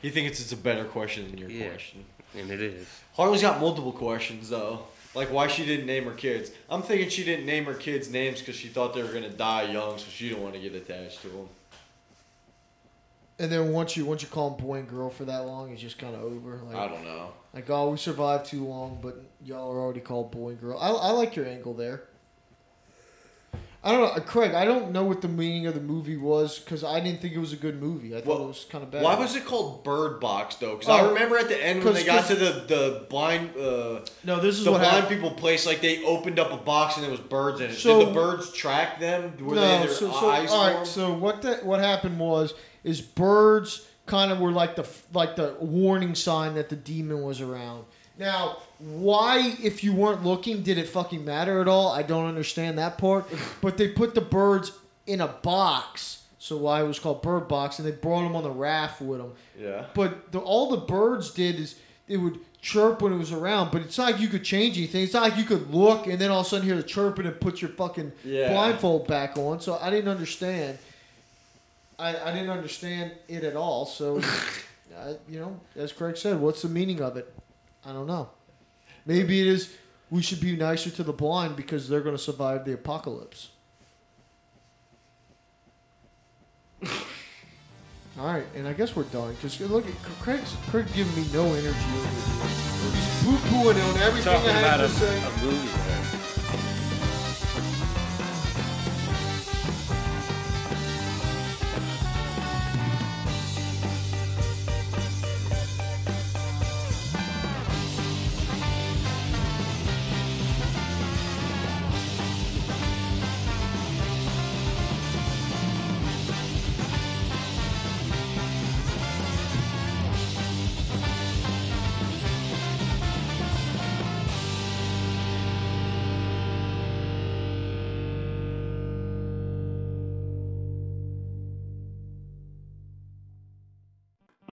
He thinks it's a better question than your
Yeah.
question.
And it is.
Harley's got multiple questions though, like why she didn't name her kids. I'm thinking she didn't name her kids names because she thought they were gonna die young, so she didn't want to get attached to them.
And then once you once you call them boy and girl for that long, it's just kind of over.
I
Like,
don't know.
like oh, we survived too long, but y'all are already called boy and girl. I, I like your angle there. I don't know, uh, Craig. I don't know what the meaning of the movie was because I didn't think it was a good movie. I thought
Well,
it was kind of bad.
Why was it called Bird Box though? Because I
Oh.
remember at the end when they
'Cause-
got to the the blind uh,
No, this is
the
what
blind
happened.
people place, like they opened up a box and there was birds in it.
So-
Did the birds track them? Were they in
no,
their
so, so
eyes?
all
for 'em?
right. So what the, what happened was is birds kind of were like the f- like the warning sign that the demon was around. Now, why if you weren't looking did it fucking matter at all? I don't understand that
(laughs)
part. But they put the birds in a box, so why it was called bird box, and they brought them on the raft with them.
yeah.
But the, all the birds did is it would chirp when it was around, but it's not like you could change anything. It's not like you could look and then all of a sudden hear the chirping and put your fucking
Yeah.
blindfold back on. So I didn't understand. I, I didn't understand it at all. So, I, you know, as Craig said, what's the meaning of it? I don't know. Maybe it is we should be nicer to the blind because they're going to survive the apocalypse. (laughs) all right, and I guess we're done because look, at Craig's Craig giving me no energy. He's poo pooing on everything I
Talking
had
about
to
a,
say.
a movie.